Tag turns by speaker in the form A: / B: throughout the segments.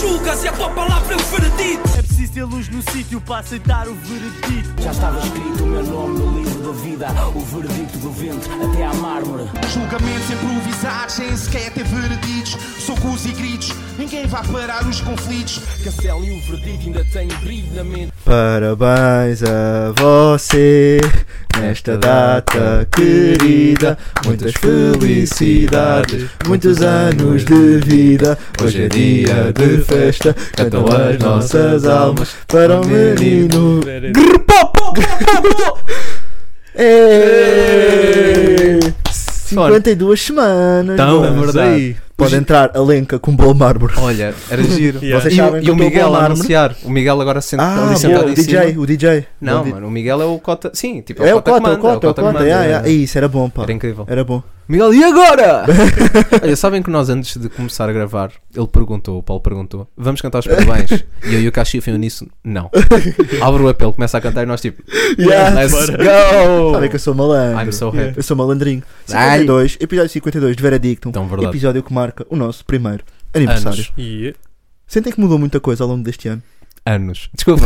A: julgas e a tua palavra é o veredito.
B: É preciso ter luz no sítio para aceitar o veredito.
C: Já estava escrito o meu nome no livro da vida, o veredito do vento até à mármore.
D: Julgamentos improvisados, sem sequer ter vereditos. Socos e gritos, ninguém vai parar os conflitos.
C: Castelo e o veredito ainda têm brilho na mente.
E: Parabéns a você nesta data querida. Muitas felicidades, muitos anos de vida. Hoje é dia de festa, cantam as nossas almas para o menino. Grrr, pó, pó, pó, pó, pó. Ê! 52 semanas.
F: Então,
E: bom.
F: é verdade.
E: Pode entrar a Lenca com bolo de mármore.
F: Olha, era giro.
B: Yeah.
E: Vocês
F: E, o-
E: sabem
F: e
E: que
F: o
E: eu tô
F: Miguel
E: com
F: a
E: alarme?
F: anunciar. O Miguel agora senta,
E: Ah,
F: ali
E: boa,
F: sentado
E: o
F: em
E: DJ,
F: cima.
E: o DJ.
F: Não,
E: Bom di-
F: mano, o Miguel é o cota. Sim, tipo,
E: É o
F: que
E: Cota, o
F: manda,
E: Cota, o
F: que
E: Cota. é,
F: manda.
E: yeah, yeah. Isso, era bom, pá.
F: Ah,
E: É.
F: Era incrível.
E: Era bom.
F: Miguel, e agora? Olha, sabem que nós antes de começar a gravar, ele perguntou, o Paulo perguntou, vamos cantar os parabéns? e eu e o Caxi foi nisso, não. Abre o apelo, começa a cantar e nós tipo,
E: Yeah.
F: let's
B: Bora.
E: Sabem
F: go!
E: que eu sou malandro.
F: I'm so happy.
E: Eu sou malandrinho.
F: Ai.
E: 52, episódio 52 de Veredictum.
F: Então, verdade.
E: Episódio que marca o nosso primeiro aniversário.
F: Anos.
B: E
E: Sentem que mudou muita coisa ao longo deste ano.
F: Anos. Desculpa.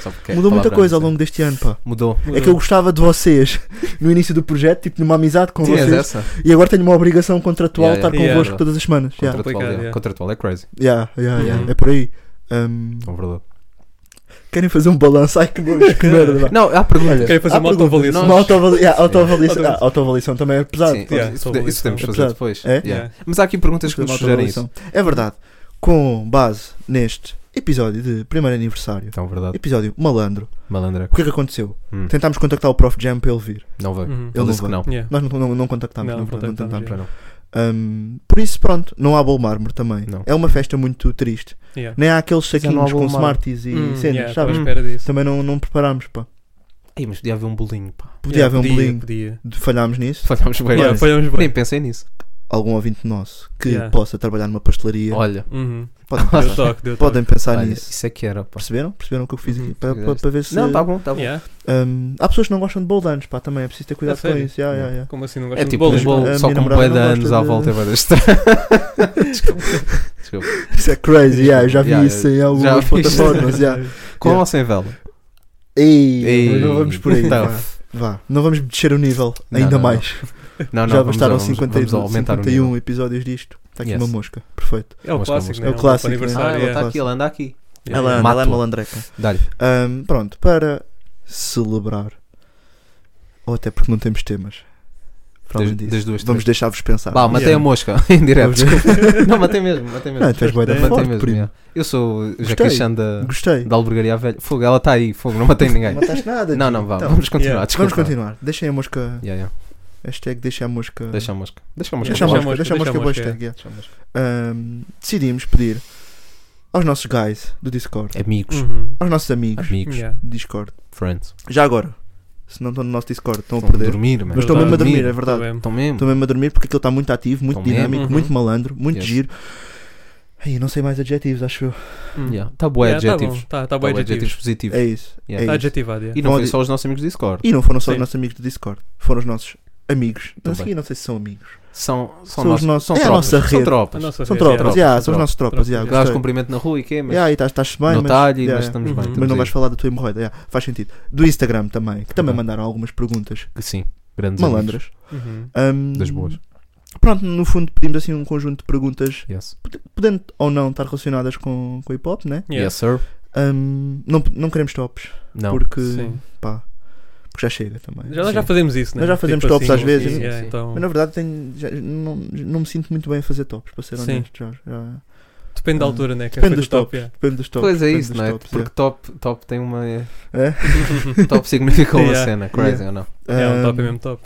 F: Só porque é
E: mudou muita
F: palavra
E: coisa ao
F: antes.
E: longo deste ano, pá.
F: Mudou.
E: É que eu gostava de vocês no início do projeto, tipo numa amizade com
F: Tinhas
E: vocês.
F: essa?
E: E agora tenho uma obrigação contratual
F: Yeah,
E: estar
B: yeah.
E: convosco
F: Yeah.
E: todas as semanas. Yeah.
F: Contratual,
B: Complicado,
F: yeah.
B: é.
F: Contratual é crazy.
E: Yeah, yeah, yeah.
B: Uhum.
E: É por aí. Um,
F: É verdade.
E: querem fazer um balanço? Ai que nojo, que merda. vá.
F: Não, há pergunta.
B: Querem fazer
E: há
B: uma
E: perguntas.
B: autoavaliação?
E: Uma autoavali- yeah, autoavaliação.
B: Autoavaliação.
E: Ah, autoavaliação também é pesado.
F: Sim,
B: Yeah,
F: isso,
B: só
F: pode-
B: vou
F: isso
B: isso,
F: podemos
E: não.
F: fazer
E: Apesar-
F: depois.
E: É?
F: Yeah. Mas há aqui perguntas que nos
E: Fazer uma
F: sugerem isso.
E: autoavaliação. É verdade. Com base neste episódio de primeiro aniversário,
F: Então, verdade.
E: episódio malandro,
F: Malandra.
E: o que é que aconteceu?
F: Hum.
E: Tentámos contactar o Prof Jam para ele vir.
F: Não
G: Hum.
F: veio.
B: Uhum.
F: Ele
E: não
F: disse que
E: veio.
F: não.
B: Yeah.
E: Nós não, não, não contactámos,
B: Não,
E: não,
B: não
E: não
B: tentámos,
E: tentámos.
F: Para não.
E: Hum, por isso, pronto, não há bolo mármore também.
F: Não.
E: É uma festa muito triste.
B: Yeah.
E: Nem há aqueles
F: Já não há
E: saquinhos com
F: bolo mármore.
E: Smarties e
B: Hum,
E: cenas,
B: yeah,
G: tá
B: tava à
E: sabes?
B: espera disso.
E: Também não, não preparámos, pá.
F: Ei, mas podia haver um bolinho, pá.
E: Podia haver um bolinho.
B: Podia.
E: De- Falhámos nisso.
F: Falhámos bem.
B: Yeah, um
F: nisso.
B: falhamos bem.
F: Nem pensei nisso.
E: Algum ouvinte nosso que
B: Yeah.
E: possa trabalhar numa pastelaria.
F: Olha,
B: Uhum.
E: Podem
B: Deu
E: pensar,
B: toque, deu toque.
E: podem pensar
F: olha,
E: Tá nisso.
F: isso é que era, pá.
E: Perceberam? Perceberam o que eu fiz aqui?
F: Uhum,
E: Para, para,
F: fizeste.
E: para ver se.
F: Não, tá bom, tá bom.
B: Yeah.
E: Hum, há pessoas que não gostam de bolo de anos, pá, também é preciso ter cuidado
B: A
E: com
B: sério?
E: isso. Yeah, yeah, yeah.
B: Como assim não
F: É
B: gostas de
F: tipo um
B: bolos?
E: mas
F: bolo
E: a
F: só
E: minha
F: com
E: namorada
F: bué de
E: não
F: anos
E: gosta
F: à
E: de-
F: volta e vai Desculpa. Desculpa.
E: Isso é crazy, yeah, eu já vi
F: Yeah,
E: isso em
F: yeah. Já
E: algumas
F: vi isso.
E: plataformas. yeah.
F: Com
E: Yeah.
F: ou sem vela?
E: Ei,
F: Ei,
E: não vamos por aí.
F: então.
E: vá. Vá, não vamos descer o nível
F: Não,
E: ainda
F: não, não.
E: mais.
F: Não, não,
E: já
F: vamos,
E: bastaram
F: vamos,
E: 52,
F: vamos aumentar o
E: 51
F: nível.
E: episódios disto. Está aqui
F: Yes.
E: uma mosca, perfeito.
B: É o
F: Mas
B: clássico,
F: como-
B: né?
E: É o clássico, né?
G: um.
F: Ah,
B: aniversário.
F: ela
B: yeah.
F: está aqui, ela anda aqui.
B: Yeah.
F: Ela anda, ela é Mato.
E: malandreca.
F: Dá-lhe.
E: pronto, para celebrar, ou até porque não temos temas, para além
F: Das,
E: disso,
F: das duas,
E: vamos
F: três.
E: deixar-vos pensar. é?
F: Bah, matei
B: Yeah.
F: a mosca em direto.
E: Vamos-
F: desculpa. não, matei mesmo, matei mesmo.
E: Não, tu és Ah, bué da
F: matei
E: forte,
F: mesmo,
E: primo.
F: yeah. Eu sou o
E: Gostei.
F: Jaca Chan da,
E: Gostei.
F: da albergaria velha. Fogo, ela está aí, fogo, não matei ninguém.
E: Não mataste nada.
F: Não,
E: tio.
F: não, vá,
E: Então,
F: vamos continuar.
B: yeah.
F: Desculpa.
E: Vamos continuar. Deixem a mosca.
F: Yeah, yeah.
E: Hashtag deixa a mosca.
F: Deixa a mosca. Deixa a mosca.
E: Deixa a
F: Deixa a
E: mosca. Deixa a mosca. boa hashtag, yeah.
F: Deixa a mosca.
E: Ahm, Decidimos pedir aos nossos guys do Discord,
F: Amigos,
B: Uhum.
E: aos nossos amigos
F: amigos,
B: Yeah.
E: do Discord,
F: friends.
E: já agora, se não estão no nosso Discord, estão a
F: Estão a
E: perder.
F: dormir, mano.
E: Mas estão mesmo a
F: Dormir.
E: dormir, é verdade.
B: Tá bem.
F: Estão mesmo.
E: Estou mesmo a dormir porque aquilo está muito ativo, muito
F: Estão
E: dinâmico,
B: mesmo.
E: muito malandro, muito
F: Uhum. Yes.
E: giro. Ai, não sei mais adjetivos, acho eu.
B: Hum.
F: Está boa
B: Yeah, tá
F: adjetivos.
B: bom, Tá, tá
F: Tá
B: bom
F: bué adjetivos
B: adjetivos.
F: positivos.
E: É isso.
F: Yeah.
E: é
B: Tá
E: isso.
B: adjetivado, yeah.
F: E não
E: Bom,
F: foi
E: di-
F: só os nossos amigos do Discord.
E: E não foram só os
B: Sim.
E: nossos amigos do Discord, foram os nossos amigos. Não
F: Também.
E: sei, não sei se são amigos.
F: São, são,
E: São os
F: nossos-
E: nossos-
F: são
E: é a
F: tropas.
E: nossa
F: São
E: rede.
F: tropas.
B: A nossa rede,
E: São é tropas,
B: yeah.
E: yeah, são os
F: Tropas.
E: nossos tropas. yeah,
F: Dás
E: gostei.
F: cumprimento na rua e quê? Mas
E: Yeah, e estás- estás bem,
F: no
E: mas,
F: talho,
E: yeah,
F: mas
E: yeah.
F: estamos
B: Uhum. Mas
F: bem.
E: Mas
F: estamos
E: não
F: aí.
E: vais falar da tua hemorroida, yeah, faz sentido. Do Instagram também, que também
F: Verdade.
E: mandaram algumas perguntas
F: Que Sim, grandes amigos.
E: malandras.
B: Uhum.
E: Ahm,
F: Das boas.
E: Pronto, no fundo pedimos assim um conjunto de perguntas,
F: Yes.
E: podendo ou não estar relacionadas com, com hip hop, né?
B: Yeah.
F: Yes, sir.
E: Ahm, não, não queremos tops,
F: Não.
E: porque,
B: Sim.
E: pá, porque já chega também.
B: Já, nós já
F: Sim.
B: fazemos isso, né?
E: Nós já fazemos
B: Tipo
E: tops
B: assim,
E: às vezes,
B: sim,
F: né?
B: yeah,
F: Sim.
B: então,
E: Mas na verdade tenho, já- não, não me sinto muito bem a fazer tops, para ser
B: Sim.
E: honesto. Já, já-
B: depende da
E: Ah.
B: altura, né? que é
E: Depende
B: feito
E: dos
B: o top,
E: tops.
B: yeah.
E: Depende dos tops.
F: Pois é
E: depende
F: isso,
E: dos
F: não é?
E: tops,
F: Porque top, top tem uma.
E: é. É?
F: Top significa uma
B: Yeah.
F: cena, crazy
E: Yeah.
F: ou não?
B: É um top, é
E: Ahm,
B: mesmo top.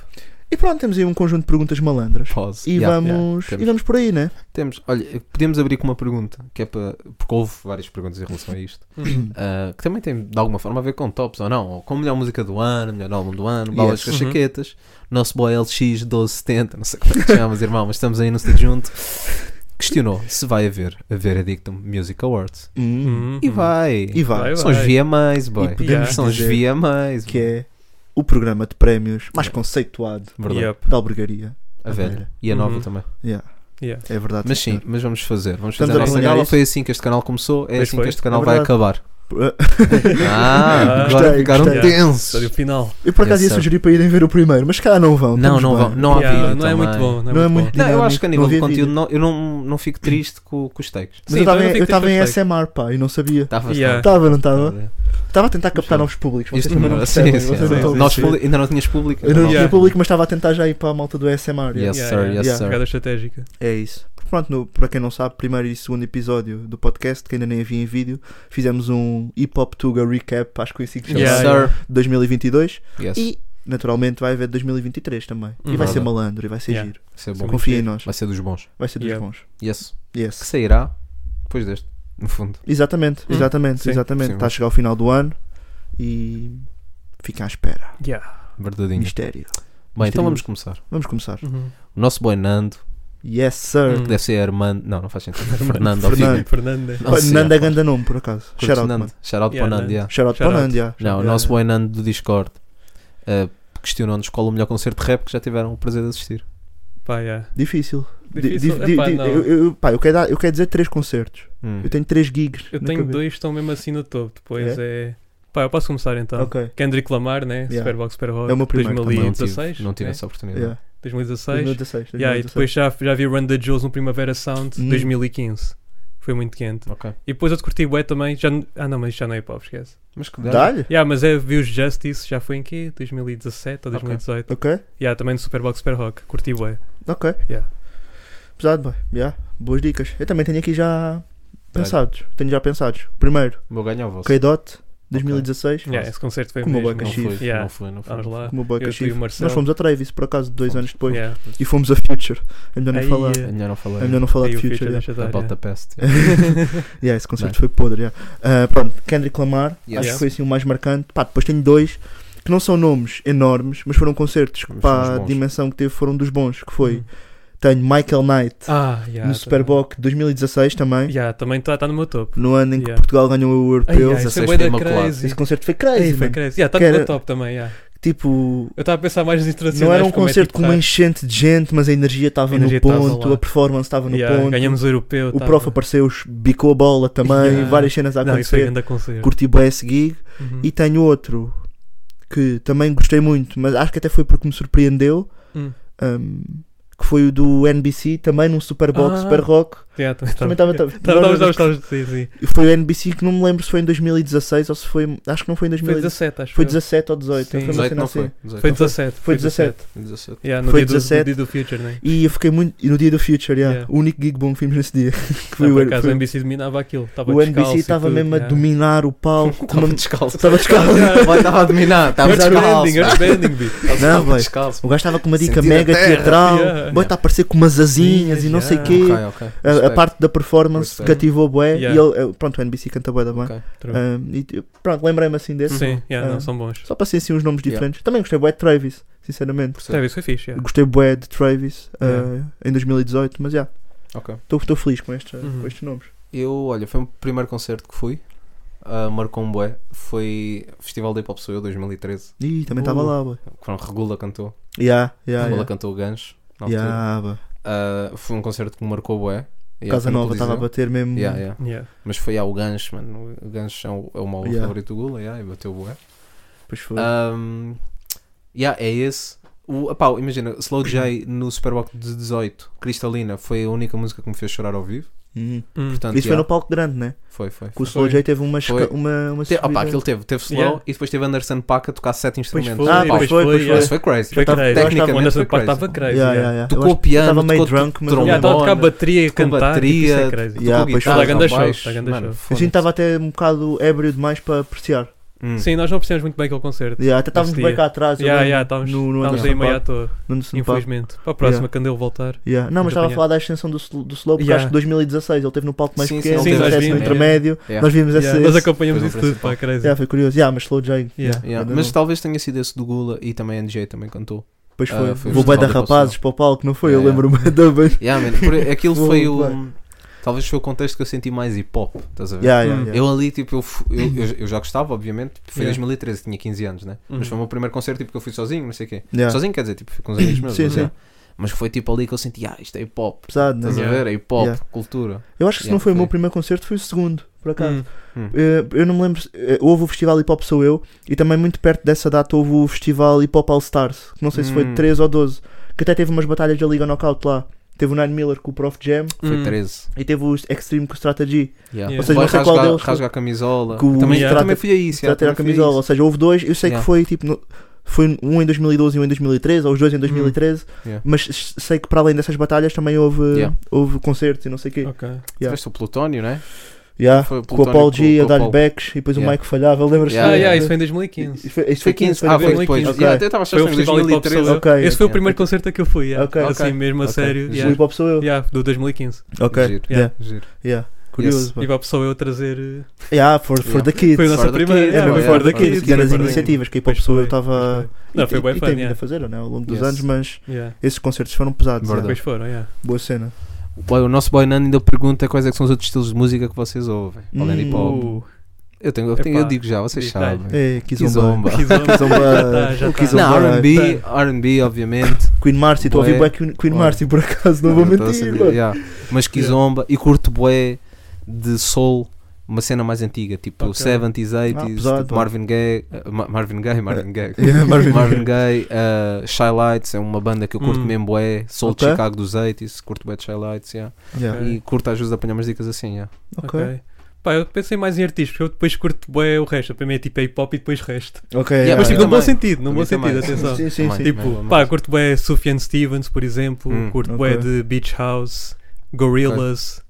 E: E pronto, temos aí um conjunto de perguntas malandras.
F: Pause.
E: E,
F: Yeah.
E: vamos,
F: Temos.
E: e vamos por aí, né?
F: Temos, olha, podemos abrir com uma pergunta, que é para. Porque houve várias perguntas em relação a isto,
B: Uhum.
F: ah, que também tem de alguma forma a ver com tops ou não, ou com melhor música do ano, melhor álbum do ano, balas
E: Yes.
F: com
B: Uhum.
F: chaquetas, nosso boy LX 1270, não sei como é que te chamas, irmão, mas estamos aí no estúdio junto. Questionou se vai haver a Veredictum Music Awards.
E: Hum.
B: Uhum.
F: E vai!
E: E vai.
G: É
B: Vai,
F: São os VMAs, boy.
E: E podemos
F: São os
E: dizer
F: VMAs,
E: que é o programa de prémios mais conceituado
F: Verdade.
B: Yep.
E: da albergaria.
F: A velha. E a nova
B: Uhum.
F: também.
E: Yeah.
G: Yeah.
E: É verdade.
F: Mas sim,
E: senhor.
F: mas vamos fazer. Vamos fazer
E: Estamos
F: a
E: a
F: nossa
E: planear
F: gala.
E: isto?
F: Foi assim que este canal começou, é
G: Pois
F: assim
G: foi.
F: que este canal
E: É
F: vai
E: verdade.
F: acabar.
G: Ah,
F: Ah, agora
E: gostei,
F: ficaram
E: gostei.
F: tensos.
G: História final.
E: Eu por acaso
F: Yes, sir.
E: ia sugerir para irem ver o primeiro, mas se calhar não vão.
F: É Não,
E: estamos
F: não
E: bem.
F: vão. Não há
G: Yeah,
F: vídeo.
G: não é
F: também.
G: muito bom. Não é
E: Não é
G: muito
E: muito-
G: bom.
F: Não, eu acho que a nível
E: Não
F: de
E: havia
F: conteúdo
E: vídeo.
F: não, eu não, não fico triste com, com os takes.
E: Mas
G: Sim,
E: eu estava
G: também não
E: em- eu
G: fico
E: estava em
G: triste com
E: SMR, pá, e não sabia.
F: Estava
G: Yeah.
E: Estava, não estava? Estava a tentar captar novos públicos. Vocês
F: Isto
E: também não
F: não, sim,
E: percebem.
F: sim,
E: vocês não
F: sim.
E: estão a
F: Nós
E: perceber.
F: publi- ainda não tinhas público.
E: Eu
F: Não.
E: não tinha
G: Yeah.
E: público, mas estava a tentar já ir para a malta do ASMR. yeah.
F: Yes,
G: Yeah,
F: sir,
G: yeah.
F: yes,
E: Yeah.
F: sir.
G: Jogada estratégica.
E: É isso. Porque Pronto, no- para quem não sabe, primeiro e segundo episódio do podcast, que ainda nem havia em vídeo, fizemos um Hip Hop Tuga Recap, acho que foi assim que se chama,
G: Yeah,
F: Yes, sir.
E: 2022.
F: Yes.
E: E, naturalmente, vai haver 2023 também. E
G: Hum,
E: vai ser
F: verdade.
E: malandro, e vai ser
G: Yeah.
E: giro.
F: Vai ser
G: Sim.
F: é bom.
E: Confia em nós.
F: Vai ser dos bons.
E: Vai ser dos
G: Yeah.
E: bons.
F: Yes. Que
E: Yes.
F: sairá depois deste, no fundo.
E: Exatamente,
G: Hum.
E: exatamente,
G: Sim.
E: exatamente.
F: Sim.
E: Está a chegar ao final do ano e fica à espera.
G: Yeah.
F: Verdadinho.
E: Mistério.
F: Bem, então
E: misterioso.
F: vamos começar.
E: Vamos começar.
G: Uhum.
F: O nosso boy Nando,
E: Yes, sir.
G: Hum.
F: que deve ser Armando. Não, não faz sentido. Fernando, ao
E: Fernando.
F: fim.
G: Fernanda.
F: Não sei,
E: Nanda é
F: pá.
E: ganda nome, por acaso.
F: Curto
E: Shout out,
F: Nando.
E: mano.
F: Shout out para o
G: Yeah,
F: Nando,
G: Nando.
F: yeah.
E: Shout out para o
G: Shout out.
E: Nando, yeah.
F: Não, o
E: Yeah,
F: nosso
E: yeah.
F: boy Nando do Discord eh, questionou-nos qual o melhor concerto de rap que já tiveram o prazer de assistir.
G: Pá, yeah.
E: Difícil. Di-
G: Difícil.
E: di- di-
G: Epá,
E: di-
G: não.
E: eu, eu- pá, eu quero dar- eu quero dizer três concertos.
F: Hum.
E: Eu tenho três gigs.
G: Eu
E: na
G: tenho
E: cabeça.
G: dois que estão mesmo assim no topo. Depois é. Pá, eu posso começar então.
E: Ok.
G: Kendrick Lamar, né?
E: Yeah.
G: Superbox Super
E: É o meu primeiro também.
F: Não
G: 2016.
F: tive, não tive
G: né?
F: essa oportunidade.
E: Yeah.
G: 2016.
E: 2016.
G: Yeah, e
E: 2016.
G: depois já, já vi Run the Jewels no Primavera Sound
E: Hum.
G: 2015. Foi muito quente.
F: Ok.
G: E depois eu te curti bué também. Já, n- ah não, mas já não é hip hop, esquece.
F: Mas que
E: Dá-lhe?
G: Yeah, mas é, vi os Justice, já foi em quê? 2017 ou
F: Ok.
G: 2018.
E: Ok,
G: Yeah, também no Superbox Super Rock. Curti bué.
E: ok.
G: Yeah.
E: Pesado, boy. Yeah. Boas dicas. Eu também tenho aqui já pensados. Tenho já pensados. Primeiro,
F: Vou ganhar o vosso.
E: K-Dot, 2016.
G: Yeah, esse concerto foi
E: Como o
G: mesmo.
E: Boca
F: Não
E: Chief.
F: foi,
G: Yeah.
F: não foi, não foi.
G: Vamos lá.
E: Como o Boy
G: Eu, tu e o
E: Cachif.
G: Marcelo.
E: Nós fomos a Travis, por acaso, dois
F: Fomos.
E: anos depois.
G: Yeah.
E: E fomos a Future. Ainda nem
G: Aí,
E: falar.
G: yeah.
F: Ainda não falei.
E: É melhor não falar
G: Aí
E: de
G: o
E: Future.
G: Future
E: yeah.
G: deixa estar,
F: About
G: yeah.
F: the past.
E: Yeah, esse concerto foi podre. yeah. Ah, pronto, Kendrick Lamar,
F: Yeah.
E: acho que foi assim o mais marcante. Pá, depois tenho dois que não são nomes enormes, mas foram concertos que,
F: Mas
E: pá,
F: foram
E: a
F: os bons.
E: dimensão que teve foram dos bons. Que foi,
G: Hum.
E: tenho Michael Knight
G: Ah, yeah,
E: no Superbox 2016 também,
G: Yeah, também está tá no meu topo.
E: no ano em que
G: Yeah.
E: Portugal ganhou o Europeu.
G: Ai, ai, isso foi
F: 16
G: bué da
F: foi imaculado.
G: crazy.
E: Esse concerto foi crazy,
G: Ei, foi
E: mano.
G: crazy. Yeah, tá
E: Que
G: no meu
E: era-
G: top também, yeah.
E: Tipo,
G: Eu estava a pensar mais nos
E: não
G: internacionais.
E: era um
G: como é
E: concerto com uma
G: TikTok.
E: enchente de gente, mas a energia estava
G: A
E: no
G: energia tava
E: ponto,
G: lá.
E: a performance estava no
G: Yeah,
E: ponto.
G: Ganhamos o europeu.
E: O
G: tá,
E: prof
G: mano.
E: apareceu, bicou a bola também,
G: Yeah.
E: várias cenas a
G: Não, isso foi
E: acontecer.
G: grande concerto.
E: Curti bem esse gig.
G: Uhum.
E: E tenho outro que também gostei muito, mas acho que até foi porque me surpreendeu.
G: Hum.
E: um, que foi o do NBC, também num Superbox,
G: Ah. Tá.
E: Super Rock.
G: Yeah,
E: Também estava.
G: Estava, sim, sim.
E: Foi o NBC que não me lembro se foi em 2016 ou se foi. Acho que não foi em
G: Foi
E: 2016.
G: 17, acho
E: Foi
G: eu.
E: 17 ou 18.
G: Sim.
E: Foi uma
F: 18
E: cena
F: não
E: assim.
F: foi.
G: Foi
F: Foi
G: 17.
E: Foi 17.
F: 17.
G: Yeah, no
E: Foi
G: dia do-
E: 17.
G: Do, dia do Future, né?
E: E eu fiquei muito. E no dia do Future, yeah,
G: Yeah.
E: o único gig bom que vimos nesse dia. que foi
G: Não, por
E: o-
G: acaso
E: foi-
G: o NBC dominava aquilo. Tava
E: o
G: descalço
E: NBC
G: e
E: estava
G: tudo,
E: mesmo a
G: yeah.
E: dominar o palco. com
F: Estava
E: uma-
F: descalço.
E: Estava descalço.
F: Estava a dominar. Estava
G: Earthbending,
F: descalço.
G: earthbending, bicho.
E: Não,
F: Estava
E: vai.
F: descalço.
E: O gajo estava com uma dica
F: Sentir a
E: mega
F: terra.
E: teatral.
G: Yeah.
E: Boy, está a aparecer com umas asinhas e não
G: Yeah.
E: sei o quê.
F: Ok, ok.
E: A- A,
F: Respeito.
E: parte da performance
F: Respeito.
E: cativou bué
G: Yeah.
E: e ele, eh, pronto, o NBC canta bué da bem.
F: Ok.
G: True.
E: Ah, e t- pronto, lembrei-me assim desse.
G: Sim, yeah,
E: Ah.
G: não, são bons.
E: Só passei assim uns nomes
F: Yeah.
E: diferentes. Também gostei bué de Travis, sinceramente.
G: Deve, isso foi fixe, yeah.
E: Gostei bué de Travis ah,
G: Yeah.
E: em 2018, mas já,
F: Ok.
E: estou feliz com, esta-
G: Uhum.
E: com estes nomes.
F: Eu, olha, foi o primeiro concerto que fui. ah, marcou um bué. Foi Festival de Hip Hop Sou Eu 2013.
E: Ih, também estava
F: Uh.
E: lá, bué.
F: Quando Regula cantou.
E: Yeah, yeah,
F: Regula
E: yeah.
F: cantou o Gancho. na altura.
E: Yeah, bué.
F: Ah, foi um concerto que me marcou bué. Yeah,
E: Casa
F: foi no
E: Nova estava a
F: Coliseu.
E: bater mesmo.
F: Yeah, yeah.
G: Yeah.
F: Mas foi ao Gancho, mano. O Gancho é o, é o mau
E: Yeah.
F: favorito do Gula, yeah, e bateu bué.
E: Pois foi.
F: Um, yeah, é esse. O, epá, imagina, Slow J no Superbox de 18, Cristalina, foi a única música que me fez chorar ao vivo.
E: Uhum.
G: Hum.
F: Portanto,
E: Isso foi
F: yeah,
E: no palco grande, né?
F: foi, foi.
E: Que o Slow J teve uma. esca-
F: Foi.
E: uma, uma
F: Te, opá,
E: subida.
F: aquilo teve, teve slow
G: Yeah.
F: e depois teve Anderson Paca a tocar sete
G: Pois
F: instrumentos.
G: foi,
E: Ah,
F: Pá,
E: pois
G: pois
E: foi, pois
G: yeah.
F: isso foi crazy.
G: Foi
E: tava-
G: crazy.
F: tecnicamente
G: Quando essa
F: foi
G: parte
F: crazy.
G: estava crazy.
E: Yeah, yeah,
G: yeah.
E: yeah. Eu
F: Tocou
E: acho que
F: piano,
E: Estava meio
F: tocou
E: drunk, mas.
F: trombone.
G: Yeah, Estava a tocar bateria e
F: Tocou
G: cantar. tipo, Isso
F: bateria,
G: é crazy.
E: Yeah,
F: tocou
E: pois
F: guitarra,
E: foi.
G: Tá, ganda show,
F: baixo,
G: tá, ganda
F: mano,
G: show.
E: A
F: foda-se.
E: gente estava até um bocado ébrio demais para apreciar.
F: Hum.
G: Sim, nós não percebemos muito bem aquele concerto.
E: Yeah, até estávamos
G: Esse
E: bem
G: dia.
E: cá atrás. eu
G: Yeah,
E: lembro,
G: yeah, estávamos
E: no, no
G: estávamos
E: Anderson
G: aí meio à
E: Paak,
G: toa,
E: no Anderson Paak.
G: infelizmente. Para a próxima,
E: Yeah.
G: quando ele voltar.
E: Yeah. Não,
G: Muito
E: mas estava a
G: apanhado.
E: falar da ascensão do, sl- do Slow, porque
G: Yeah.
E: acho que 2016 ele teve no palco mais
F: Sim, sim,
E: pequeno,
G: sim,
E: teve
G: nós
E: acesso no
G: vimos,
E: intermédio.
F: yeah.
E: Nós vimos
G: Yeah,
E: esse.
G: Nós
E: esse-
G: acompanhamos
F: Foi o
G: isso tudo,
F: principal.
G: pá, crazy.
E: Yeah, foi curioso. Yeah, mas Slow J.
G: Yeah.
F: Yeah,
E: Ainda
F: mas tá-
E: não.
F: talvez tenha sido esse do Gula e também a NJ também cantou.
E: Depois foi.
F: Ah, foi o
E: Vou bué da
F: Festival da
E: rapazes para o palco, não foi? Eu
F: Yeah,
E: lembro-me também.
F: Yeah, man, por- aquilo
E: Vou
F: foi o.
E: levar.
F: Talvez foi o contexto que eu senti mais hip hop, estás a ver?
E: Yeah, yeah,
G: Hum.
E: yeah.
F: Eu ali, tipo, eu, fu- eu, eu- eu já gostava, obviamente. Foi em
G: Yeah.
F: 2013, tinha 15 anos, né?
G: Uhum.
F: Mas foi o meu primeiro concerto, tipo, que eu fui sozinho, não sei o quê.
E: Yeah.
F: Sozinho quer dizer, tipo, fui com os amigos meus.
E: Sim,
F: mas,
E: sim.
F: yeah. Mas foi tipo ali que eu senti, ah, isto é hip hop.
E: Pesado, né?
F: Estás a ver? É hip hop,
E: Yeah.
F: cultura.
E: Eu acho que se
F: Yeah,
E: não foi o meu
F: foi.
E: primeiro concerto, foi o segundo, por acaso.
G: Hum.
E: Eh, eu não me lembro. se- eh, houve o Festival Hip Hop Sou Eu e também muito perto dessa data houve o Festival Hip Hop All Stars, que não sei se foi
F: Hum.
E: 13 ou 12, que até teve umas batalhas da Liga Knockout lá. Teve o Nine Miller com o Prof Jam
F: Foi
G: Hum.
F: 13.
E: e teve o Extreme com o Strata G.
F: Yeah.
G: Yeah.
F: Ou
G: Ou
E: seja, não sei
F: rasga,
E: qual deles foi.
F: rasga a camisola.
E: Que o
F: Também,
E: Strata-
F: também fui a isso.
E: Strata era
F: yeah,
E: a
F: também fui a
E: camisola, ou
F: isso.
E: seja, houve dois. Eu sei
F: Yeah.
E: que foi tipo. no- foi um em 2012 e um em 2013, ou os dois em 2013,
F: Hum. Yeah.
E: mas s- sei que para além dessas batalhas também houve,
F: Yeah.
E: houve concertos e não sei o quê.
G: Ok.
E: Yeah.
F: Tiveste o Plutónio, né?
E: Yeah,
F: Foi o
E: Com a
F: Plutónio
E: Paul
F: com-
E: G
F: com
E: a
F: o
E: dar
F: Paul.
E: backs e depois
F: Yeah.
E: o Mike falhava, lembras-te?
F: Yeah,
G: Ah,
F: yeah,
G: yeah, isso foi em 2015.
E: Isso foi, isso
F: Foi
E: foi
F: 15.
E: 15,
F: Ah, foi
G: foi
F: depois.
E: 15.
F: Yeah, eu estava a achar
G: Foi
F: que
G: o
F: foi em
G: Festival Hip Hop
F: 2013.
G: Soul.
E: Ok,
G: Esse foi o
F: yeah.
G: primeiro concerto que eu fui, yeah.
E: Ok.
G: assim
F: Ok.
G: mesmo a
F: Ok.
G: sério.
F: Giro.
E: O
G: Yeah.
E: hip hop sou eu.
G: Yeah, do 2015.
E: Ok.
F: Giro.
E: Yeah.
F: Giro.
E: Yeah. Curioso.
F: Yes.
E: pá.
G: E vai pessoa eu trazer. eh,
E: Yeah, for, for
F: Yeah.
E: the kids.
G: Foi o nosso
F: For the
G: primeiro.
F: kids,
E: É,
G: yeah,
E: mesmo
F: yeah,
E: for
F: for
E: the
F: the
E: kids.
F: kids,
E: E eram
F: for
E: as
F: the
E: iniciativas que a hip hop
G: Pois
E: sou eu
G: foi.
E: estava.
G: Não, foi
E: e,
G: bem fun,
E: e tem ainda a
G: yeah.
E: fazer, né? Ao longo dos
F: Yes.
E: anos, mas
G: Yeah.
E: esses concertos foram pesados.
F: Verdade.
E: né?
G: Depois foram, yeah.
E: Boa cena.
F: Boy, o nosso boy Nando ainda pergunta quais é que são os outros estilos de música que vocês ouvem. Além de hip hop.
G: Uh,
F: Eu, tenho, eu, tenho- eu
G: Epá,
F: digo já, vocês
G: detalhe.
F: sabem.
E: É,
F: Kizomba.
E: Kizomba.
G: que zomba.
E: Kizomba.
G: Já tá, já
E: o
G: tá.
E: Kizomba.
F: Não,
E: é.
F: RB, RB, obviamente.
E: Queen Marcy, estou a ouvir
F: Bué.
E: bué Queen, Queen
F: Bué.
E: Marcy por acaso, não vou
F: tô a
E: mentir.
F: saber,
E: mano.
F: yeah. Mas que zomba e curto bué de soul, uma cena mais antiga, tipo
G: Ok. Ah,
F: 70s, 80s,
E: pesado,
F: tipo
E: mano.
F: Marvin Gaye, eh, Ma- Marvin Gaye, Marvin Gaye.
E: Yeah, Marvin
F: Marvin Gaye, eh, Shy Lights é uma banda que eu curto
G: Hum.
F: mesmo bué, soul
E: Ok.
F: de Chicago dos 80s, curto bué de Shy Lights, yeah.
E: Yeah.
G: Ok.
F: E curto às vezes apanhar umas dicas assim, yeah.
E: Ok.
G: Ok. Pá, eu pensei mais em artistas, porque eu depois curto bem o resto. Primeiro tipo é hip hop e depois resto.
E: Ok.
F: Yeah,
G: Mas
E: yeah.
G: tipo, num bom
F: também.
G: sentido, num
F: Também
G: bom sentido,
F: também.
G: atenção.
E: Sim, sim,
F: Também.
E: sim.
G: Tipo, pá, curto bem Sufjan Stevens, por exemplo,
F: Hum.
G: curto
E: Ok.
G: bem de Beach House, Gorillaz.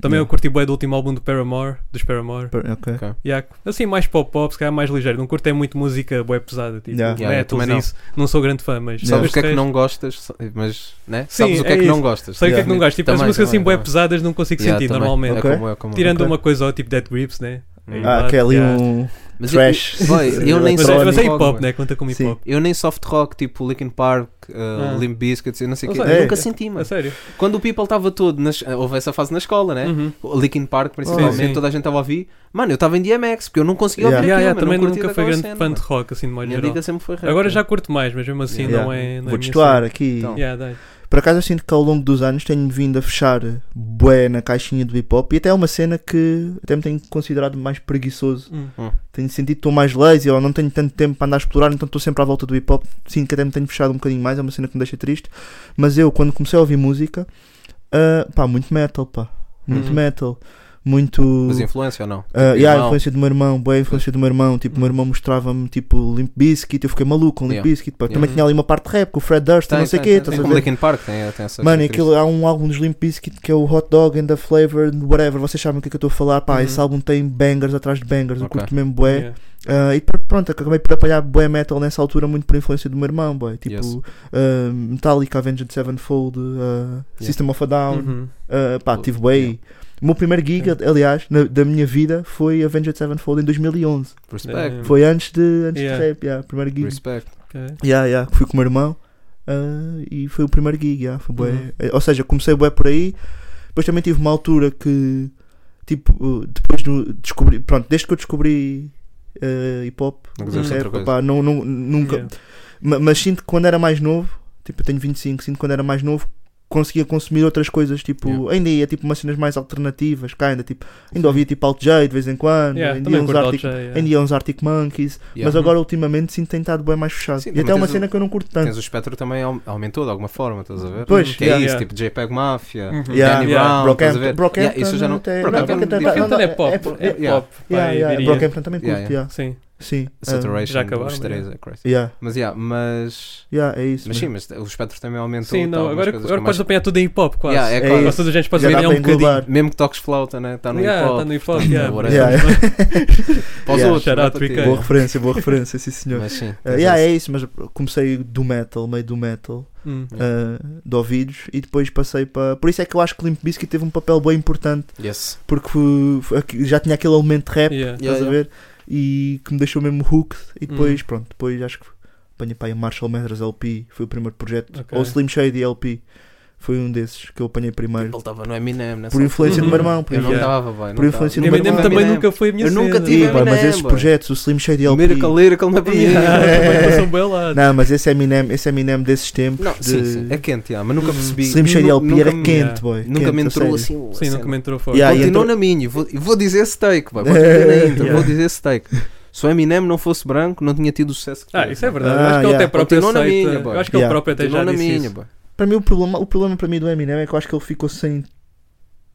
G: Também eu
E: Yeah.
G: curti bem do último álbum do Paramore, dos Paramore.
E: Ok.
G: Yeah, assim mais pop-pop, se calhar mais ligeiro. Não curto é muito música bué pesada, tipo
E: Yeah.
F: Yeah, eu
G: metal
F: também não.
G: isso. Não sou grande fã, mas
E: Yeah.
F: Sabes o que é que
G: resto-
F: não gostas, mas, né?
G: Sim,
F: Sabes o que é,
G: é
F: que não
G: isso.
F: gostas.
G: Sei o que é
E: Yeah.
G: que não gosto. Tipo, as
F: Também,
G: músicas assim
F: também,
G: bué
F: também.
G: pesadas não consigo
F: Yeah,
G: sentir
F: também.
G: normalmente.
F: É
E: Ok.
F: como, é como-
G: Tirando
E: Ok.
G: uma coisa ou tipo Dead Grips, né?
F: Hum.
E: Ah,
G: Bate,
E: que é ali
G: yeah.
E: um
F: Mas eu-
E: trash.
F: boy, eu nem
G: Mas,
E: sei.
G: é- mas é
F: Electrónico,
G: hip hop,
F: mano.
G: né? Conta como hip
E: Sim.
G: hop.
F: Eu nem soft rock, tipo Linkin Park, uh,
G: Ah.
F: Limp Bizkit, eu não sei o
G: Não
F: quê.
G: sei.
F: Eu Nunca
E: É.
F: senti,
G: A
F: mano.
G: sério.
F: Quando o People estava todo, nas- eh, houve essa fase na escola, né?
G: Uhum.
F: O Linkin Park, principalmente,
G: Sim, sim.
F: toda a gente estava a ouvir. Mano, eu estava em DMX, porque eu não conseguia
E: Yeah.
F: ouvir
G: Yeah, yeah,
F: aquilo,
G: também
F: mano. eu não curtia
G: nunca fui
F: daquela
G: grande
F: cena,
G: fã de
F: mano.
G: rock, assim, de modo
F: Minha
G: geral.
F: dica sempre foi rap. né?
G: Agora já curto mais, mas mesmo assim
F: Yeah.
G: não é. Não é
E: Vou
G: a minha
E: destoar
G: cena.
E: aqui.
F: Então.
G: Yeah, dai.
E: Por acaso eu sinto que ao longo dos anos tenho vindo a fechar bué na caixinha do hip hop e até é uma cena que até me tenho considerado mais preguiçoso.
G: Hum.
E: Tenho sentido que estou mais lazy ou não tenho tanto tempo para andar a explorar, então estou sempre à volta do hip hop. Sinto que até me tenho fechado um bocadinho mais, é uma cena que me deixa triste. Mas eu, quando comecei a ouvir música, ah, pá, muito metal, pá. Muito
G: Uhum.
E: metal. Muito.
F: Mas influência ou não?
E: Ah,
F: Tipo,
E: yeah, a
F: irmão.
E: influência do meu irmão, boa influência do meu irmão. Tipo, o
G: Uhum.
E: meu irmão mostrava-me tipo Limp Bizkit, eu fiquei maluco com Limp
F: Yeah.
E: Bizkit. pá.
F: Yeah.
E: Também tinha ali uma parte de rap com o Fred Durst, e
F: Tem,
E: não sei o
F: tem,
E: quê.
F: tem,
E: estás
F: tem.
E: a
F: Como
E: ver?
F: Linkin Park tem, tem essa
E: Mano,
F: característica.
E: aquilo, há um álbum dos Limp Bizkit que é o Hot Dog and the Flavor and whatever, vocês sabem o que é que eu estou a falar, pá,
G: Uhum.
E: esse álbum tem bangers atrás de bangers, eu
F: Ok.
E: curto mesmo bué.
G: Yeah.
E: Ah, e pr- pronto, acabei por apanhar bué metal nessa altura muito por influência do meu irmão, bué. Tipo,
F: Yes.
E: ah, Metallica, Avenged Sevenfold, ah, System of a Down,
G: Uhum.
E: ah, pá,
F: Tudo,
E: tive bué aí.
F: yeah.
E: O meu primeiro gig, aliás, na- da minha vida foi Avenged Sevenfold em 2011.
F: Respect.
E: Foi antes de, antes
G: Yeah.
E: de rap, yeah, primeiro gig.
F: Respect.
G: Ok.
E: Yeah, yeah, fui com o meu irmão ah, e foi o primeiro gig, yeah, foi bué.
G: Uhum.
E: Eh, Ou seja, comecei bué por aí, depois também tive uma altura que tipo, uh, depois do, descobri, pronto, desde que eu descobri eh, hip hop,
F: Não quiseres
E: percebe?
F: outra coisa.
E: Opá, não, não- nunca,
G: Yeah.
E: ma- mas sinto que quando era mais novo, tipo, eu tenho 25, sinto que quando era mais novo conseguia consumir outras coisas, tipo,
F: Yeah.
E: ainda ia tipo umas cenas mais alternativas, cá ainda tipo, ainda ouvia tipo Alt J de vez em quando,
G: Yeah,
E: ainda ia
G: também
E: uns
G: curto
E: Arctic
G: Alt J, yeah.
E: ainda ia uns Arctic Monkeys,
F: Yeah.
E: mas agora ultimamente sinto que tem estado bem mais fechado.
F: Sim,
E: e
F: também
E: até é uma
F: tens o-
E: cena que eu não curto tanto.
F: Tens um o espectro também au- aumentou de alguma forma, estás a ver?
E: Pois,
F: que é
E: yeah,
F: isso,
G: yeah.
F: tipo JPEG Mafia,
G: Uhum.
F: Danny
E: Yeah,
G: yeah.
F: Brown, estás a ver?
E: Brockhampton,
F: Yeah, isso eu já não.
E: até-
F: Brockhampton
E: Brockhampton
F: é
E: tá-
G: Então é pop,
E: é-
G: é
F: yeah.
G: pop. pá,
E: Yeah,
G: eu
E: yeah,
G: diria.
E: Brockhampton também curto,
F: Yeah,
E: yeah.
G: Sim.
E: Sim. ah,
F: Saturation,
G: Já acabaram,
F: os
G: já.
F: três, é crazy.
E: yeah,
F: Mas, yeah, mas.
E: yeah, é isso.
F: Mas sim,
E: mesmo.
F: mas o espectro também aumentou.
G: Sim, não,
F: tá, algumas
G: agora,
F: coisas
G: agora
F: com
G: podes apanhar tudo em hip hop, quase.
F: Yeah, é
E: É
F: quase.
G: Quase toda a gente pode
E: Já
G: ouvir
E: dá
G: é
E: para
G: um bocadinho.
E: englobar.
F: Mesmo que toques flauta, né? Está no
G: Yeah,
F: hip hop.
G: tá no hip hop,
F: tá no
G: yeah.
F: whatever.
E: Yeah.
F: Para os
E: Yeah.
F: outros,
G: Shout
F: não é
G: out,
F: para ti.
G: Ricardo.
E: Boa referência, boa referência, sim senhor.
F: Mas sim.
E: Ah, yeah, é isso, mas comecei do metal, meio do metal,
G: Hum.
E: ah, de ouvidos, e depois passei para. Por isso é que eu acho que Limp Bizkit teve um papel bem importante,
F: Yes.
E: porque foi- aqui- já tinha aquele elemento de rap,
G: Yeah.
E: estás a ver? E que me deixou mesmo hooked. E depois,
F: Uhum.
G: Hum.
E: pronto, depois acho que apanhei para aí o Marshall Mathers LP, foi o primeiro projeto.
G: Ok.
E: Ou Slim Shady LP. Foi um desses que eu apanhei primeiro.
F: Ele estava no Eminem, nessa
E: um, Por influência do meu irmão. Por
F: Eu não
E: influência-
F: estava bem.
E: Por influência um
G: Eu
E: do meu
G: mesmo
E: irmão.
F: Eminem
G: Uhum. também
F: Eminem.
G: nunca foi a minha
F: Eu nunca
G: cena.
F: tive.
E: Ih, pá, mas
F: Eminem,
E: esses
F: boy.
E: projetos, o Slim Shady LP.
F: Miracle Lyrical não é para mim.
G: Yeah, passou bem lá.
E: Não, mas esse Eminem, esse Eminem desses tempos.
F: Não,
E: de...
F: sim, sim, é quente, yeah, mas nunca percebi.
E: Slim Shady
F: nu-
E: LP era
F: nunca me-
E: é quente, boy.
F: Nunca
E: quente,
F: me
E: a
F: entrou
E: sério.
F: assim. uma
G: Sim,
F: cena.
G: nunca me entrou fora.
E: Yeah, e
F: Continuou
E: entrou-
F: na minha, e vou, e vou dizer esse take, vai, vou dizer ainda,
E: Yeah.
F: vou dizer esse take. Se o Eminem não fosse branco, não tinha tido o sucesso que
G: Ah,
F: teve,
G: isso é
F: boy.
G: verdade.
E: Ah,
G: eu acho que ele
E: yeah.
G: até próprio
F: Continuou na
G: aceita.
F: minha, boy.
G: eu acho que ele
E: Yeah.
G: próprio até já
F: Continuou na
G: disse
F: minha,
G: isso.
F: boy.
E: Para mim, o problema, o problema para mim do Eminem é que eu acho que ele ficou sem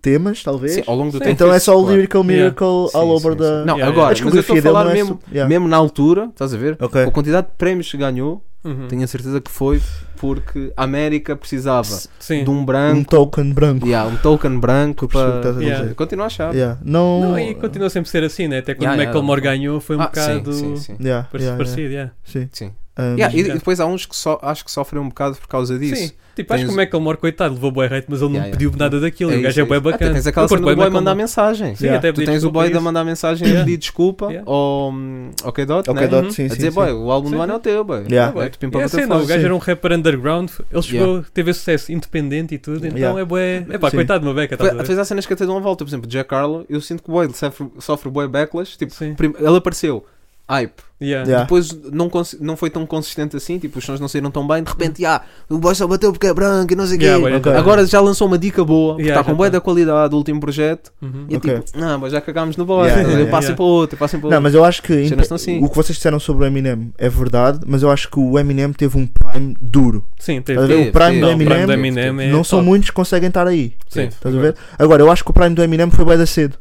E: temas, talvez.
F: Sim, ao longo do
G: Sim.
F: tempo.
E: então é
F: isso,
E: só o
F: claro.
E: Lyrical
G: Yeah.
E: Miracle
F: Sim,
E: all
F: sim,
E: over
F: sim.
E: the.
F: Não,
G: Yeah,
E: A
F: agora, mas eu estou
E: discografia
F: a
E: dele não
F: falar
E: é.
F: mesmo,
E: sub- yeah.
F: mesmo na altura, estás a ver?
E: Ok.
F: Com a quantidade de prémios que ganhou,
G: Uhum.
F: tenho a certeza que foi porque a América precisava
G: Sim.
F: de um
E: Um
F: branco,
E: token branco.
F: yeah, um token branco
E: Eu percebo o
F: para.
E: que estás a
G: Yeah.
E: dizer.
F: Continua a achar.
E: Yeah. Não.
G: Não, e continua sempre a ser assim, né? Até quando o
F: Yeah, yeah.
G: Macklemore ganhou foi um
F: Ah, sim,
G: bocado
F: sim, sim.
E: Yeah,
G: parecido.
E: yeah, yeah.
G: parecido, yeah.
E: Sim.
F: Sim.
E: Um,
F: Yeah, e,
G: Yeah.
F: e depois há uns que só, acho que sofrem um bocado por causa disso.
G: Sim, tipo, acho que
F: Tens-
G: o Macklemore, coitado, levou boa hate, mas ele
F: Yeah,
G: não
F: yeah.
G: pediu nada daquilo.
F: É
G: o gajo
F: isso,
G: é
F: é
G: bem
F: isso.
G: bacana.
F: Até tens
G: Eu
F: aquela
G: curto
F: cena do
G: bué
F: boy mandar
G: Macklemore.
F: mensagem.
G: Sim,
E: Yeah.
G: até
F: Tu
G: pedi
F: tens o
G: desculpa
F: boy
G: a
F: da
G: isso.
F: mandar mensagem a
G: Yeah.
F: pedir desculpa
G: Yeah.
F: ao hum, OK Dot,
E: Ok,
F: né?
E: Dot,
G: Uhum.
E: sim,
F: a
E: sim,
F: dizer,
E: sim.
F: boy, o álbum
G: Sim,
F: do ano é o teu, boy.
E: Yeah.
F: Boy, tu
G: É
F: pimpa
G: a
F: para a tua
G: cena, o
F: face.
G: gajo era um rapper underground, ele chegou,
F: Yeah.
G: teve esse sucesso independente e tudo, então
E: Yeah.
G: é bué. É pá,
E: Sim.
G: coitado de uma beca, estás a
F: Depois-
G: ver?
F: Depois há cenas que até dão uma volta, por exemplo, Jack Harlow, eu sinto que o boy sofre, sofre boy backlash, tipo,
G: Sim.
F: prim- ele apareceu, hype,
G: Yeah.
E: Yeah.
F: depois não, cons- não foi tão consistente assim, tipo, os sons não saíram tão bem, de repente, ah, o boy só bateu porque é branco e não sei o
G: Yeah,
F: quê.
G: boy,
E: Ok.
G: então-
F: Agora já lançou uma dica boa, porque
G: Yeah,
F: está com
G: já
F: boa
G: tá.
F: da qualidade do último projeto,
G: Uhum.
F: e é
E: Ok.
F: tipo, não, mas já cagámos no boy,
E: Yeah,
F: estás a ver?
E: yeah,
F: passem
G: yeah.
F: para outro, passem para outro.
E: Não, mas eu acho que em-
F: Cenas estão assim.
E: o que vocês disseram sobre o Eminem é verdade, mas eu acho que o Eminem teve um prime duro.
G: Sim,
E: Estás a
G: teve.
E: ver?
F: Teve,
E: uh, o prime
F: teve.
E: do
F: Não, o prime
E: Eminem,
G: do Eminem é
E: não são
G: top.
E: muitos que conseguem estar aí.
G: Sim.
E: Estás a ver? Agora, eu acho que o prime do Eminem foi bem da cedo.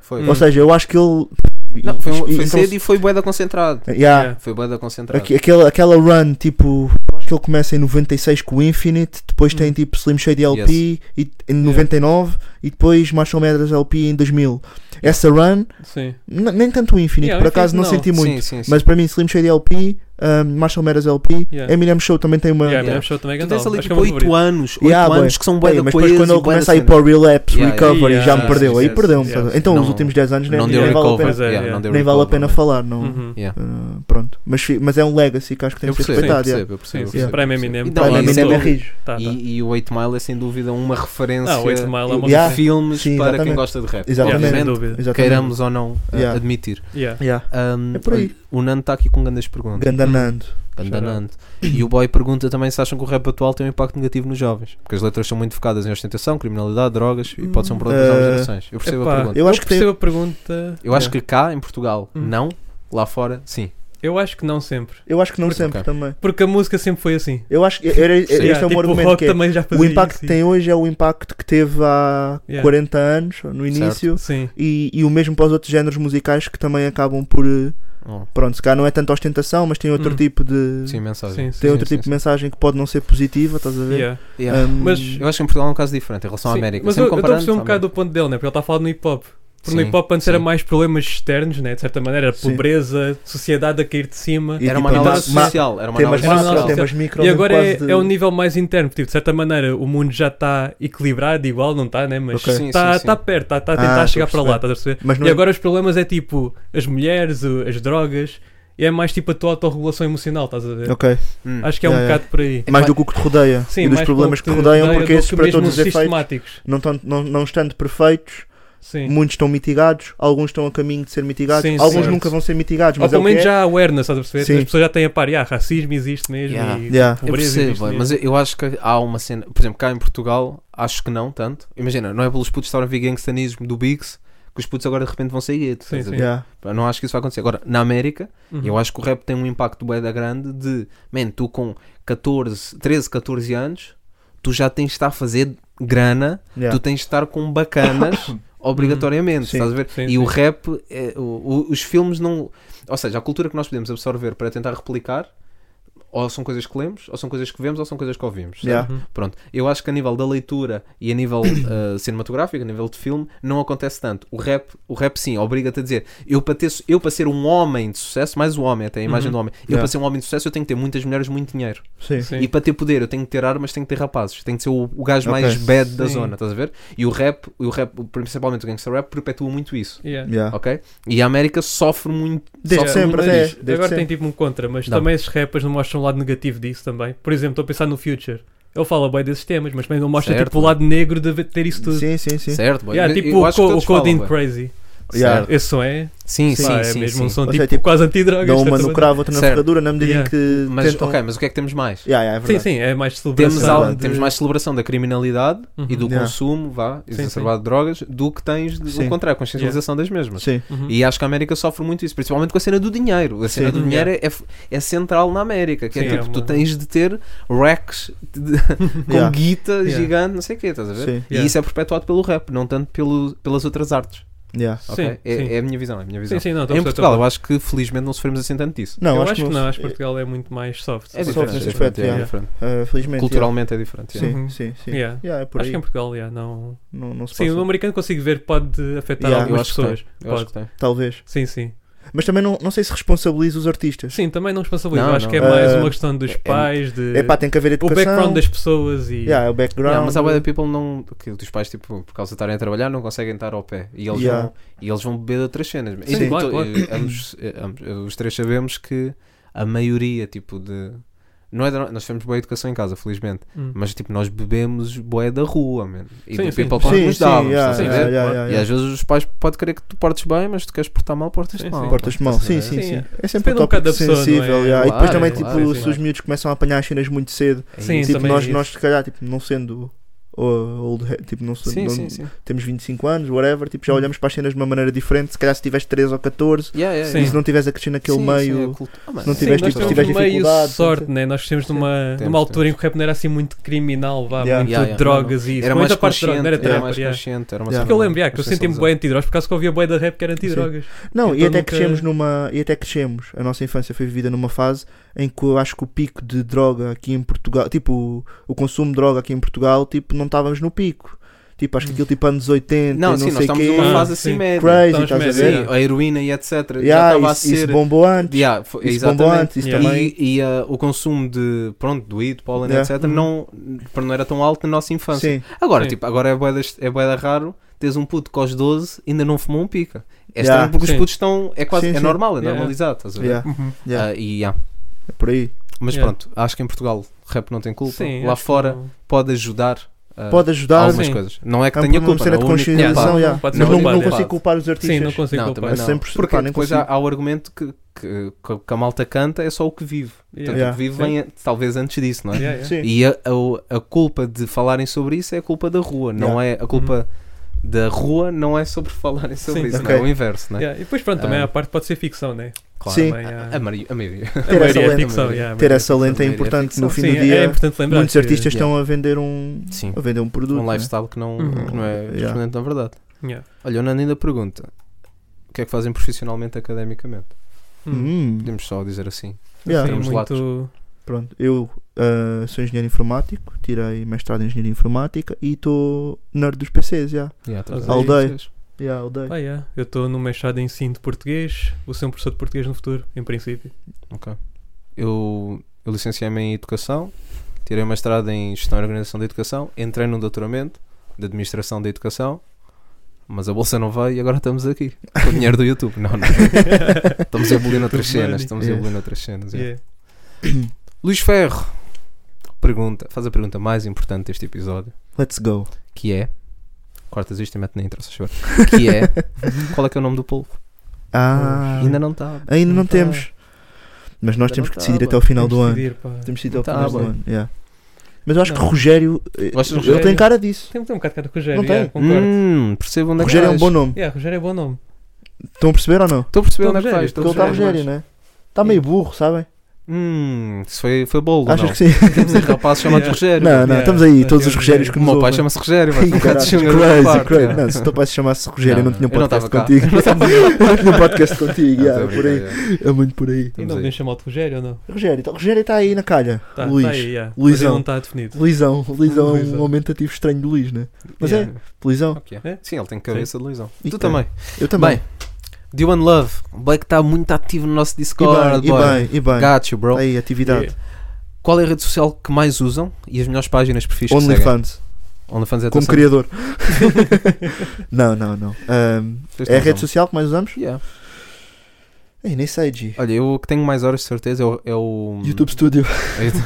F: Foi.
E: Ou seja, eu acho que ele.
F: Hum. Não, foi, um- foi
E: e- então-
F: cedo e foi boeda concentrado.
E: Yeah.
G: Yeah. tá.
F: Foi boeda concentrado.
E: Aque- aquela, aquela run, tipo, eu acho que ele começa em 96 com o Infinite, depois
G: Hum.
E: tem tipo Slim Shady LP e, em 99 e depois Marshall Mathers LP em 2000. Essa run,
G: Sim.
E: n- nem tanto o Infinite,
G: Yeah,
E: por
G: o
E: acaso não,
G: Infinite
E: senti muito,
F: Sim, sim, sim.
E: mas para mim Slim Shady LP, um, Marshall Mathers LP,
G: Yeah.
E: Eminem Show também tem uma.
G: Yeah,
F: yeah.
G: Eminem Show também é
F: tu
G: grande,
F: tens ali
G: acho que é
F: tipo
G: o meu
F: 8
G: favorito.
F: anos, 8
E: Yeah, boy.
F: anos que são
E: Ei,
F: boeda
E: mas depois quando
F: coesos, bué
E: ele
F: da
E: começa a ir
F: cena.
E: para o
F: Yeah,
E: relapse,
F: yeah,
E: recovery,
G: yeah,
E: já me
G: yeah,
E: perdeu,
G: sim,
E: aí
G: sim,
E: perdeu-me.
G: sim, sim.
E: Então os
F: Não-
E: últimos 10 anos nem,
F: não
E: nem
F: deu
E: vale a
F: recover.
E: pena,
G: Pois é,
F: yeah,
G: yeah.
F: não deu
E: nem vale a
F: recover,
E: pena
F: mano.
E: falar, não.
G: Uhum.
F: Yeah.
E: Uh, pronto, mas, fi- mas é um legacy que acho que tem
F: Eu
E: que ser
F: percebo, eu
E: respeitado. yeah.
F: percebo, eu
G: Sim,
F: percebo.
G: sim.
E: Yeah.
G: Prime Eminem.
F: Então,
E: Para
F: Não,
E: mim,
F: isso
E: Eminem é
F: é-
E: rijo.
G: Tá, tá.
F: E, e o 8 Mile é sem dúvida uma referência
G: Ah, o 8 Mile é uma
F: de
E: Yeah.
F: filmes
E: Sim,
F: para
E: exatamente.
F: quem gosta de rap.
E: Exatamente.
G: Yeah, sem
F: Obviamente,
G: dúvida.
E: Exatamente.
F: queiramos ou não uh,
E: Yeah.
F: admitir.
G: Yeah.
E: Yeah.
F: Um,
E: É por aí.
F: O Nando está aqui com grandes perguntas.
E: Ganda Nando.
F: Ganda Nando. E o boy pergunta também se acham que o rap atual tem um impacto negativo nos jovens. Porque as letras são muito focadas em ostentação, criminalidade, drogas e pode ser um problema para as
E: Eh,
F: novas gerações. Eu percebo
G: Epá,
F: a pergunta.
E: Eu
G: Eu
E: acho
G: acho
E: que
G: percebo a pergunta.
F: Eu acho que cá em Portugal
G: Hum.
F: não, lá fora sim.
G: Eu acho que não sempre.
E: Eu acho que não
F: Porque-
E: sempre
F: ok.
E: também.
G: Porque a música sempre foi assim.
E: Eu acho que era, este
G: Yeah,
E: é o meu
G: tipo,
E: argumento.
G: o rock
E: que é,
G: também já
E: o
G: fazia
E: impacto
G: isso,
E: que tem hoje é o impacto que teve há
G: Yeah.
E: 40 anos, no início,
G: Sim.
E: e, e o mesmo para os outros géneros musicais que também acabam por. eh,
F: Oh,
E: Pronto, se calhar não é tanta ostentação, mas tem outro
G: Hum.
E: tipo de.
F: sim, mensagem.
G: Sim, sim.
E: tem outro
F: sim,
E: tipo
F: sim.
E: de mensagem que pode não ser positiva, estás a ver?
G: Yeah.
F: Yeah.
E: Um,
G: Mas-
F: Eu acho que em Portugal é um caso diferente em relação à
G: Sim,
F: América.
G: Mas eu eu
F: Sempre
G: estou a
F: comparando,
G: perceber um bocado
F: América.
G: do ponto dele, né? Porque ele está a falar no hip hop. Porque no
F: Sim,
G: hip hop antes era
F: sim.
G: mais problemas externos, né? De certa maneira, era
E: Sim.
G: pobreza, sociedade a cair de cima.
E: E
F: era uma
E: tipo,
F: análise
E: ma- ma-
F: social. Era uma
E: Temas
G: Era
F: análise
G: uma
E: macro,
F: social.
G: análise
E: temas micro.
G: E agora
E: quase
G: é,
E: de-
G: é um nível mais interno, porque, tipo, de certa maneira o mundo já está equilibrado, igual, não está, né? Mas
E: Ok.
F: Sim,
G: está
F: sim, sim.
G: está perto, está está a
E: Ah,
G: tentar
E: estou
G: chegar
E: a
G: para lá, estás a perceber?
E: Mas não
G: E
E: é-
G: agora os problemas é tipo as mulheres, o- as drogas, e é mais tipo a tua autorregulação emocional, estás a ver?
E: Ok.
F: Hum.
G: Acho que é um
E: Yeah,
G: bocado por aí.
E: Mais do que o que te rodeia.
G: Sim,
E: e dos
G: mais
E: problemas que
G: pelo
E: te rodeiam,
G: rodeia
E: porque
G: do
E: esses,
G: que
E: para
G: mesmo
E: todos os efeitos,
G: sistemáticos.
E: não, tão- não, não estando perfeitos,
G: Sim.
E: muitos estão mitigados, alguns estão a caminho de ser mitigados,
G: Sim,
E: alguns
G: certo.
E: nunca vão ser mitigados,
G: Ou
E: mas é
G: pelo
E: o que
G: menos
E: é.
G: já há awareness, estás a perceber?
E: Sim.
G: As pessoas já têm a par, ah, racismo existe mesmo
F: Yeah.
G: e
E: é. Yeah.
F: Eu
G: pobreza
F: percebo,
G: existe
F: vai,
G: mesmo.
F: mas eu- eu acho que há uma cena, por exemplo, cá em Portugal, acho que não tanto. Imagina, não é pelos putos estarem a ver gangstanismo do Biggs que os putos agora de repente vão ser gueto.
G: Sim,
F: estás a
G: sim.
F: ver?
E: Yeah.
F: Eu Não acho que isso vai acontecer. Agora, na América,
G: Uhum.
F: eu acho que o rap tem um impacto bué da grande de, man, tu com 14, 13, 14 anos, tu já tens de estar a fazer grana,
E: Yeah.
F: tu tens de estar com bacanas obrigatoriamente,
E: É. Sim,
F: estás a ver?
G: sim,
F: e
G: sim.
F: o rap, é, o- o- os filmes não. Ou seja, a cultura que nós podemos absorver para tentar replicar, ou são coisas que lemos, ou são coisas que vemos, ou são coisas que ouvimos. sabe?
G: Uhum.
E: Yeah.
F: Pronto, eu acho que a nível da leitura e a nível eh, cinematográfico, a nível de filme, não acontece tanto. O rap, o rap sim, obriga-te a dizer: eu para, ter, su- eu para ser um homem de sucesso, mais o homem, até a imagem do homem, eu
E: Uhum. Yeah.
F: para ser um homem de sucesso, eu tenho que ter muitas mulheres, muito dinheiro.
E: Sim.
G: Sim.
F: E para ter poder, eu tenho que ter armas, tenho que ter rapazes, tenho que ser o, o gajo
E: Ok.
F: mais bad da
G: Sim.
F: zona, estás a ver? E o rap, o rap, principalmente o gangster rap, perpetua muito isso.
G: Yeah.
E: Yeah.
F: Ok? E a América sofre muito.
E: Desde
F: sofre
E: sempre,
F: muito
E: até.
F: disso.
E: Desde
G: é, Agora
E: sempre.
G: tem tipo um contra, mas
F: Não.
G: também esses rappers não mostram o lado negativo disso também. Por exemplo, estou a pensar no Future. Ele fala bem desses temas, mas também não mostra
F: Certo.
G: tipo, o lado negro de ver- ter isso tudo.
E: Sim, sim, sim.
F: Certo, boy.
G: Yeah,
F: Eu- eu
G: tipo o,
F: acho que
G: co o
F: todos falam,
G: Coding
F: boy.
G: Crazy.
E: Yeah.
F: Certo.
G: Esse som é,
F: Sim, sim,
G: pá, é
F: sim.
G: mesmo
F: sim.
G: um som
E: Ou
G: tipo,
E: seja, tipo,
G: quase antidrogas. tá
E: Dão uma
G: estás a
E: no
G: ver?
E: cravo, outra na
F: Certo.
E: ferradura, na medida em
G: Yeah.
E: que.
F: Mas,
E: tentam-
F: ok, mas o que é que temos mais?
E: Yeah, yeah, é
G: Sim,
E: verdade.
G: sim, é mais
F: Temos,
G: celebração.
F: al-
G: de-
F: temos mais celebração da criminalidade
G: Uhum.
F: e do
E: Yeah.
F: consumo, vá,
G: sim.
F: exacerbado de drogas, do que tens de
E: Sim.
F: ao contrário, a consciencialização das mesmas.
E: Sim.
G: Uhum.
F: E acho que a América sofre muito isso, principalmente com a cena do dinheiro. A cena
E: Sim.
F: do dinheiro é, é f- é central na América, que é
G: Sim,
F: tipo,
G: é uma-
F: tu tens de ter racks de- com
E: Yeah.
F: guita
G: Yeah.
F: gigante, não sei o quê, estás a ver?
E: Sim.
F: E
G: Yeah.
F: isso é perpetuado pelo rap, não tanto pelo- pelas outras artes.
E: Yeah.
F: ok?
G: Sim,
F: é,
G: sim.
F: é a minha visão, é a minha visão.
G: Sim, sim, não, estou a
F: em
G: perceber
F: Portugal,
G: também.
F: eu acho que felizmente não sofremos assim tanto disso.
E: Não,
G: eu acho que não, acho que
E: é-
G: Portugal é muito mais soft.
F: É
E: Só
F: diferente,
E: nesse
F: é
E: aspecto,
F: diferente, é
E: yeah.
F: diferente.
E: eh, felizmente.
F: Culturalmente é diferente.
E: yeah.
F: yeah.
E: Sim,
G: Uhum.
E: sim, sim.
G: Yeah.
E: Yeah, é por
G: Acho
E: aí.
G: que em Portugal, yeah, não.
E: Não, não se
G: Sim,
E: passa.
G: o americano consigo ver pode afetar
E: Yeah.
F: Eu
G: algumas
F: acho que tem.
G: pessoas.
F: Eu acho
G: Pode.
F: que tem.
E: Talvez.
G: Sim, sim.
E: Mas também não, não sei se responsabiliza os artistas.
G: Sim, também não responsabiliza.
F: Não,
G: Eu acho que é
E: não.
G: mais
E: Eh,
G: uma questão dos
E: é-
G: pais, de
E: É pá, tem que haver
G: o
E: educação.
G: background das pessoas e.
E: Yeah, é o background.
F: Yeah, mas há bué
E: um
F: de people não, que os pais, tipo, por causa de estarem a trabalhar, não conseguem estar ao pé. E eles,
E: Yeah.
F: vão, e eles vão beber de outras cenas.
E: Sim,
F: E
G: claro,
F: to-
G: claro.
F: e ambos- eh, ambos- eh, os três sabemos que a maioria, tipo, de. Não é da no- nós tivemos boa educação em casa, felizmente.
G: Hum.
F: Mas, tipo, nós bebemos boé da rua, man. E
G: Sim,
F: do
G: sim.
F: people que nós
E: Sim,
F: nos
E: sim,
F: dávamos.
E: yeah,
F: estás a
G: sim,
F: ver?
E: yeah, yeah, yeah,
F: E às vezes os pais podem querer que tu portes bem, mas tu queres portar mal, portas-te
G: Sim,
F: mal.
G: sim.
E: Portas de mão, sim,
F: Estás a
E: sim,
F: ver?
E: sim.
G: Sim,
E: É
G: Depende
E: sempre um
G: um bocado
E: tópico
G: da pessoa, não é?
E: sensível. yeah. E depois
F: Claro,
E: também,
F: claro,
E: tipo,
F: sim,
E: se
G: claro.
E: os miúdos começam a apanhar as cenas muito cedo,
G: Sim,
E: tipo,
G: também
E: nós,
G: isso.
E: nós, se calhar, tipo, não sendo uh, old head, tipo, não, se-
F: Sim,
E: não-
F: sim, sim.
E: temos 25 anos, whatever, tipo,
G: Uhum.
E: já olhamos para as cenas de uma maneira diferente. Se calhar, se tiveres 13 ou 14,
F: Yeah, yeah,
G: Sim.
E: e se
F: yeah.
E: não tiveres a crescer naquele
F: Sim, sim, é
E: meio,
F: culto. Ah, mano,
E: não
F: sim,
G: nós
E: tiveste-
F: nós
E: se
G: temos
E: tiveres
F: estamos-
G: meio
E: dificuldades,
G: sorte,
E: sim.
G: né? Nós crescemos numa,
F: Temos,
G: numa altura
F: temos.
G: em que o rap não era assim muito criminal, vá,
E: Yeah.
G: muito
F: Yeah, yeah.
G: de drogas e isso.
F: Era
G: Muita
F: mais
G: parte de droga,
F: consciente,
G: não era
F: era
G: trap,
F: mais
G: yeah.
F: consciente. Era uma
E: Yeah.
F: cena
G: Porque eu lembro, yeah, que eu
F: mais
G: senti-me bem antidrogas, por causa que eu ouvia bem da rap que era antidrogas.
E: Não, e
G: Então
E: até
G: nunca-
E: crescemos numa. E até crescemos. A nossa infância foi vivida numa fase em que eu acho que o pico de droga aqui em Portugal, tipo, o consumo de droga aqui em Portugal, tipo, não estávamos no pico. Tipo, acho que aquilo tipo anos 80,
F: Não,
E: não
F: sim,
E: sei
F: nós estamos
E: quê,
F: numa
G: Ah,
F: fase
G: sim.
F: assim média.
E: crazy,
G: estamos
E: estás a
G: mesmo,
E: ver?
F: Sim, a heroína e etc. já
E: Yeah,
F: estava
E: isso,
F: a ser.
E: isso bombou antes.
F: Yeah, foi-
E: Isso bombou
F: exatamente.
E: antes, isso
G: Yeah.
E: também.
F: E, e, ah, o consumo de pronto, do weed, pólen,
E: Yeah.
F: etc., não, não era tão alto na nossa infância.
E: Sim,
F: Agora,
G: Sim.
F: tipo, agora é boeda, é bué de raro teres um puto que aos 12 ainda não fumou um pica. É
E: Yeah.
F: estranho porque
G: Sim.
F: os putos estão. É quase.
E: Sim,
F: é
E: sim.
F: normal, é
G: Yeah.
F: normalizado, estás a ver?
E: yeah, yeah,
F: Ah, e, yeah.
E: é por aí.
F: Mas
G: Yeah.
F: pronto, acho que em Portugal rap não tem culpa.
G: Sim,
F: Lá
G: acho que
F: fora
G: não-
F: pode ajudar. ah,
E: Pode ajudar,
F: algumas
G: Sim.
F: coisas. Não é que
E: há
F: tenha
E: uma
F: culpa,
E: cena
F: não,
E: de
F: o único-
E: consciencialização.
G: culpado.
E: yeah.
G: Pode ser
E: Mas não,
G: culpado,
E: não
G: é.
E: consigo culpar os artistas.
G: Sim, não consigo
F: Não,
G: culpar.
F: também
E: A
F: não.
E: 100%,
F: Porque
E: pá, nem
F: depois há,
E: consigo.
F: há o argumento que, que, que- que a malta canta é só o que vive. Portanto,
G: Yeah.
F: o que vive
G: Sim.
F: vem a- talvez antes disso, não é?
G: Yeah, yeah.
E: Sim.
F: E a, a, a culpa de falarem sobre isso é a culpa da rua, não é a culpa da rua não é sobre falarem sobre
G: Uhum. Sim.
F: isso,
E: Ok.
F: não é o inverso, não é?
G: Yeah, E depois, pronto, também
F: Ah.
G: a parte pode ser ficção, né?
F: Claro.
E: Sim.
G: Também, yeah.
F: A, mari- a maioria.
G: A
E: essa
G: maioria é
E: lente-
G: ficção, yeah, a
E: Ter
G: maioria
E: essa lente é
F: maioria é
E: importante.
F: ficção.
E: No fim do
G: Sim, é- é
E: dia,
G: importante lembrar
E: muitos
G: que-
E: artistas
F: Yeah.
E: estão a vender um.
F: Sim.
E: A vender um produto.
F: um
E: né?
F: lifestyle que não,
G: Uhum.
F: que não é
E: Yeah.
F: correspondente na verdade.
G: Yeah.
F: Olha, o Nando ainda pergunta: o que é que fazem profissionalmente academicamente?
G: Hum.
E: Hum.
F: Podemos só dizer assim.
E: Yeah.
G: Tem
F: Temos lados.
G: muito.
E: Pronto, eu ah, sou engenheiro informático, tirei mestrado em engenharia informática e estou nerd dos PCs, já.
F: Yeah, tá
G: Estás
F: bem.
E: aí. Aldeia. Já, odeio.
G: Ah, yeah. Eu estou no mestrado em ensino de português, vou ser um professor de português no futuro, em princípio.
F: Eu, eu licenciei-me em Educação, tirei mestrado em Gestão e Organização da Educação, entrei num doutoramento de Administração da Educação, mas a bolsa não veio e agora estamos aqui. Com o dinheiro do YouTube. Não, não. Estamos a abolir noutras
G: YouTube
F: cenas.
G: money.
F: Estamos a
E: Yeah.
F: abolir noutras cenas. yeah.
G: Yeah.
F: Luís Ferro pergunta, faz a pergunta mais importante deste episódio,
E: Let's go.
F: que é. Cortas isto e mete na intro, se achar. Que é. qual é que é o nome do polvo?
E: Ah,
F: Ainda não está.
E: ainda não
F: tá.
E: temos. Mas nós
F: Ainda
E: temos
F: não
E: que decidir
F: tá,
E: até ao
F: boy.
E: final do
G: Temos
E: ano.
G: de decidir, pá.
E: Temos que decidir até
F: Tá,
E: ao final
F: boy.
E: do ano, yeah. Mas eu acho que
G: Não.
E: o Rogério, eh,
F: Gostas do
E: ele
G: Rogério?
E: tem cara disso.
G: Tem um bocado de cara de Rogério.
E: Não tem?
G: yeah, concordo.
F: Hum, percebo onde é que
E: Rogério é um
F: vais.
E: bom nome.
G: Yeah, Rogério é bom nome.
E: Estão a perceber ou não?
F: Estou a perceber
G: Tô
F: onde é que
G: Rogério,
F: vais. estou
E: Porque
F: a
E: ele está
F: perceber.
E: Rogério, né? Está meio burro, sabem?
F: Hum, isso foi, foi bolo.
E: Achas
F: não?
E: que sim?
F: Temos este rapaz chamado Rogério.
E: Não, não,
G: Yeah.
E: estamos aí,
G: Mas
E: todos
G: eu-
E: os Rogérios que
F: O
E: nos
F: meu pai
E: ouvem.
F: chama-se Rogério, mas um bocado
E: Caraças,
F: chunga da
E: crazy,
F: parte,
E: crazy.
F: é.
E: Não, se o teu pai se chamasse Rogério, eu não tinha um
F: eu não
E: podcast
F: estava cá.
E: contigo.
F: Eu não estava cá.
E: Eu não tinha um podcast contigo, yeah,
F: Não,
E: por
F: estou a
E: aí.
F: brincar, é.
E: É muito por aí.
F: Estamos
G: Ainda
F: aí.
G: alguém chamado de Rogério ou não?
E: Rogério, então, Rogério está aí na calha.
G: Tá,
E: Luís.
G: tá aí, yeah. Mas
E: Luizão.
G: ainda não está definido.
E: Luizão. O Luizão é um
G: Luizão.
E: aumentativo estranho de Luiz, né? Mas
G: Yeah.
E: é, Luizão.
F: Ok.
G: É?
F: Sim, ele tem cabeça de Luizão.
E: E
F: Tu
E: tem.
F: também.
E: Eu também.
F: Bem, The One Love. um O Blake está tá muito ativo no nosso
E: e bem,
F: Discord.
E: e
F: boy.
E: bem, e bem. Tá
F: Got you, bro.
E: Aí, atividade.
G: Yeah.
F: Qual é a rede social que mais usam e as melhores páginas perfis que seguem?
E: OnlyFans,
F: OnlyFans é
E: como
F: atenção.
E: criador. não, não, não. Ahm,
F: Tens
E: é a
F: razão.
E: rede social que mais usamos?
F: Yeah.
E: Ei, nem sei, G.
F: Olha, eu que tenho mais horas de certeza é o. É o
E: YouTube Studio.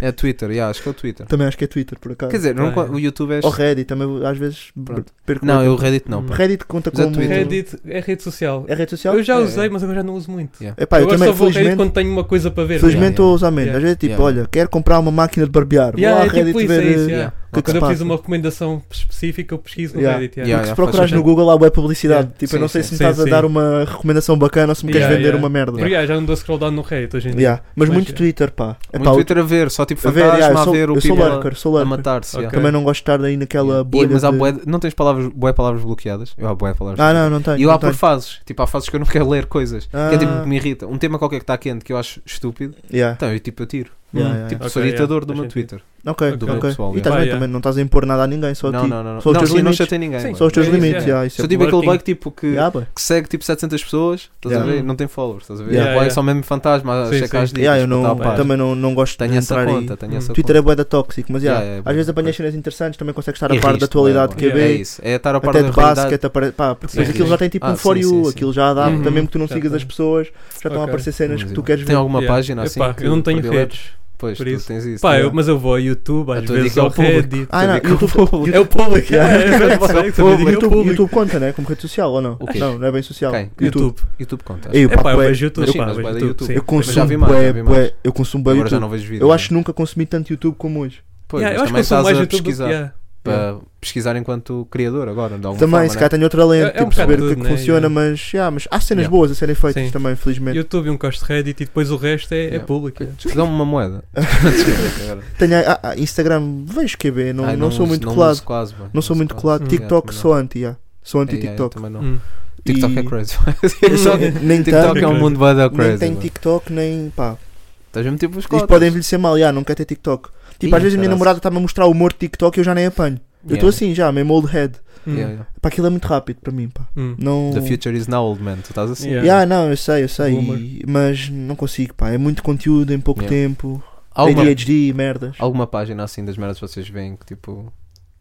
F: É, é Twitter, yeah, acho que é o Twitter.
E: Também acho que é Twitter, por acaso.
F: Quer dizer,
G: Tá,
F: não co- o YouTube é.
E: Ou Reddit, também às vezes
F: Pronto.
E: perco.
F: Não, eu Reddit não. pá.
E: Reddit conta
F: Mas é
E: como.
F: Twitter.
G: Reddit é rede social.
E: É rede social?
G: Eu já
F: É.
G: usei, mas agora já não uso muito.
E: Epá, eu
G: agora
E: também,
G: só vou ao Reddit
E: felizmente.
G: quando tenho uma coisa para ver.
E: Felizmente
F: Yeah,
E: estou a usar menos.
G: yeah.
E: Às vezes, tipo,
F: Yeah.
E: olha, quero comprar uma máquina de barbear.
G: Yeah,
E: Vou
G: é
E: à Reddit
G: tipo isso,
E: ver.
G: é isso,
E: eh,
G: yeah.
E: o que é que
G: Quando
E: se
G: eu preciso
E: passa.
G: uma recomendação específica, eu pesquiso no
E: Yeah.
G: Reddit.
E: Porque
G: yeah.
F: Yeah,
E: se
F: yeah,
E: procurares
F: Ah, faz
E: no Google, lá web publicidade.
F: Yeah.
E: Tipo, eu não
F: Sim,
E: sei
F: sim.
E: se me estás
G: Sim,
E: a
G: sim.
E: dar uma recomendação bacana ou se me queres
G: Yeah,
E: vender
G: yeah.
E: uma merda.
G: Porque, yeah, já não dou scroll down no Reddit hoje em dia.
E: Yeah. Mas
G: Mas,
E: muito
G: yeah.
E: Twitter, pá. É
F: Muito
E: pá, o-
F: Twitter a ver, só tipo
E: a ver,
F: fantasma
E: yeah, eu
F: a
E: sou,
F: ver o
E: eu sou
F: people
E: lurker, sou
F: a
E: lurker.
F: matar-se.
G: Ok.
F: yeah.
E: Também não gosto de estar aí naquela
F: Yeah. E-
E: bolha.
F: mas há
E: de-
F: bué de- não tens palavras, bué palavras bloqueadas? Eu há bué palavras
E: Ah, não, não tenho.
F: E eu
E: não
F: há por
E: tenho.
F: fases. Tipo, há fases que eu não quero ler coisas. Que é tipo,
E: Ah.
F: que me irrita. Um tema qualquer que está quente que eu acho estúpido.
E: Yeah.
F: Então, eu tipo, eu tiro.
E: Yeah,
G: Hum,
E: yeah,
F: Tipo,
E: yeah.
F: sou
G: Ok,
F: ditador
G: yeah,
F: do
G: faz
F: meu
G: sentido.
F: Twitter.
E: Ok,
F: do
E: ok.
F: meu pessoal,
E: E estás
G: yeah.
E: bem
G: Ah,
E: também, não estás a impor nada a ninguém, só a
F: Não,
E: ti.
F: não, não. não.
E: Só os
F: Não,
E: teus
F: sim, não
E: limites.
F: chatei ninguém.
G: Sim.
F: mano.
E: Só os teus
G: É isso,
E: limites,
G: é.
E: yeah, isso
F: Sou
E: é
F: tipo aquele
G: Working.
F: bug tipo que,
E: Yeah, bué.
F: que segue tipo 700 pessoas, estás
E: Yeah.
F: a ver? Não tem followers, estás a ver?
E: Yeah.
F: Yeah,
G: Yeah,
F: só mesmo fantasma a
G: Sim,
F: checar
G: sim.
F: as dicas.
E: Yeah, eu
F: para estar
E: não,
F: a par.
E: também não, não gosto
F: Tenho
E: de
F: essa
E: entrar aí.
F: conta, tenho
G: Hum.
F: essa
E: Twitter
F: conta.
E: é bué da tóxico, mas yeah,
F: Yeah, é bué
E: às vezes
F: da
E: apanhas
F: tóxico.
E: cenas interessantes, também consegues estar
F: E
E: a par da
F: riste,
E: atualidade que
F: bué, bué. É
E: havia.
F: isso, é estar a par
E: Até
F: da
E: de basquete,
F: realidade.
E: até para, pá, porque depois
G: Sim,
E: aquilo
G: sim.
E: já tem tipo
F: Ah,
E: um for
F: sim,
E: you,
F: sim, sim.
E: aquilo já dá,
G: Uhum.
E: também que tu não
G: Já
E: sigas
G: tem.
E: as pessoas, já estão a
G: Ok.
E: aparecer cenas que tu queres
F: Tem
E: ver.
F: alguma
G: Yeah.
F: página assim?
G: Epá,
F: que
G: eu não tenho
F: predileges?
G: redes.
F: Pois,
G: por
F: tu
G: isso.
F: tens isso.
G: Pá, eu-
F: yeah.
G: mas eu vou ao YouTube, às
F: tua
G: vezes
F: dica é
G: ao
F: o público.
G: Reddit.
E: Ah, não,
F: Tem que-
E: YouTube, YouTube,
G: É o público,
E: Yeah.
G: é, é, é, é,
E: YouTube-
G: é, é, é, é, é, é, é, é,
E: YouTube-
G: público.
E: YouTube conta, né? Como rede social ou não?
F: O quê?
E: Não, não é bem social.
F: Quem?
G: YouTube.
F: YouTube conta.
E: Ei,
F: acho.
E: o papo
G: Epá, eu
E: é-
G: vejo YouTube,
F: Mas sim,
G: pá,
F: mas
G: vejo
F: vai dar
G: YouTube.
F: YouTube.
G: sim.
E: Eu
F: já
E: consumo
F: vi mais, já
E: bué,
F: vi mais.
E: bué, eu consumo bué
F: Agora já
E: YouTube.
F: não vejo vídeo.
E: Eu acho que nunca consumi tanto YouTube como hoje.
F: Pois,
G: Yeah,
F: mas
G: eu acho que
F: também
G: eu sou
F: estás
G: mais
F: a
G: YouTube. do que-
F: pesquisar.
G: yeah.
F: Para pesquisar enquanto criador agora, de alguma
E: Também, se
F: forma.
E: calhar tenho outra
G: É-
E: lente,
G: é um
E: tipo, perceber
G: bocado
E: o que é
G: tudo,
E: que
G: né?
E: funciona,
G: Yeah.
E: mas, yeah, mas há cenas
F: Yeah.
E: boas a serem feitas
G: Sim.
E: também, felizmente.
G: YouTube, um costo de Reddit e depois o resto é, é
F: Yeah.
G: público. yeah.
F: né? Dá-me uma moeda. Desculpa, agora.
E: Tenho ah, ah, Instagram, vejo QB, não,
F: Ai,
E: não, sou
F: uso-
E: muito
F: não
E: colado.
F: uso quase, mano.
E: Não sou muito
F: quase.
E: colado.
G: Hum.
E: TikTok,
F: Yeah,
E: sou anti, yeah. Sou
F: Yeah, yeah, eu
E: anti-TikTok.
F: também não.
G: Hum.
F: TikTok
E: E-
F: é crazy.
E: Eu só- Nem
F: TikTok é
E: tenho,
F: um mundo bué da
E: nem
F: crazy.
E: tenho
F: mano.
E: TikTok, nem pá.
F: Estás a meter pelos
E: Isto
F: cotas.
E: pode envelhecer mal, yeah, não quero ter TikTok. Tipo,
F: Ih,
E: às vezes a minha
F: caraças.
E: namorada está-me a mostrar o humor de TikTok e eu já nem apanho. Eu
F: Yeah.
E: estou assim já, mesmo old head.
G: Hum.
F: Yeah, yeah.
E: Pá, aquilo é muito rápido para mim, pá.
G: Hum.
E: Não.
F: The future is now old, man. Tu estás assim.
G: Yeah.
E: Yeah, não, eu sei, eu sei.
G: Boomer.
E: e- Mas não consigo, pá. É muito conteúdo em pouco
F: Yeah.
E: tempo.
F: Há uma,
E: ADHD, merdas.
F: alguma página assim das merdas que vocês veem que tipo.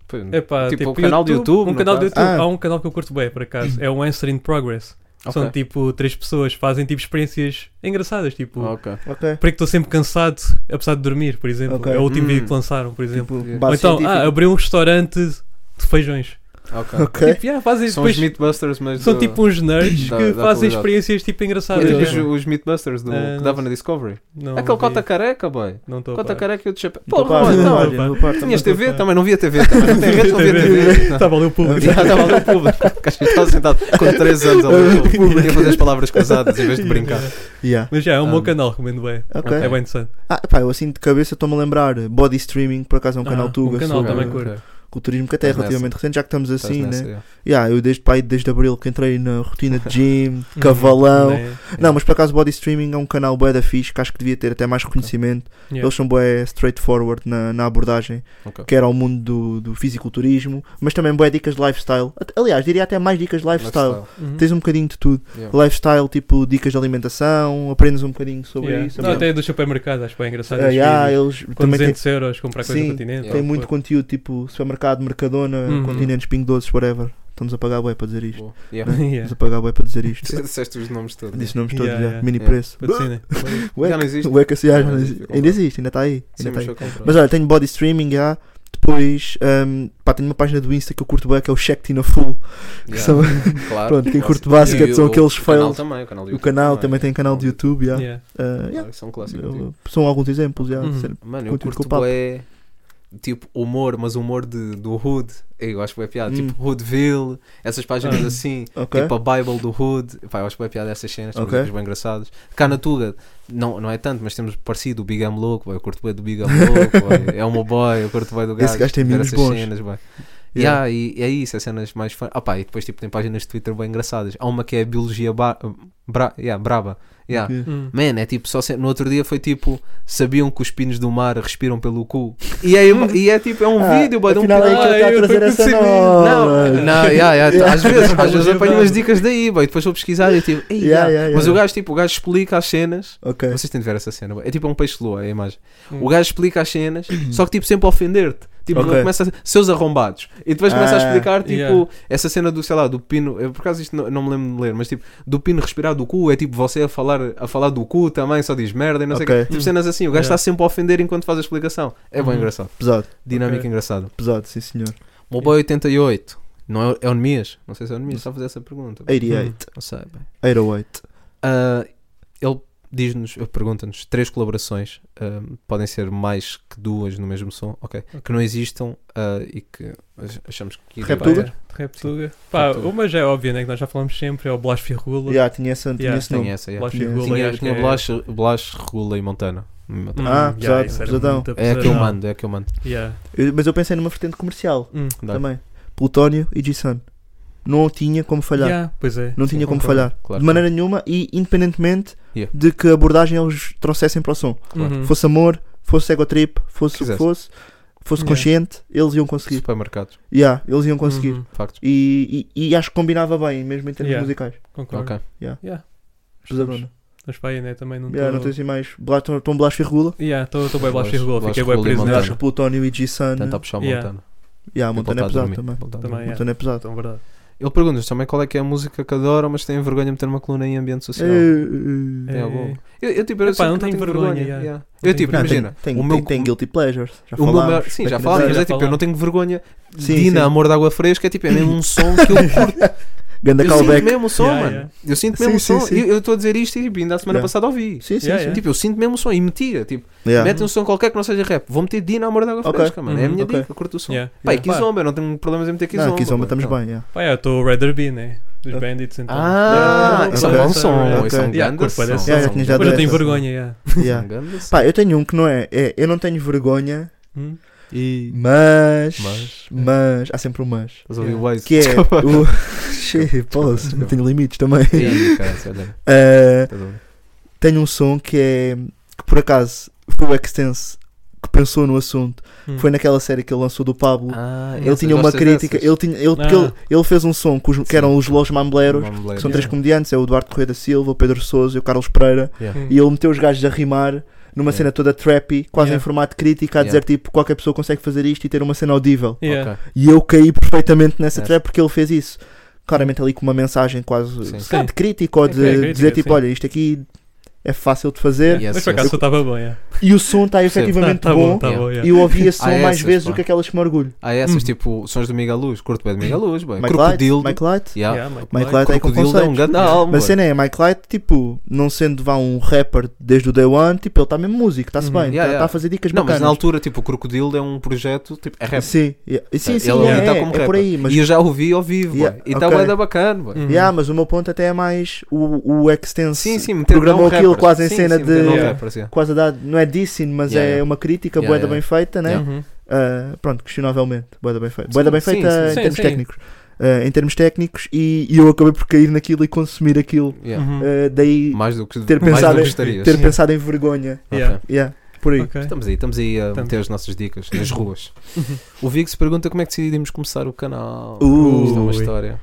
F: Pô,
G: Epá,
F: Tipo, um canal de YouTube,
G: Um
F: no
G: canal de
F: caso.
G: YouTube.
E: Ah.
G: Há um canal que eu curto bem, por acaso. É o Answer in Progress.
F: ok,
G: São tipo três pessoas, fazem tipo experiências engraçadas. Tipo,
F: ok.
E: Ok.
G: para que estou sempre cansado, apesar de dormir, por exemplo.
E: Ok.
G: É o último
F: Hum.
G: vídeo que lançaram, por exemplo.
E: Tipo,
F: Yeah.
E: base
G: Ou então,
E: científica.
G: ah, abriu um restaurante de feijões.
F: ok.
E: Ok.
G: Tipo, yeah, fazem,
F: São
G: depois-
F: os Mythbusters, mas.
G: são
F: do-
G: tipo uns nerds
F: da-
G: que
F: da
G: fazem
F: atualidade.
G: experiências tipo
F: Eu
G: engraçadas.
E: Yeah,
F: digo
E: yeah.
F: os, os Mythbusters do,
G: Ah,
F: que
G: não
F: dava na Discovery.
G: Não
F: Aquele
G: vi.
F: cota careca, boy.
G: Não estou a
F: Cota
G: par.
F: careca e o de chapéu.
E: Então,
F: Porra,
E: pá,
F: mano,
E: não,
F: então.
E: olha,
G: pá.
E: vou par-
F: Tinhas
G: Não tô
F: TV?
G: a par.
F: Também não via TV. Também não tem redes, não via né? TV.
E: Tá
G: Estava ali o público.
F: Já estava ali o público. Acho que Estava sentado com 3 anos ao meu público. Ia fazer as palavras cruzadas em vez de brincar.
E: Yeah.
G: Mas já, é um
F: Ah.
G: bom canal, recomendo bem.
E: Ok.
G: É bem interessante.
E: Ah, pá, eu assim de cabeça estou-me a lembrar. eh, Body Streaming, por acaso é um
G: Ah,
E: canal
G: um
E: tuga
G: canal
E: sobre
G: também curto.
F: Ok,
E: culturismo, que até é
F: Estás
E: relativamente recente, já que estamos
F: estás
E: assim,
F: nessa,
E: né?
F: yeah.
E: Yeah, eu desde, pai, desde abril que entrei na rotina de gym, de cavalão.
G: Né?
E: Não, mas por acaso Body Streaming é um canal bué da fixe que acho que devia ter até mais reconhecimento.
G: Yeah.
E: Eles são bué straightforward na, na abordagem,
F: Ok.
E: quer ao mundo do, do fisiculturismo, mas também bué dicas de lifestyle. Até- Aliás, diria até mais dicas de é lifestyle.
F: Lifestyle.
G: Uhum.
E: Tens um bocadinho de tudo.
F: Yeah.
E: Lifestyle, tipo dicas de alimentação, aprendes um bocadinho sobre
G: Yeah.
E: isso.
G: Não,
E: aprendes-
G: até do supermercado, acho que é engraçado.
E: Ah,
G: os
E: yeah,
G: vídeos.
E: eles
G: Com
E: também têm
G: 200 euros comprar coisa
E: Sim,
G: no continente.
E: tem
G: ou
E: muito
G: o que
E: conteúdo, tipo supermercado, Mercadona,
G: Uhum.
E: Continentes, Pingo Doces, whatever. Estamos a pagar bué para dizer isto.
F: Boa. Yeah.
G: for.
E: Estamos
G: Yeah.
E: a pagar bué para dizer isto.
F: Disseste os nomes todos.
E: Disse nomes todos,
G: Yeah,
E: já.
G: yeah.
E: mini
F: Yeah.
E: preço.
G: Patrocinem.
E: O
F: Já não existe.
E: O ECA, já,
F: Já
E: não
F: não
E: existe.
F: existe,
E: ainda existe, ainda está aí.
F: Sim,
E: Ainda
F: mas
E: tá aí.
F: eu compro.
E: Mas olha, tenho body streaming já. Depois, hum, pá, tenho uma página do Insta que eu curto bem, que é o Checked in a Full. que
F: Yeah,
E: são-
F: claro.
E: Pronto, quem
F: Clássico.
E: curte basquete
F: E
E: são
F: o-
E: aqueles
F: o canal
E: fails.
F: também, o canal do
E: O canal
F: YouTube
E: também tem canal de YouTube, já.
G: Yeah.
E: Ah, yeah.
F: Claro, são
E: Eu-
F: clássicos. tipo.
E: São alguns exemplos, já.
G: Uhum.
E: sério.
F: Mano, eu
E: Conteúdo
F: curto
E: com papo.
F: bué, tipo, humor, mas humor de, do Hood. Eu acho bué piada.
E: Hum.
F: Tipo, Hoodville, essas páginas
G: Ah.
F: assim.
E: Ok.
F: Tipo, a Bible do Hood. Pá, eu acho bué piada essas cenas, são
E: Ok.
F: músicas bem engraçadas. Cá na Tuga, não, não é tanto, mas temos parecido o Big Am Louco, bué, eu curto bué do Big Am Louco. bué, é o meu boy, eu curto bué do gajo.
E: Esse gajo tem
F: ver
E: mimos
F: essas
E: bons.
F: cenas, bué.
E: Yeah.
F: Yeah, e, e é isso, é cenas mais fun. Ah, pá, e depois tipo, tem páginas de Twitter bem engraçadas. Há uma que é Biologia ba... bra... yeah, Braba. Yeah.
E: Que-
G: Hum.
F: Man, é tipo, só se- no outro dia foi tipo, sabiam que os pinos do mar respiram pelo cu. E é, e é tipo, é um
E: Ah,
F: vídeo, boy, de um
E: afinal é
F: piloto.
E: que ele
G: Ah,
E: está a
G: eu
E: trazer essa
G: pensei nisso.
E: nova.
F: Não, não, yeah, yeah,
E: Yeah.
F: às vezes, às vezes
G: Não,
F: apanho
G: não.
F: umas dicas daí, boy, depois vou pesquisar e tipo, "Ei,
E: Yeah,
F: yeah."
E: yeah,
F: mas
E: yeah.
F: o gajo, tipo, o gajo explica as cenas.
E: Ok.
F: Vocês têm de ver essa cena, boy. é tipo um peixe lua, é a imagem.
G: Hum.
F: O gajo explica as cenas, só que tipo sempre a ofender-te. Tipo,
E: Ok.
F: começa a- seus arrombados. E depois começa a
E: Ah,
F: explicar, tipo,
G: yeah.
F: essa cena do, sei lá, do pino. Eu, por acaso isto não, não me lembro de ler, mas tipo, do pino respirar do cu, é tipo você a falar, a falar do cu também, só diz merda e não sei o
E: Ok.
F: quê. Tipo cenas assim, o gajo está
G: Yeah.
F: sempre a ofender enquanto faz a explicação. É bem
G: Uhum.
F: engraçado.
E: Pesado,
F: Dinâmica
G: Ok.
F: engraçada.
E: pesado, sim senhor.
F: Meu boy 88. Não é, é Onemias? Não sei se é Onemias, está a fazer essa pergunta.
E: 88,
F: Não sei, bem.
E: 808.
F: Ah, ele diz-nos, pergunta-nos, três colaborações, ah, podem ser mais que duas no mesmo som, ok, que não existam ah, e que ach- achamos que...
E: Rap tudo?
F: Vai-
G: Rap Tuga. Pá,
F: Tuga.
G: uma já é óbvia, né? Que nós já falamos sempre, é o Blas Firrula.
E: Yeah, tinha esse, tinha
G: Yeah,
E: esse
F: Tem
E: nome.
F: essa, yeah.
G: Blas
E: Tinha-
G: Firrula.
F: Tinha,
G: acho que
F: tinha
G: é-
F: Blas, Blas, Regula e Montana.
G: Hum, tá
E: Ah, pesado,
G: isso era
E: pesadão.
G: muito
F: É a que eu
G: pesadão.
F: mando, é a que eu mando.
G: Yeah.
E: Eu- Mas eu pensei numa vertente comercial
G: Hum.
F: Dá.
E: também. Plutónio e G-Sun. Não tinha como falhar.
G: Yeah, pois é.
E: Não tinha como falhar.
F: Claro.
E: de maneira nenhuma e independentemente
F: Yeah.
E: de que abordagem eles trouxessem para o som.
G: Uhum.
E: Fosse amor, fosse egotrip, fosse o que
F: Quisesse.
E: fosse, fosse
G: Yeah.
E: consciente, eles iam conseguir.
F: Supermercados,
E: Yeah, eles iam conseguir.
G: Uhum,
F: factos.
E: E, e- e acho que combinava bem, mesmo em termos
G: Yeah.
E: musicais.
G: Concordo.
F: Ok.
E: Yeah.
G: Yeah.
E: Pesadona.
G: Mas pá, aí, né? Também não
E: Yeah, não tens assim mais. Estão Blasfio Regula.
G: Yeah, estou bem Blas
F: Blas-
G: Firrula.
F: Blas
G: Fiquei bem
F: Firrula e
G: preso
E: Eu
F: Montana.
E: acho
G: nessa.
E: que Plutónio e G-Sun.
F: Tenta puxar o
G: Yeah,
F: Montana.
E: Yeah,
F: Tipo,
E: Montana é
F: voltar a
E: pesado
F: dormir,
E: também.
F: voltar a dormir.
G: Também, yeah.
E: Montana é pesado.
G: Então, verdade.
F: Ele pergunta-nos também qual é que é a música que adora, mas tem vergonha de meter uma coluna em ambiente social.
E: Eh, eh,
F: Tem
G: É.
F: algum? Eu, eu, tipo, eu
G: Epá,
F: sei que
G: não tenho vergonha, yeah.
F: Eu
G: tenho
F: tipo,
G: vergonha.
F: imagina,
E: tem,
F: o
E: tem,
F: meu,
E: tem, tem Guilty Pleasures. Já
F: o meu
E: falámos.
F: maior- sim, já
E: Daqui a
F: falámos,
E: nada.
F: mas é
G: Já
F: tipo, eu
G: falámos.
F: não tenho vergonha.
E: Sim,
F: Dina,
E: sim.
F: amor de água fresca, é tipo, é mesmo um som que eu curto.
E: Ganda
F: é- eu sinto
E: callback.
F: mesmo o som,
G: Yeah,
F: mano.
G: yeah.
F: Eu sinto
E: Sim,
F: mesmo o
E: sim,
F: som.
E: sim.
F: Eu- Eu estou a dizer isto e tipo, ainda a semana
E: Yeah.
F: passada ouvi.
E: Sim, sim,
G: Yeah,
E: sim.
G: yeah.
F: Tipo, eu sinto mesmo o som e metia. Tipo,
E: Yeah.
F: mete um som qualquer que não seja rap. Vou meter Dina, amor de água
E: Ok.
F: fresca, mano. É a
G: Uhum,
F: minha
E: ok.
F: dica, eu curto o som.
G: Yeah.
F: Pá, e
G: Yeah.
F: Kizomba, eu não tenho problemas em meter Kizomba.
E: Não, Kizomba
F: pá,
E: estamos
F: então.
E: bem. yeah.
G: Pá, eu estou o Rather Be, né? Dos Bandits, então.
F: Ah,
E: Yeah.
F: isso
E: Ok.
F: é um som.
E: Ok.
F: Isso é um
G: Yeah,
F: grande
G: curto,
F: som.
G: parece.
E: Yeah, já tinha já
G: Mas eu tenho
E: dessas.
G: vergonha, yeah.
F: é
E: Yeah. Pá, eu tenho um que não é, é eu não tenho vergonha,
G: Hum?
F: E.
E: mas,
F: Mas.
E: mas, há sempre um mas.
F: Estás a ouvir o
G: Yeah.
F: Waze?
E: Que é o. Xê, posso, não tenho limites também.
F: Ih, caralho, olha, tá
E: Uh,
F: estás a ouvir.
E: tenho um som que é. que por acaso foi o Extense que pensou no assunto.
G: Hum.
E: Foi naquela série que ele lançou do Pablo.
F: Ah,
E: ele tinha uma crítica, ele, tinha, ele, porque
G: Ah.
E: ele, ele fez um som cujo, que
F: Sim.
E: eram os Los Mambleros, que são três comediantes: é o Eduardo Correia da Silva, o Pedro Souza e o Carlos Pereira.
G: Hum.
E: E ele meteu os gajos a rimar numa
F: Yeah.
E: cena toda trappy, quase
G: Yeah.
E: em formato crítico, a dizer
F: Yeah.
E: tipo qualquer pessoa consegue fazer isto e ter uma cena audível.
G: Yeah.
E: E eu caí perfeitamente nessa
F: Yes.
E: trap porque ele fez isso. Claramente ali com uma mensagem quase
F: Sim.
E: se calhar,
G: Sim.
E: de crítico ou
G: É,
E: de
G: é crítica,
E: dizer tipo,
G: sim.
E: olha, isto aqui é fácil de fazer
G: Mas por acaso eu estava bom, yeah.
E: e o som está
F: Percebo.
E: efetivamente
G: tá
E: bom.
G: tá
F: Yeah.
G: bom, yeah.
E: E eu ouvi esse som
F: Há
E: mais
F: essas,
E: vezes
F: pá.
E: do que aquelas que me orgulho.
F: Há essas,
G: Hum.
F: tipo, sons do Miguel Luz. Curto bem de Miguel Luz, bem.
E: Mike Light,
F: Crocodilo.
E: Mike Light.
F: Yeah.
G: Yeah, Mike
E: Mike
G: Light.
E: Light é com
F: Crocodilo é um
E: conceito.
F: grande álbum.
E: Mas a cena é, Mike Light, tipo, não sendo vá um rapper desde o day one, tipo, ele está mesmo músico, está-se
G: Uhum.
E: bem, está
F: Yeah, yeah.
E: a fazer dicas
F: Não, mas
E: bacanas.
F: na altura, tipo, o Crocodilo é um projeto, tipo, é rap.
E: é Sim, yeah. sim, sim,
F: ele
E: é,
F: tá
E: é,
F: como
E: é
F: rapper.
E: por aí, mas,
F: E eu já ouvi ao vivo,
E: Yeah,
F: bué. E está
E: ok.
F: bué da bacana, bué.
G: Uhum.
E: yeah, mas o meu ponto até é mais o, o Extense
F: Sim, sim, meter
E: programou
F: lá um
E: aquilo
F: rapper.
E: quase em
F: Sim,
E: cena
F: sim,
E: de
F: meter lá um
G: Yeah.
F: rapper, yeah.
E: quase a dar, não é dissing, mas
F: Yeah,
E: é
F: yeah.
E: uma crítica
F: Yeah,
E: boeda
F: yeah.
E: bem feita, né?
G: Uhum.
E: Ah, pronto, questionavelmente, boeda bem feita,
F: Sim,
E: boeda bem
F: sim, sim,
E: feita em
G: sim.
E: termos
G: Sim, sim.
E: técnicos, Ah, em termos técnicos e, e eu acabei por cair naquilo e consumir aquilo,
F: Yeah.
G: Uhum.
E: Ah, daí
F: Mais do que
E: Ter
F: mais
E: pensado
F: do que
E: em-
F: gostarias.
E: ter
G: sim.
E: pensado em vergonha,
G: Yeah.
F: Ok.
E: yeah, por aí.
G: Ok.
F: Estamos aí, estamos aí a
G: Estamos.
F: meter as nossas dicas nas ruas. o Vig se pergunta como é que decidimos começar o canal.
E: Uh.
F: Isto é uma
G: Ui.
F: história.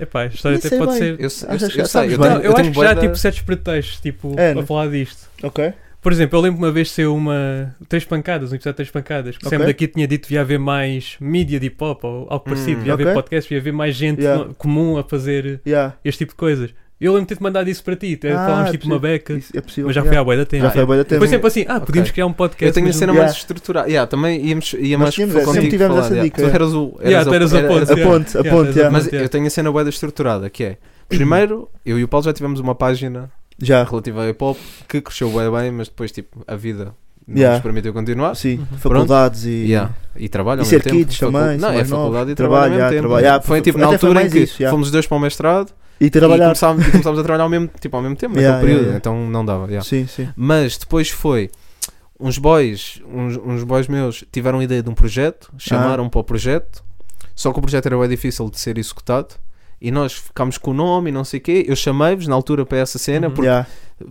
G: Epá, a história
E: Nem
G: até
E: sei
G: pode
E: bem.
G: ser.
F: Eu, se- eu,
E: Achas-
F: se- eu
E: sabes
F: sei, eu tenho,
E: bem?
G: Não, eu acho
F: tenho
G: que
F: bué
G: já há
F: da-
G: tipo certos pretextos, tipo,
E: É,
G: a
E: né?
G: falar disto.
E: Ok,
G: Por exemplo, eu lembro uma vez ser uma. Três pancadas, um episódio de Três Pancadas, que
E: Ok.
G: sempre daqui tinha dito que ia haver mais mídia de hip hop ou algo parecido,
F: Hum,
G: ia haver
E: ok.
G: podcasts, ia haver mais gente
E: Yeah.
G: no- comum a fazer
E: yeah,
G: este tipo de coisas. Eu lembro de ter-te mandado isso para ti, te-
E: Ah,
G: falámos tipo uma beca,
E: isso é possível.
G: mas já foi
E: yeah.
G: à boia da tempo.
E: Já foi há bué de tempo.
G: Foi sempre assim, ah, podíamos
F: Ok.
G: criar um podcast.
F: Eu tenho a
G: mas
F: cena
G: não-
E: Yeah.
F: mais estruturada. Yeah, também íamos,
E: Nós
F: íamos
E: tínhamos
F: falar
E: essa- sempre
F: contigo
E: tivemos
F: falar,
E: essa
F: yeah.
E: dica,
F: Tu
E: é.
F: eras o.
G: Yeah, tu eras a ponte.
E: a ponte, a ponte,
G: yeah.
F: Mas
G: Yeah.
F: eu tenho a cena bué da estruturada, que é. Primeiro, eu e o Paulo já tivemos uma página
E: já,
F: relativa a hip hop que cresceu bué bem, mas depois, tipo, a vida não
E: Yeah.
F: nos permitiu continuar.
E: sim, faculdades e...
F: Yeah. E trabalho
E: E
F: ao
E: ser
F: mesmo tempo.
E: kids também,
F: Facu-
E: ser
F: Não, é
E: mais
F: faculdade
E: novos.
F: e trabalho,
E: Trabalho,
F: ao
E: yeah,
F: mesmo
E: trabalho.
F: tempo.
E: Yeah,
F: Foi tipo na
E: até foi
F: altura em
E: mais
F: que
E: isso, yeah.
F: fomos os dois para o mestrado
E: E
F: e
E: trabalhar.
F: começámos, e começámos a trabalhar ao mesmo, tipo, ao mesmo tempo,
E: Yeah,
F: naquele período,
E: yeah, yeah.
F: então não dava. yeah.
E: Sim, sim.
F: Mas depois foi. Uns boys, uns, uns boys meus tiveram a ideia de um projeto, chamaram para o projeto, só que o projeto era bem difícil de ser executado. E nós ficámos com o nome e não sei o quê. Eu chamei-vos na altura para essa cena
G: Uhum.
F: porque
E: Yeah.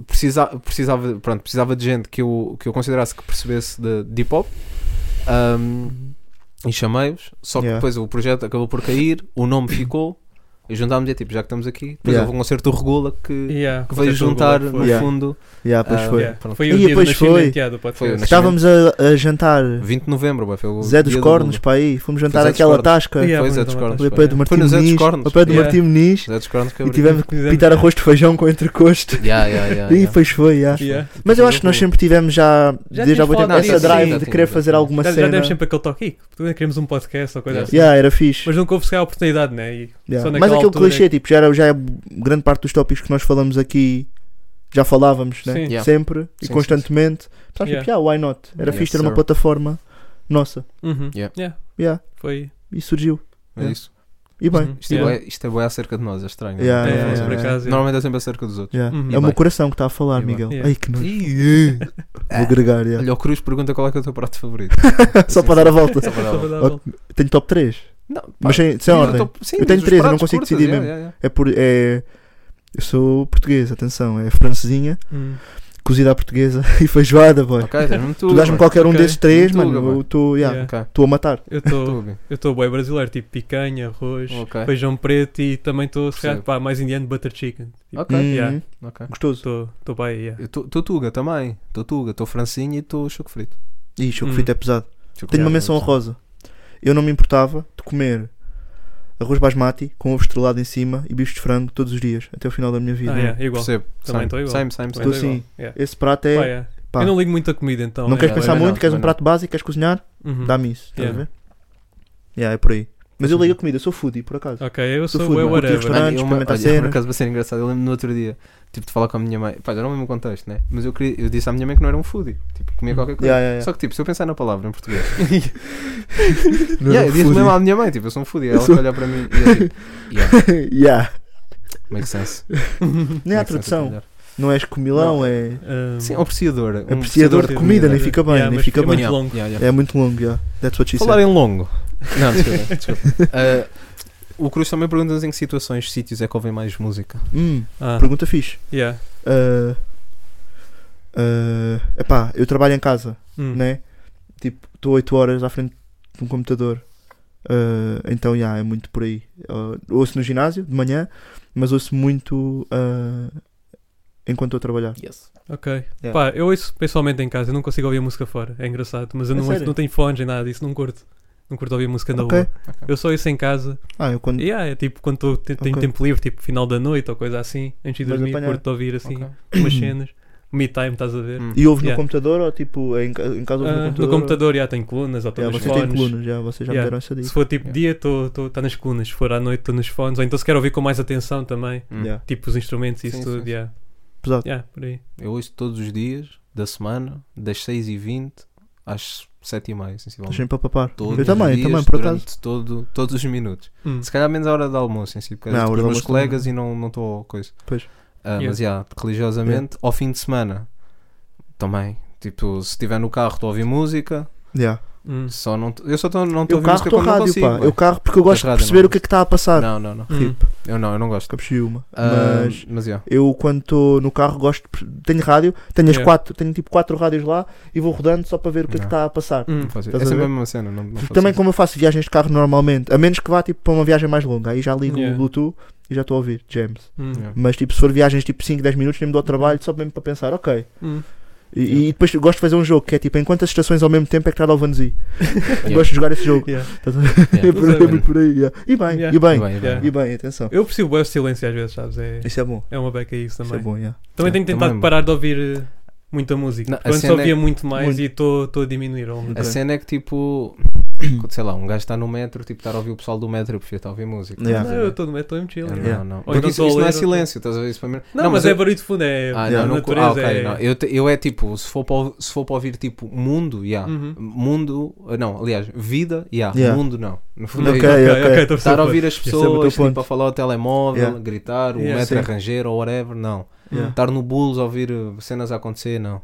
F: precisa, precisava, pronto, precisava de gente que eu, que eu considerasse que percebesse de, de hip hop. Ahm, e chamei-vos. Só que
E: Yeah.
F: depois o projeto acabou por cair, o nome ficou. E juntámos e é tipo, já que estamos aqui, depois
E: Yeah.
F: houve um concerto do Regula que,
G: Yeah,
F: que
G: concerto
F: veio
G: do
F: juntar
G: Globo,
F: no
G: foi.
E: Yeah.
F: fundo.
E: Yeah, pois
F: Ah,
E: foi.
G: Yeah,
F: pronto.
G: Foi o
E: E
G: dia do
E: depois foi.
G: nascimento yeah, do
F: Foi o
G: podcast.
F: nascimento.
E: Estávamos a, a jantar
F: 20 de novembro, bué, foi o
E: Zé dos
F: dia do
E: Cornos
F: Lula.
E: para aí, fomos jantar
F: Zé dos
E: aquela
F: Cornos.
E: tasca
G: Yeah,
F: Foi Zé dos
G: foi
F: Cornos.
E: ali ao pé do
F: Foi
E: Martim
F: no Zé dos
E: Meniz,
F: Cornos.
E: ao pé do
G: Yeah.
E: Martim Meniz
F: Zé dos Cornos que
E: e
F: abriu.
E: tivemos que
G: Fizemos.
E: pintar arroz de feijão com entrecosto.
F: Yeah, yeah, yeah,
E: E
F: Ah, yeah.
E: pois foi, yeah.
G: Yeah.
E: Mas eu acho que nós sempre tivemos já,
G: Já
E: desde há
G: tínhamos
E: muito tempo,
G: falado
E: essa
G: disso,
E: drive
G: sim.
E: de querer fazer alguma
G: Já, já
E: cena.
G: demos sempre aquele toque, "Ih, também queremos um podcast ou coisa
F: Yeah.
G: assim.
E: Yeah, era fixe.
G: Mas nunca houve sequer a oportunidade, né? E
E: Yeah.
G: só naquela
E: Mas aquele
G: altura é
E: clichê,
G: que-
E: tipo, já, era, já é grande parte dos tópicos que nós falamos aqui, já falávamos, né?
G: Sim.
F: Yeah.
E: Sempre e
F: Sim, sim,
E: constantemente. Sabes,
G: Yeah.
E: tipo, yeah, why not? Era
F: Yes,
E: fixe ter uma
F: sir.
E: plataforma nossa.
G: Uhum.
F: Yeah.
G: Yeah.
E: Yeah.
G: Foi.
E: E surgiu.
F: Mas
E: Yeah.
F: é isso-
E: E bem.
G: Uhum.
F: Isto,
G: Yeah.
F: é bué, isto é bué acerca de nós, é estranho.
E: Yeah,
F: Não
E: yeah,
F: faz
E: yeah,
F: sentido.
E: por
G: acaso, yeah.
F: Normalmente é sempre acerca dos outros.
E: yeah.
G: Uhum.
E: É o
F: E
E: meu
F: bem.
E: coração que está a falar,
F: E bem.
E: Miguel.
G: Yeah.
E: Ai que nojo.
F: Ih,
E: Vou agregar, yeah.
F: Olha, o Cruz pergunta qual é que é o teu prato favorito.
E: Só para dar a volta.
F: Só para dar a volta.
E: Tenho top 3.
F: Não, pá,
E: Mas sem, sem
F: diz o
E: ordem.
F: teu- sim,
E: Eu tenho
F: diz os
E: três, eu não
F: pratos
E: consigo
F: curtas,
E: decidir
F: yeah,
E: mesmo.
F: yeah,
E: É por. É... Eu sou português, atenção. É francesinha,
G: Hum.
E: cozida à portuguesa e feijoada, boy.
F: yeah. Ok, tens-me tu.
E: tu dás-me
F: mano.
E: qualquer um
G: Ok.
E: desses três,
F: Tuga,
E: mano.
F: mano.
E: Eu estou yeah,
G: Yeah.
F: Ok,
E: estou a matar.
G: Eu estou
F: tu.
G: eu tô bem brasileiro, tipo picanha, arroz,
F: Ok.
G: feijão preto e também estou, se calhar,
F: Percebo.
G: pá, mais indiano, butter chicken. Tipo,
F: Ok.
E: Uhum,
G: yeah.
F: Ok.
E: Gostoso.
G: Estou bem, yeah. Ah,
F: Eu tô- tô Tuga também. Tô Tuga, tô Francinha e tô Choco Frito.
E: Ih, choco
G: Hum.
E: frito é pesado.
F: Choco
E: Tenho uma
F: frito.
E: menção honrosa. Eu não me importava de comer arroz basmati com ovo estrelado em cima e bicho de frango todos os dias, até o final da minha vida.
G: Ah, yeah, igual.
F: Percebo.
G: Também tô igual.
F: Same, same,
G: Também tô
F: same.
E: Tô sim.
G: igual, yeah.
E: Esse prato é.
G: Pá, yeah.
E: pá,
G: Eu
E: não
G: não ligo muito a comida então.
E: queres
F: é,
E: pensar
F: também
E: muito,
F: não,
E: queres um
F: também
E: prato básico, queres cozinhar,
G: Uhum.
E: dá-me isso. Estás
G: Yeah.
E: a ver? Yeah, é por aí. Mas eu ligo a comida, eu sou foodie, por acaso.
G: Ok, eu
E: Do
G: sou
E: food,
G: bué
E: mano. Curti
G: é whatever.
E: restaurante. Restaurantes,
F: Olha, uma-
E: experimentar
F: olha,
E: cenas.
F: Por acaso vai ser engraçado. Eu lembro no outro dia, tipo, de falar com a minha mãe. Pá, já não é o mesmo contexto, né? Mas eu, queria, eu disse à minha mãe que não era um foodie. Tipo, comia qualquer coisa.
E: Hum. Yeah, yeah, yeah.
F: Só que, tipo, se eu pensar na palavra em português.
E: Não
F: yeah,
E: é
F: eu disse
E: foodie.
F: mesmo à minha mãe, tipo, eu sou um foodie. Ela
E: sou-
F: olha para mim e eu tipo, yeah,
E: yeah.
F: makes sense.
E: Nem há
F: Makes sense
E: tradução.
F: apanhar.
E: Não és comilão, é.
G: Ah,
F: Sim, apreciador. Um
E: Apreciador de comida, nem fica bem,
G: Yeah,
E: nem
G: mas
E: fica
G: é
E: bem.
G: muito
F: Yeah,
G: longo.
F: yeah, yeah.
E: É muito longo, yeah. That's what she
F: Falar
E: said.
F: em longo. Não, desculpa. desculpa. Ah, o Cruz também pergunta-nos em que situações, sítios é que ouvem mais música.
E: Hum,
G: Ah,
E: pergunta fixe.
G: yeah.
E: Uh, uh, epá, eu trabalho em casa,
G: Hum.
E: né? Tipo, estou 8 horas à frente de um computador. Uh, então, já, é muito por aí. Uh, ouço no ginásio, de manhã, mas ouço muito uh, enquanto estou a trabalhar.
F: Yes.
G: Ok.
E: Yeah.
G: Pá, eu ouço pessoalmente em casa, eu não consigo ouvir música fora, é engraçado, mas eu
E: A
G: não, ouço-
E: sério?
G: não tenho fones nem nada disso, não curto. Não curto ouvir música na
E: Ok.
G: rua. Eu só isso em casa.
E: Ah, eu
F: Hum.
E: quando.
G: E yeah, é tipo quando tô- te- tenho
E: Ok.
G: tempo livre, tipo final da noite ou coisa assim, antes de
E: Vais
G: dormir,
E: apanhar.
G: curto de ouvir assim
F: Ok.
G: umas cenas. Me time, estás a ver?
F: Hum.
E: E ouves
G: Yeah.
E: no computador ou tipo em, ca- em casa ouves
G: Ah,
E: no
G: no
E: computador?
G: computador, já tem colunas ou estou
E: Yeah,
G: nos
E: vocês têm
G: fones.
E: colunas, já, vocês já
G: Yeah.
E: me deram essa
G: Se
E: dica.
G: for tipo
F: Yeah.
G: dia, está nas colunas. Se for à noite, estou nos fones. Ou então se quer ouvir com mais atenção também,
F: Hum.
E: Yeah.
G: tipo os instrumentos e isso
F: Sim,
G: tudo.
F: sim, sim.
G: yeah.
E: Pesado.
G: Yeah, por aí.
F: Eu ouço todos os dias da semana, das 6h20 às 7h30, sensivelmente.
E: Estás sempre a papar.
F: Todos
E: eu
F: os
E: também,
F: dias,
E: eu também, por acaso.
F: durante todo, todos os minutos.
G: Hum.
F: Se calhar menos a hora de almoço, em si, porque
E: Não, a
F: não,
E: hora
F: os
E: de
F: meus
E: almoço também.
F: colegas e não não estou coisa.
E: Pois.
F: Ah,
G: Yeah.
F: Mas, já, religiosamente, ao fim de semana, também. Tipo, se estiver no carro, estou a ouvir música,
E: Yeah.
G: Hum.
F: só não... t- Eu só tô- não estou a
E: Eu
F: ouvir
E: carro
F: música
E: estou
F: quando não
E: rádio,
F: consigo.
E: pá.
F: mano.
E: Eu carro porque eu gosto
F: Mas
E: de
F: rádio
E: perceber
F: não.
E: o que é que está a passar.
F: Não, não, não.
G: Hum.
F: Eu não, eu não gosto.
E: Capuchi uma.
F: Ah,
E: Mas
F: mas, já.
E: eu quando estou no carro gosto de- tenho rádio, tenho as
G: Yeah.
E: quatro, tenho tipo quatro rádios lá e vou rodando só para ver o que é que
F: Yeah.
E: está a passar.
G: Hum.
F: Não faço-
E: Estás
F: É
E: a
F: sempre
E: ver?
F: a mesma cena. Não, não faço
E: Também
F: isso.
E: como eu faço viagens de carro normalmente, a menos que vá tipo para uma viagem mais longa, aí já ligo
G: Yeah.
E: o Bluetooth e já estou a ouvir, James.
G: Hum.
F: Yeah.
E: Mas tipo, se for viagens tipo 5, 10 minutos, nem me dou ao trabalho só mesmo para pensar, ok.
G: Hum.
E: E, e depois eu gosto de fazer um jogo que é tipo, em quantas estações ao mesmo tempo é que está Dalvanzi?
F: Yeah.
E: Gosto de jogar esse jogo.
G: Yeah.
E: Estás a ver?
F: Yeah.
E: É por aí, é muito por aí, yeah. E bem,
G: Yeah.
E: e bem,
F: Vai, vai,
G: Yeah.
F: vai.
E: e bem, atenção.
G: Eu percebo o silêncio às vezes, sabes? É,
E: Isso é bom,
G: é uma beca isso
E: isso é
G: também.
E: bom, yeah.
G: também tenho
F: Também
G: tentado
F: é bom.
G: parar de ouvir eh, muita música.
F: Não,
G: porque
F: a
G: Antes
F: cena
G: ouvia
F: é-
G: muito mais
E: muito.
G: e estou a diminuir. ao longo do
F: A
E: Ok.
F: cena é que tipo, sei lá, um gajo está no metro, tipo, estar a ouvir o pessoal do metro, eu prefiro estar a ouvir música.
E: Yeah.
F: Estás
G: tempo.
F: a
G: Não,
F: ver?
G: eu estou no metal mesmo chill.
F: Eu não,
E: Yeah.
F: não.
G: Ou então
F: Porque isso,
G: estou a
F: isso não é
G: ler
F: silêncio, estás a ver isso para mim.
G: Não, mas é
F: eu-
G: barulho de fundo, é
F: Ah,
E: Yeah.
F: não, não,
G: natureza.
F: ah, ok,
G: é-
F: não. Eu, te- eu é tipo, se for para, o- se for para ouvir tipo mundo, já.
G: Uhum.
F: Mundo, ah, não, aliás, vida, já.
E: Yeah.
F: Mundo, não. No fundo,
E: Ok,
F: é isso.
E: ok,
G: ok, ok, estou a
F: Estar a
G: perceber.
F: ouvir as
E: é o teu
F: pessoas, tipo,
E: ponto.
F: a falar ao telemóvel,
E: Yeah.
F: gritar, o
G: Yeah.
F: metro
E: Sim.
F: arrangeiro ou whatever, não.
E: Yeah.
F: Estar no Bulls a ouvir uh, cenas a acontecer, não.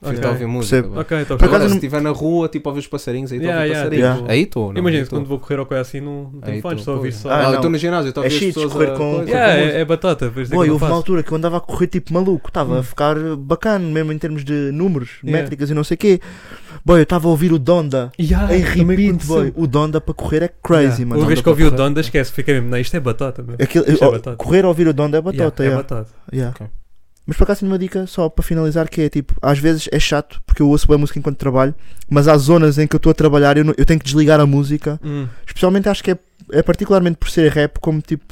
F: Prefiro
G: Ok.
F: estar a ouvir música.
E: Percebo.
F: vá.
G: Ok, estou a
E: Por
F: Agora,
E: acaso
G: perceber.
F: se
E: não-
F: estiver na rua, tipo, a ver os passarinhos, aí estou a ouvir
G: Yeah,
F: passarinhos.
E: yeah,
G: tipo-
F: Aí estou, não,
G: Imagina
F: aí
G: se
F: estou.
G: quando vou correr ou coisa assim, não, não
F: Aí
G: tenho fãs,
F: estou,
G: estou a ouvir
F: pois.
G: só.
E: Ah,
F: Ah, eu
E: não.
F: estou no ginásio, estou a
E: É
F: ouvir Ah, as
E: shit,
F: pessoas
E: correr
F: a-
E: com-
F: coisa,
G: Yeah,
F: com
G: é, é batata, pois é
E: Boy,
G: que não
E: houve uma
G: faço. Hum.
E: altura que eu andava a correr tipo maluco, estava a ficar bacana mesmo em termos de números,
G: Yeah.
E: métricas e não sei o quê. Boy, eu estava a ouvir o Donda
G: Yeah,
E: em
G: Ah, também
E: repeat,
G: aconteceu.
E: boy. O Donda para correr é crazy,
G: Yeah.
E: mano.
G: Uma vez
F: Donda
G: que ouvi o
F: para correr.
G: Donda, esquece, fiquei mesmo, não, isto é batata mesmo.
E: Aquilo-
G: Isto é
E: oh,
G: batata.
E: correr a ouvir o Donda é
G: Yeah,
E: batota, yeah.
G: é batata.
E: Yeah.
F: Ok.
E: Mas por acaso tenho uma dica só para finalizar que é tipo, às vezes é chato porque eu ouço bem música enquanto trabalho, mas há zonas em que eu estou a trabalhar eu, não- eu tenho que desligar a música,
G: Hum,
E: especialmente acho que é, é particularmente por ser rap, como tipo,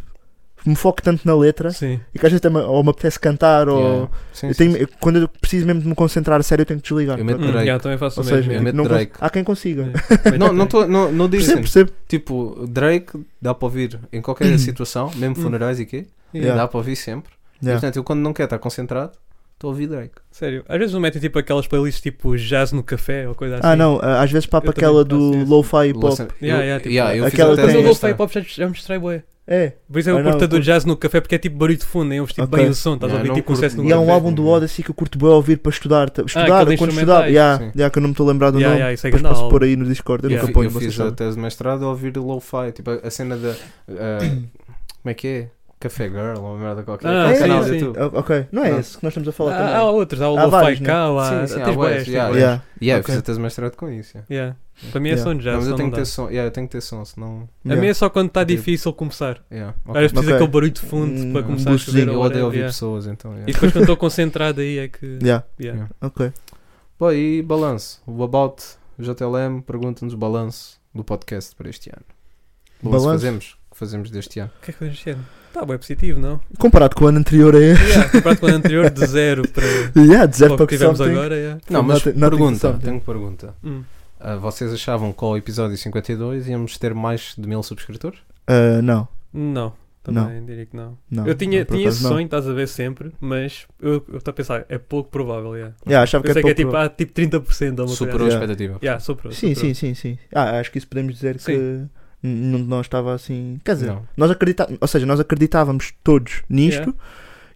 E: me foco tanto na letra
G: Sim.
E: e que às vezes também, ou me apetece cantar ou
F: Yeah. Sim,
E: eu
F: sim,
E: tenho-
F: sim.
E: eu- quando eu preciso mesmo de me concentrar a sério eu tenho que desligar.
F: Eu meto
G: Hum,
F: Drake.
G: yeah, também faço
E: Ou
G: o mesmo.
E: seja, é
F: eu
G: yeah.
F: meto
E: não cons-
F: Drake.
E: há quem consiga.
G: Meto
F: Não, não,
G: Drake.
F: tô, não, não digo
E: Percebo,
F: sempre.
E: percebo.
F: Tipo, Drake dá para ouvir em qualquer situação, mesmo funerais e quê,
E: Hum. Yeah.
F: dá para ouvir sempre. E,
E: Yeah.
F: portanto, eu quando não quero estar concentrado, estou a ouvir Drake.
G: Sério, às vezes não metem tipo aquelas playlists tipo jazz no café ou coisa assim.
E: Ah não, ah, às vezes papo
G: Eu também
E: aquela
G: faço
E: do
G: isso.
E: lo-fi hip hop.
F: Listen- eu-
G: Yeah, yeah, tipo,
F: yeah, eu fiz
E: aquela
F: até
G: Mas
E: tem
G: eu
F: esta.
G: dou play pop já, já mostrei bué.
E: É.
G: Por isso é
E: Ah,
G: eu
E: não,
G: curto a do
E: curto.
G: jazz no café porque é tipo barulho de fundo, nem ouves tipo
E: Ok.
G: bem o som, estás
F: Não,
G: a ouvir
F: não
G: tipo um
F: curto
G: sucesso no
E: E há um
G: café.
E: álbum do Odyssey que eu curto bem ouvir para estudar. tá- Estudar,
G: Ah, aquele
E: quando estudar.
G: instrumentais.
E: Yeah,
F: Sim.
E: yeah, que eu não me estou a lembrar do
G: Yeah,
E: nome.
G: yeah, isso é
E: Depois
G: grande
E: posso
G: álbum.
E: pôr aí no Discord. Eu
G: Yeah.
E: nunca
F: Eu
E: ponho,
F: fiz
E: vocês
F: a
E: sabem.
F: tese de mestrado a ouvir lo-fi, tipo a a cena da. ah, como é que é? Café Girl ou uma merda qualquer.
G: Ah,
F: Aquele
E: sim,
F: canal do
G: sim. Ah,
F: YouTube.
E: Ah, Ok, não é
F: Não.
E: esse que nós estamos a falar
G: Há,
E: também.
G: há outros, há o
E: Há vários,
G: Lo-Fi
E: né?
G: Cow, há.
F: Sim, sim, há
G: tens
F: bué,
G: bué, tens
F: yeah,
G: bué.
E: Yeah.
F: Yeah, é, eu
E: Ok.
F: fiz a tese de mestrado com isso. yeah.
G: Yeah. Para mim é
E: Yeah.
G: som de
F: Não,
G: jazz,
F: mas eu
G: senão
F: tenho
G: não
F: que
G: dá.
F: ter som, yeah, eu tenho que ter som, senão.
G: A
E: Yeah.
G: minha é só quando está
F: Tipo-
G: difícil começar.
F: Yeah,
G: Às vezes
F: ok.
G: precisa
E: Ok.
G: aquele barulho de fundo
E: Um-
G: para
E: um
G: começar a escrever.
E: boostzinho.
G: ou
F: Eu
G: whatever,
F: odeio ouvir
G: yeah.
F: pessoas, então. yeah.
G: E depois quando estou concentrado aí é que.
E: Yeah.
G: yeah.
F: Yeah.
E: Ok.
F: Bom, e balanço. O About JLM pergunta-nos o balanço do podcast para este ano. O balanço
E: Balanço?
F: fazemos? O que fazemos deste ano?
G: O que é que eu achei? Tá, bem positivo, não?
E: Comparado com o ano anterior é.
G: Yeah, comparado com o anterior, de zero para
E: Yeah, de zero
G: para o que
E: para
G: tivemos
E: something.
G: agora. Yeah.
F: Não, mas
E: nothing- nothing
F: pergunta.
E: something.
F: Tenho pergunta.
G: Hum.
F: Ah, vocês achavam que ao episódio 52 íamos ter mais de mil subscritores?
E: Ah, Não,
G: Não, também diria que não.
E: não.
G: eu tinha,
E: não, por
G: tinha esse
E: acaso não.
G: sonho, estás a ver sempre, mas eu eu estou a pensar, é pouco provável. Yeah.
E: Yeah, achava que
G: Eu sei que
E: é
G: é tipo,
E: pouco-
G: há tipo 30% ou uma
F: Superou
G: coisa.
F: a
E: Yeah.
F: expectativa.
G: Yeah, superou,
E: Sim,
G: superou.
E: sim, sim, sim. Ah, acho que isso podemos dizer que
G: Sim.
E: nenhum de nós estava assim. Quer dizer,
F: Não.
E: nós acredita... ou seja, nós acreditávamos todos nisto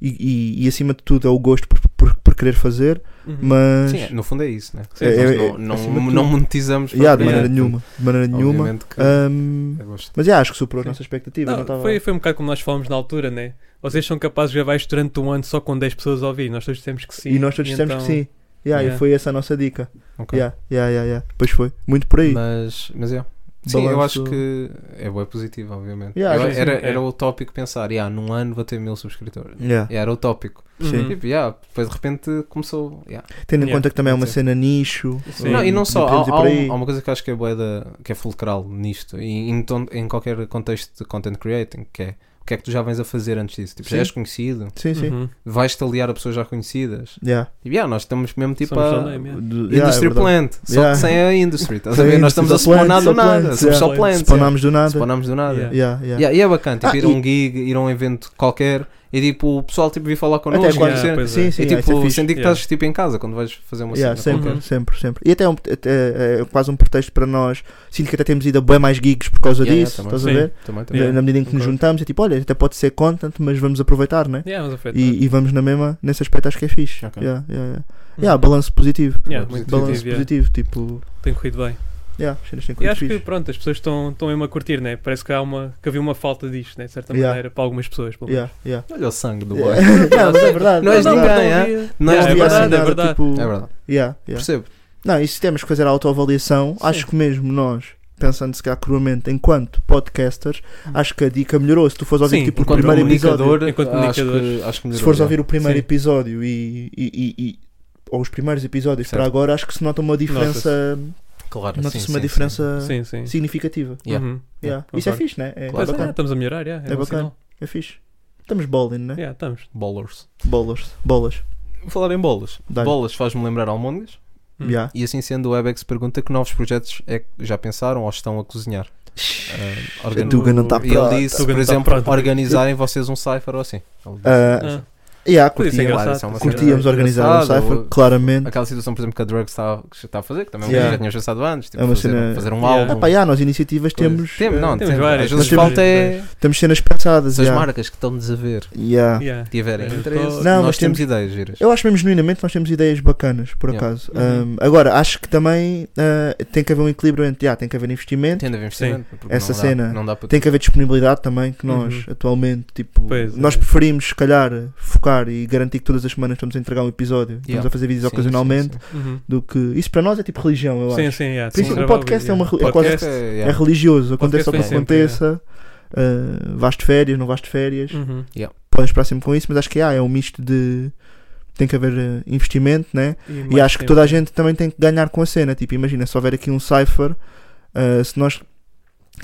E: e, e- e acima de tudo é o gosto por, por, por querer fazer,
G: Uhum.
E: mas
F: Sim, é, no fundo é isso, né?
E: É,
F: Nós
E: é,
F: não,
E: é,
F: não-
E: acima de tudo.
F: não monetizamos.
E: Yeah, de maneira
F: propriamente.
E: nenhuma. De maneira nenhuma. Ah,
F: Obviamente que
E: Ahm,
F: eu gosto.
E: mas yeah, acho que superou as
G: Sim.
E: nossas expectativas.
G: Não,
E: Não, tava-
G: foi, foi um bocado como nós falámos na altura, né? Vocês são capazes de gravar isto durante um ano só com 10 pessoas a ouvir. Nós todos dissemos que sim.
E: e nós todos dissemos
G: então-
E: que sim. Yeah,
G: Yeah.
E: E foi essa a nossa dica.
F: Ok.
E: Yeah, yeah, yeah, yeah. Pois foi. Muito por aí.
F: Mas, mas é. Sim, eu
E: Balanço-
F: acho que é boa positivo, obviamente.
E: Yeah,
F: Eu-
E: acho que
F: era,
G: sim.
F: era
G: É.
F: utópico pensar, yeah, num ano vou ter mil subscritores.
E: Yeah.
F: Yeah, era utópico.
E: Sim.
G: Uhum.
F: Tipo, yeah, depois de repente começou. yeah.
E: Tendo em
G: Yeah,
E: conta que também é uma
F: sim.
E: cena nicho. eh,
G: Sim.
F: Não, e não só,
E: podemos
F: há,
E: ir
F: há
E: por
F: um-
E: aí.
F: há uma coisa que acho que é boa que é fulcral nisto, e em, ton- em qualquer contexto de content creating, que é o que é que tu já vens a fazer antes disso? Tipo, já
E: Sim.
F: és conhecido,
E: Sim, sim.
G: Uhum.
F: vais-te aliar a pessoas já conhecidas.
E: Yeah.
F: E yeah, nós estamos mesmo tipo
G: Somos
F: a.
G: all name, yeah.
E: Do- yeah, é
F: Industry
E: verdade.
F: plant, só
E: Yeah.
F: que sem a industry, estás a
E: Sem
F: ver?
E: a
F: nós estamos a
E: industry, só
F: spawnar do
E: plants, só
F: nada,
E: plants,
F: somos
E: yeah.
F: só plants, yeah.
E: Spawnámos do nada.
F: spawnámos do nada.
G: Yeah.
E: Yeah, yeah.
F: Yeah, e é bacana, tipo,
E: Ah,
F: ir a
E: e-
F: um gig, ir a um evento qualquer e tipo, o pessoal tipo, vir falar connosco.
E: Até
F: e
E: quase-
F: dizer-
G: Yeah, pois
E: Sim,
G: é.
E: sim,
F: e
E: yeah, isso é
F: tipo,
E: fixe.
F: sentir que
G: Yeah.
F: estás tipo, em casa quando vais fazer uma
E: Yeah,
F: cena.
E: sempre,
F: qualquer.
G: Uhum.
E: sempre, sempre. E até é, um, até é- é quase um pretexto para nós. Sinto que até temos ido a bem mais gigs por causa
F: Yeah, yeah,
E: disso,
F: também.
E: estás a
G: Sim.
E: ver?
F: Também,
E: Na-
F: também.
E: Na medida em que nos
G: concordo.
E: juntamos, é tipo, olha, até pode ser content, mas vamos aproveitar, né?
G: Yeah, mas afeta.
E: E, e vamos na mesma, nesse aspecto acho que é fixe.
F: Ok.
E: Yeah, yeah, yeah.
G: Uhum.
E: Yeah, balanço positivo.
G: Yeah,
F: Balanço
G: muito
E: balanço
G: positivo. yeah.
E: positivo, tipo,
G: Tem corrido bem.
E: yeah, as cenas têm
G: E
E: corrido
G: acho que,
E: fixe.
G: pronto, as pessoas estão, estão mesmo a curtir, né? Parece que, há uma, que havia uma falta disto, né? De certa
E: Yeah.
G: maneira, para algumas pessoas. Pelo menos.
E: Yeah, yeah.
F: Olha o sangue do boy.
E: yeah, mas é verdade.
F: Não és
E: é
G: mas
E: verdade.
F: ninguém, é?
G: havia-
F: Não
G: Yeah, é
F: és
E: havia
F: ninguém.
E: assim
G: verdade, é
E: nada,
G: verdade.
E: tipo,
F: É verdade,
E: yeah, yeah.
F: percebo.
E: Não, e se temos que fazer a autoavaliação, acho que mesmo nós, pensando se calhar cruamente enquanto podcasters, acho que a dica melhorou. Se tu fores ouvir
G: Sim,
E: tipo, o
F: Hum. Enquanto
E: primeiro episódio,
F: comunicador,
G: Enquanto
F: acho que,
G: comunicador.
F: acho que
E: se
F: melhorou,
E: fores
F: yeah.
E: ouvir o primeiro
G: Sim.
E: episódio e, e- e- e- ou os primeiros episódios para
F: Certo.
E: agora, acho que se nota uma diferença,
F: Claro,
E: nota-se
F: sim,
E: uma
F: sim,
E: diferença
G: Sim, sim.
E: significativa.
F: Yeah.
G: Uhum.
E: Yeah.
G: Concordo.
E: Isso é fixe, né? É,
F: Claro.
G: Pois é,
E: bacana.
G: estamos a melhorar, yeah,
E: É
G: bom
E: bacana.
G: sinal.
E: é fixe. Estamos bowling, né?
G: Yeah, estamos.
F: sim. Bowlers.
E: Bolas, bolas.
F: Vou falar em bolas.
E: Dá-lhe.
F: Bolas faz-me lembrar almôndegas.
G: Hum.
E: Yeah.
F: E assim sendo, o Webex pergunta que novos projetos é que já pensaram ou estão a cozinhar. Ah,
E: A
F: organi-
E: Duga não está
F: E ele
E: pronta.
F: disse,
G: Tuga
F: por
G: não tá
F: exemplo,
G: pronta.
F: organizarem vocês um cipher ou assim. Ele disse.
E: Ah,
G: Ah,
E: Yeah,
G: Podia ser
E: curtia,
G: engraçado.
F: isso é uma cena
E: curtíamos organizar um
F: engraçada,
E: cipher,
F: ou-
E: claramente.
F: Aquela situação, por exemplo, que a Drugs está, que está a fazer, que também
E: Yeah.
F: já tinha pensado antes, tipo,
E: É uma
F: fazer,
E: cena-
F: fazer um
G: Yeah.
E: Ah,
F: álbum.
E: pá, yeah, nós iniciativas temos,
F: Temos, não,
G: Temos
F: temos
G: várias,
F: Às vezes
E: temos
F: falta é
E: temos cenas pensadas.
F: essas
E: yeah.
F: marcas que estão-nos a ver,
E: Yeah.
G: Yeah.
F: tiverem
G: Eu
F: interesse.
G: tô-
E: Não,
F: nós
E: mas
F: temos ideias giras.
E: Eu acho mesmo genuinamente nós temos ideias bacanas, por
F: Yeah.
E: acaso.
G: Uhum.
E: Um, agora, acho que também uh, tem que haver um equilíbrio entre, yeah, tem que haver investimento,
F: Tendo a ver investimento, porque
E: Essa
F: não dá-
E: cena
F: não dá para
E: tem que haver disponibilidade também, que nós
F: Uhum.
E: atualmente, tipo,
G: Pois é.
E: nós preferimos, se calhar, focar e garantir que todas as semanas estamos a entregar um episódio, estamos
F: Yeah.
E: a fazer vídeos
F: Sim,
E: ocasionalmente,
F: sim, sim.
G: Uhum.
E: do que. Isso para nós é tipo religião, eu
G: Sim,
E: acho.
G: sim, yeah.
E: Por isso,
G: sim,
E: o
G: já
E: podcast
G: vou
E: é uma
G: ouvir,
E: re- é quase-
G: Podcast,
F: É,
E: É
F: yeah.
E: religioso, aconteça o que
G: foi sempre,
E: aconteça. uh, vais de férias, não vais de férias,
G: Uhum.
E: podes esperar sempre com isso, mas acho que ah, é um misto de. Tem que haver uh, investimento, né? E
F: Tipo,
G: mais
E: acho que
G: tempo.
E: toda a gente também tem que ganhar com a cena. Tipo, imagina, se houver aqui um cipher, ah, se nós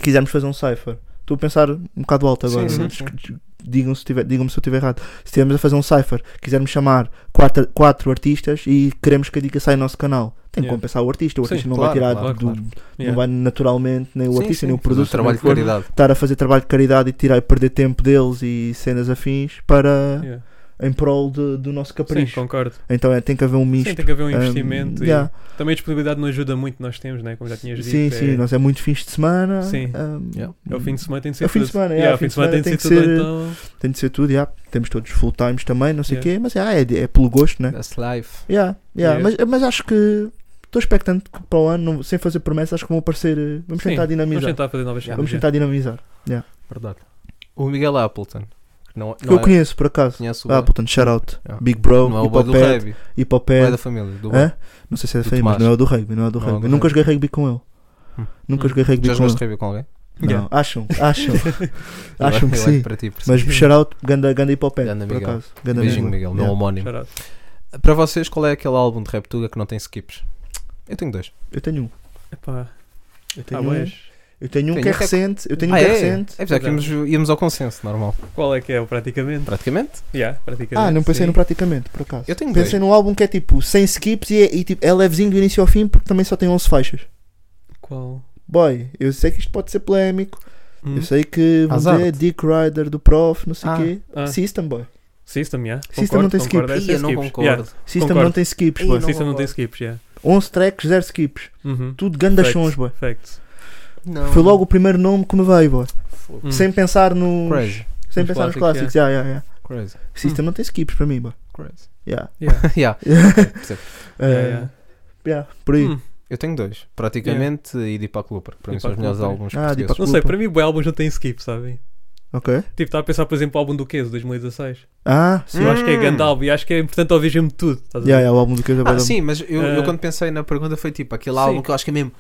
E: quisermos fazer um cipher, estou a pensar um bocado alto agora.
F: Sim,
E: né?
F: sim,
E: Digam se tiver- digam-me se eu estiver errado. Se estivermos a fazer um cipher, quisermos chamar quatro, quatro artistas e queremos que a dica saia no nosso canal, tem que
G: Yeah.
E: compensar o artista. O
G: Sim,
E: artista não
F: claro,
E: vai tirar
F: claro,
E: do-
F: claro.
E: não vai naturalmente, nem é o
F: Sim,
E: artista,
F: sim,
E: nem o
F: fazer
E: produto.
F: trabalho de
E: nem o que for,
F: caridade.
E: estar a fazer trabalho de caridade e tirar e perder tempo deles e cenas afins para
G: Yeah.
E: em prol de- do nosso
G: Sim,
E: capricho.
G: concordo.
E: então é, tem que haver um misto.
G: Sim, tem que haver um
E: Ahm,
G: investimento e
E: yeah.
G: também a disponibilidade não ajuda muito, nós temos, né? como já tinhas dito.
E: Sim,
G: é-
E: sim, nós é muito fins de semana.
G: Sim.
E: ahm,
F: Yeah.
G: É o fim de semana tem de ser
E: É o fim de
G: tudo.
E: semana, é,
G: Yeah,
E: o
G: o fim de semana tem de ser
E: que
G: tudo,
E: ser-
G: então.
E: Tem de ser tudo, yeah. temos todos full times também, não sei o
G: Yeah.
E: quê, mas yeah, é, de- é pelo gosto, né?
F: That's life.
E: Yeah, yeah,
G: Yeah.
E: Mas, mas acho que estou expectante que para o ano, não- sem fazer promessas, acho que vão aparecer. eh, Vamos
G: Sim,
E: tentar
G: Vamos
E: dinamizar.
G: tentar fazer novas cenas.
E: Vamos tentar dinamizar.
F: Verdade. O Miguel Appleton. que Não, é?
E: eu conheço, por acaso.
F: conheço o
E: Ah, portanto, shout out.
F: Yeah.
E: Big Bro,
F: não é o boy do
E: Hipoped,
F: rugby, não é da
E: Hipoped.
F: família, do
E: Hã?
F: boy.
E: Não sei se é
F: Do
E: feio, mas
F: Tomás.
E: não é o do rugby, não é o do
F: Não é o
E: rugby.
F: do
E: Nunca joguei rugby com ele.
F: Hum.
E: Nunca
G: Hum.
E: joguei rugby
F: Já
E: com ele.
F: jogaste rugby com alguém?
E: Não,
G: Yeah.
E: acham, acham, acham
F: Eu é
E: que
F: olho
E: sim.
F: Para ti, por
E: Mas
F: isso.
E: shout out, ganda, ganda hipopé,
F: Ganda
E: por
F: Miguel.
E: acaso. Ganda
F: Beijinho, Miguel, meu
E: Yeah.
F: homónimo.
G: Shout out.
F: Para vocês, qual é aquele álbum de Reptuga que não tem skips? Eu tenho dois.
E: Eu tenho um.
G: Epá,
E: Eu tenho
G: ah,
E: um,
G: mas
E: eu tenho um
F: Tenho
E: que é
F: um que é-
E: recente. Eu tenho um
F: ah,
E: que é
F: é?
E: recente.
F: É, apesar que íamos, íamos ao consenso, normal.
G: qual é que é o praticamente?
F: Praticamente.
G: Yeah, praticamente.
E: Ah, não pensei
G: sim.
E: no praticamente, por acaso.
F: Eu tenho
E: Pensei num álbum que é tipo sem skips e, é, e, tipo, é levezinho do início ao fim porque também só tem 11 faixas.
G: Qual?
E: Boy, eu sei que isto pode ser polémico.
G: Hum.
E: Eu sei que vão
F: Azar.
E: dizer Dick Ryder do Prof, não sei o
F: Ah.
E: quê.
G: Ah,
E: System, boy.
G: System, yeah.
E: System não tem
G: concordo,
E: skips.
G: é sem
F: eu não
G: skips.
F: concordo.
G: Yeah.
E: System
G: Concordo.
E: não tem skips,
G: Pô,
E: boy.
G: System não tem skips, yeah.
E: 11 tracks, 0 skips.
G: Uhum.
E: Tudo ganda
G: Facts,
E: sons, boy.
G: Facts.
F: Não.
E: Foi logo um o primeiro nome que me veio, boy.
G: Hum.
E: Sem pensar nos.
F: Crazy.
E: Sem
G: Nos
E: pensar
G: clássicos,
E: nos
G: é.
E: clássicos. Yeah, yeah, yeah.
F: Crazy.
E: System não tem skips para mim, boy.
F: Crazy.
E: Yeah.
G: Yeah.
F: yeah.
E: Uh,
G: Yeah, yeah.
E: yeah, Por aí.
G: Hum.
F: Eu tenho dois. Praticamente e Deepak Looper. que Para mim são os
G: Deepak
F: melhores
G: Looper.
F: álbuns
E: Ah,
F: portugueses.
E: Deepak-
G: Não sei,
E: Desculpa.
G: para mim, boi álbuns não tem skips, sabem?
E: Ok.
G: Tipo, estava a pensar, por exemplo, o álbum do Queso, 2016.
E: Ah, sim.
G: Eu acho
F: Hum.
G: que é grande álbum e acho que é importante ouvir mesmo tudo. Estás a
E: Yeah,
G: ver?
E: yeah, o álbum do é que eu
F: Ah, sim, mas eu, eu
G: Hum. Ah.
F: quando pensei na pergunta foi tipo aquele
G: Sim.
F: álbum que eu acho que é mesmo.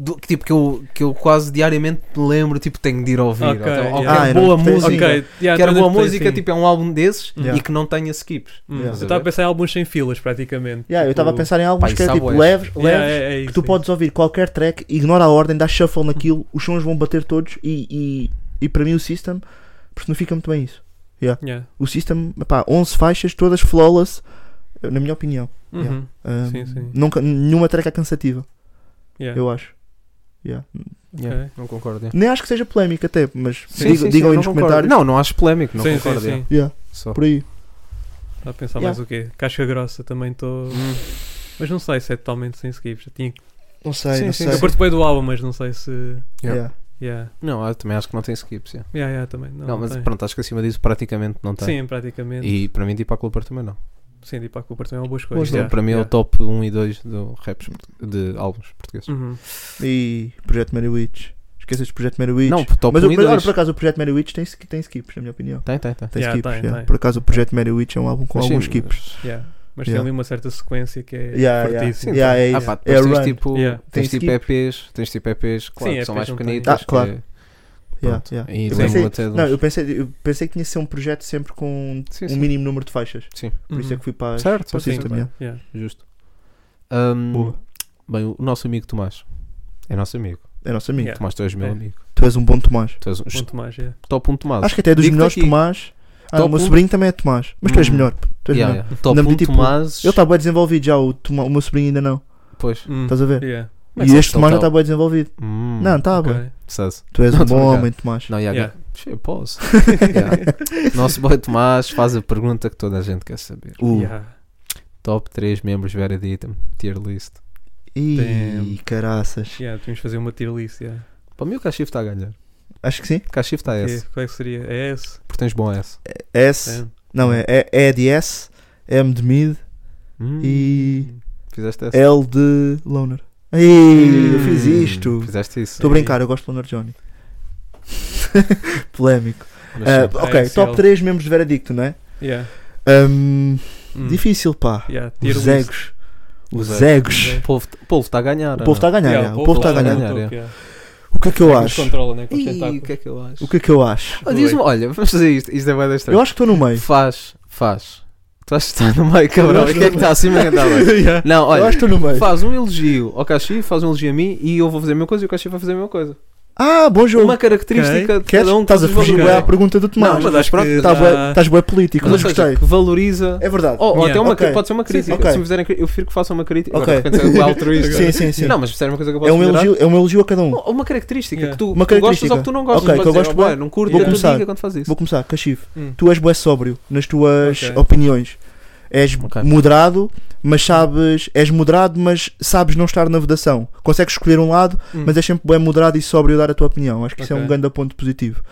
F: do- que, tipo, que, eu, que eu quase diariamente me lembro, tipo, tenho de ir ouvir.
G: Ok,
F: ou, então, ou
G: yeah.
F: que é
E: Ah,
F: boa
E: não, tem-
F: música.
G: Ok, yeah,
F: que era
G: então
F: boa
G: tem,
F: música,
G: sim.
F: tipo, é um álbum desses
E: Yeah.
F: e que não tenha skips.
G: Hum,
E: Yeah.
G: Eu estava a pensar em álbuns sem filas, praticamente.
E: Yeah, eu estava a
G: Tipo,
E: pensar em álbuns
F: Pá,
E: que
F: isso
E: é
F: há
E: tipo
F: bué.
E: leves,
G: yeah,
E: leves,
G: é- é
E: que
G: isso,
E: tu
G: sim.
E: podes ouvir qualquer track, ignora a ordem, dá shuffle naquilo, os sons vão bater todos e, e, e para mim o System personifica muito bem isso.
G: Yeah.
E: O System, pá, 11 faixas, todas flawless, na minha opinião.
G: Uhum.
E: Yeah. Ah,
G: Sim, sim.
E: Nunca, nenhuma track é cansativa,
G: Yeah.
E: eu acho. Yeah.
F: Yeah, Não concordo. yeah.
E: Nem acho que seja polémica até, mas
F: Sim,
E: digam,
F: sim,
E: digam
F: sim,
E: aí
F: não
E: nos
F: concordo.
E: comentários.
F: Não, não acho polémico, não
G: sim,
F: concordo.
G: sim,
F: yeah.
G: sim.
E: Yeah,
F: Só.
E: por aí.
G: Estava Tá a pensar
E: Yeah.
G: mais o quê? Casca grossa também estou.
E: Hum.
G: Mas não sei se é totalmente sem skips. Eu, tinha...
E: Não sei,
F: Sim,
E: não
F: sim,
E: sei.
G: eu curto bem do álbum, mas não sei se.
E: Yeah.
G: Yeah.
F: Não, eu também acho que não tem skips. yeah.
G: Yeah, yeah, também. Não,
F: Não,
G: não
F: mas
G: tem.
F: pronto, acho que acima disso praticamente
E: tá.
F: não tem.
G: Sim, praticamente.
F: E para mim, tipo, Deepak Looper é também não.
G: Sim, Deepak Cooper também é uma boa escolha.
F: Isto é,
G: Yeah,
F: para mim é o
G: yeah.
F: top 1 e 2 do raps port- de álbuns portugueses.
G: Uhum.
E: E Projeto Mary Witch. Esqueças de Projeto Mary Witch.
F: Não, top
E: mas
F: 1
E: o,
F: e
E: mas,
F: 2.
E: olha, por acaso o Projeto Mary Witch tem, sk- tem skips, na minha opinião.
F: Tem, tem, tem.
E: Tem
G: Yeah,
E: skips,
G: tem,
E: yeah.
G: tem.
E: Por acaso o Projeto Mary Witch é um álbum com
F: Mas sim,
E: alguns skips.
G: Yeah. Mas
E: Yeah.
G: tem ali uma certa sequência que é
E: Yeah, yeah.
G: fortíssima.
E: Yeah, é
F: Ah,
E: isso.
F: pá,
E: é
F: depois tens
E: run.
F: tipo,
G: Yeah.
F: tens
E: Tem
F: tipo EPs, tens tipo EPs, claro,
G: Sim,
F: que são
G: EPs
F: mais
G: não tem.
F: pequenitas.
E: Ah, claro.
F: que- é-
E: Yeah,
F: pronto.
E: yeah.
F: E
E: Eu
F: lembro-me
E: pensei-
F: até de
E: Não,
F: uns-
E: eu pensei, eu pensei que tinha de ser um projeto sempre com
F: Sim,
E: um
F: sim. Uhum.
E: mínimo número de faixas.
F: Sim.
E: Por isso é que fui para as-
F: Certo,
E: para o
F: sim,
E: System,
F: sim.
E: yeah.
G: Uhum. Yeah.
F: Justo. Ahm,
E: Boa.
F: bem, o nosso amigo Tomás. É nosso amigo.
E: É nosso amigo.
G: Yeah.
F: Tomás, tu és meu
G: É.
F: amigo.
E: Tu és um bom Tomás.
F: Tu és um
G: Muito mais, yeah.
F: top 1 Tomás.
E: Acho que até é dos
F: Digo-te
E: melhores
F: aqui.
E: Tomás. Ah, o
F: Top
E: meu
F: um.
E: sobrinho também é Tomás. Mas tu és
F: Hum.
E: melhor. pô. Tu és
F: Yeah,
E: melhor.
F: yeah. Top
E: Lembro-me,
F: 1
E: tipo,
F: Tomás.
E: Ele está bem desenvolvido já, o, Toma- o meu sobrinho ainda não.
F: Pois.
G: Hum.
E: Estás a ver?
G: Yeah.
F: Como é que
E: E
F: sabes
E: este
F: que ele
E: Tomás já
F: tá-
E: está bem desenvolvido.
F: Hum,
E: Não, tá- está
G: ok.
E: bem.
F: Sass.
E: Tu és
F: Não,
E: um
F: tô
E: bom
F: brincando.
E: homem, Tomás.
F: Não, yeah,
G: Yeah.
F: yeah. Che, posso. Yeah. Nosso boy Tomás faz a pergunta que toda a gente quer saber.
E: Uh,
G: Yeah.
F: Top 3 membros Veredictum, tier list.
E: Ih,
G: Damn.
E: caraças.
G: Yeah, temos de fazer uma tier list. Yeah.
F: Para mim o Cachif está a ganhar.
E: Acho que sim.
F: Cachif está a S,
G: Que- Qual é que seria? É esse?
F: porque tens bom S.
E: S.
G: É.
E: Não, é, é, é de S, M de mid
F: Hum,
E: e
F: Fizeste S.
E: L de loner. Ei, eu fiz
F: Hum,
E: isto.
F: Fizeste isso.
E: Estou a brincar, eu gosto de loner Johnny. Polémico.
F: Mas
E: Ah,
F: sim.
E: ok,
G: ASL.
E: top 3 membros de veredicto, não é?
G: Yeah.
E: Ahm,
G: Hum.
E: Difícil, pá.
G: Yeah, tier
E: Os
G: list.
E: egos. Os
F: Os
E: egos.
F: O povo- o povo está a ganhar. ah.
E: O povo está a ganhar,
G: Yeah,
E: já. o povo está a
F: tá a
E: ganhar.
F: ganhar,
G: top,
F: é.
G: yeah.
E: O que é que eu
G: Nos
E: acho?
G: controla, né? Com os
F: Ih, o
G: tentáculos.
F: que é que eu acho?
E: O que é que eu acho?
F: Ah, diz-me, olha, vamos fazer isto. Isto é bem
E: Eu
F: estranho.
E: acho que estou no meio.
F: Faz, faz. Tu achas que está no meio, cabrão? O que é que está acima que andava?
E: Yeah.
F: Não,
E: Eu
F: olha,
E: acho que estou no meio.
F: faz um elogio ao Caxi, faz um elogio a mim e eu vou fazer a mesma coisa e o Caxi vai fazer a mesma coisa.
E: Ah, bom jogo.
F: Uma característica de
E: Queres?
F: cada um. que
E: Estás a
F: vocês
E: fugir
G: valores.
E: bué à
F: valorizam.
E: pergunta do Tomás.
F: Não, mas acho que-
E: Tá
G: Ah,
E: bué- Estás bem político,
F: Mas
E: mas
F: ou seja,
E: gostei.
F: que valoriza.
E: É verdade.
F: Ou, ou
G: Yeah.
F: até uma,
E: Ok.
F: que pode ser uma
E: Sim, sim.
F: crítica.
E: Ok.
F: Se me fizerem, cri- eu prefiro que façam uma crítica.
E: Ok.
F: Agora, okay. é altruísta.
E: Sim, sim, sim.
F: Não, mas se fizerem uma coisa que eu posso
E: É um,
F: melhorar, Oh.
E: elogio, é um elogio a cada um.
F: Ou uma característica
G: Yeah.
F: que tu,
E: Uma
F: que tu gostas
E: característica.
F: ou que tu não gostas.
E: Ok,
F: Podes
E: que eu
F: dizer,
E: gosto
F: "Oh,
E: bué.
F: boy, não curto,
E: Vou
F: é a tua
E: começar.
F: dica quando fazes isso.
E: Vou começar, Cachivo.
G: Hum.
E: Tu és bué sóbrio nas tuas
G: Ok.
E: opiniões. És
F: Ok.
E: moderado, mas sabes. És moderado, mas sabes não estar na vedação. Consegues escolher um lado,
G: Hum.
E: mas és sempre bem moderado e sóbrio a dar a tua opinião. Acho que isso é
G: Ok.
E: um grande ponto positivo.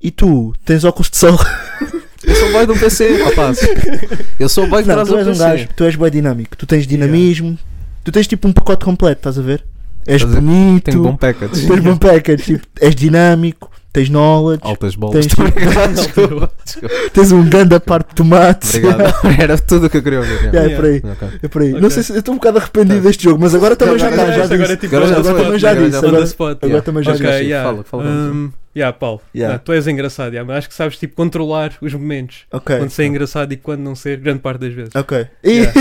E: E tu tens óculos de sol.
F: Eu sou o boy do PC, rapaz. Eu sou o boy que
E: Não,
F: traz
E: tu
F: o
E: és um gajo,
F: PC.
E: tu és bem dinâmico, tu tens dinamismo, tu tens tipo um pacote completo, estás a ver? És
F: Estás a ver?
E: bonito,
F: Tenho bom package.
E: tens bom package, tipo, és dinâmico, tens knowledge,
F: Altas bolas.
E: tens, tipo,
F: Desculpa, desculpa.
E: tens um grande par de tomate.
F: Obrigado. Era tudo o que eu queria ouvir.
E: É,
F: yeah.
E: é por aí.
F: Ok.
E: É por aí.
G: Ok.
E: Não sei se eu estou um bocado arrependido
F: Tá.
E: deste jogo, mas agora também já
F: Agora
E: está,
F: já
E: já
G: Este agora é
E: disse.
G: tipo
F: Agora
G: on
F: já
G: the
E: Agora
F: foi,
G: spot. On the spot.
F: agora foi.
E: também já disse. Agora agora também já
G: Ok,
E: disse.
F: Sim,
G: yeah.
F: Fala, fala. Gonçalo.
G: Hum, yeah, Paulo,
E: Yeah.
G: não, tu és engraçado, yeah, mas acho que sabes tipo, controlar os momentos.
E: Ok.
G: Quando ser engraçado e quando não ser, grande parte das vezes.
E: Ok.
G: Yeah.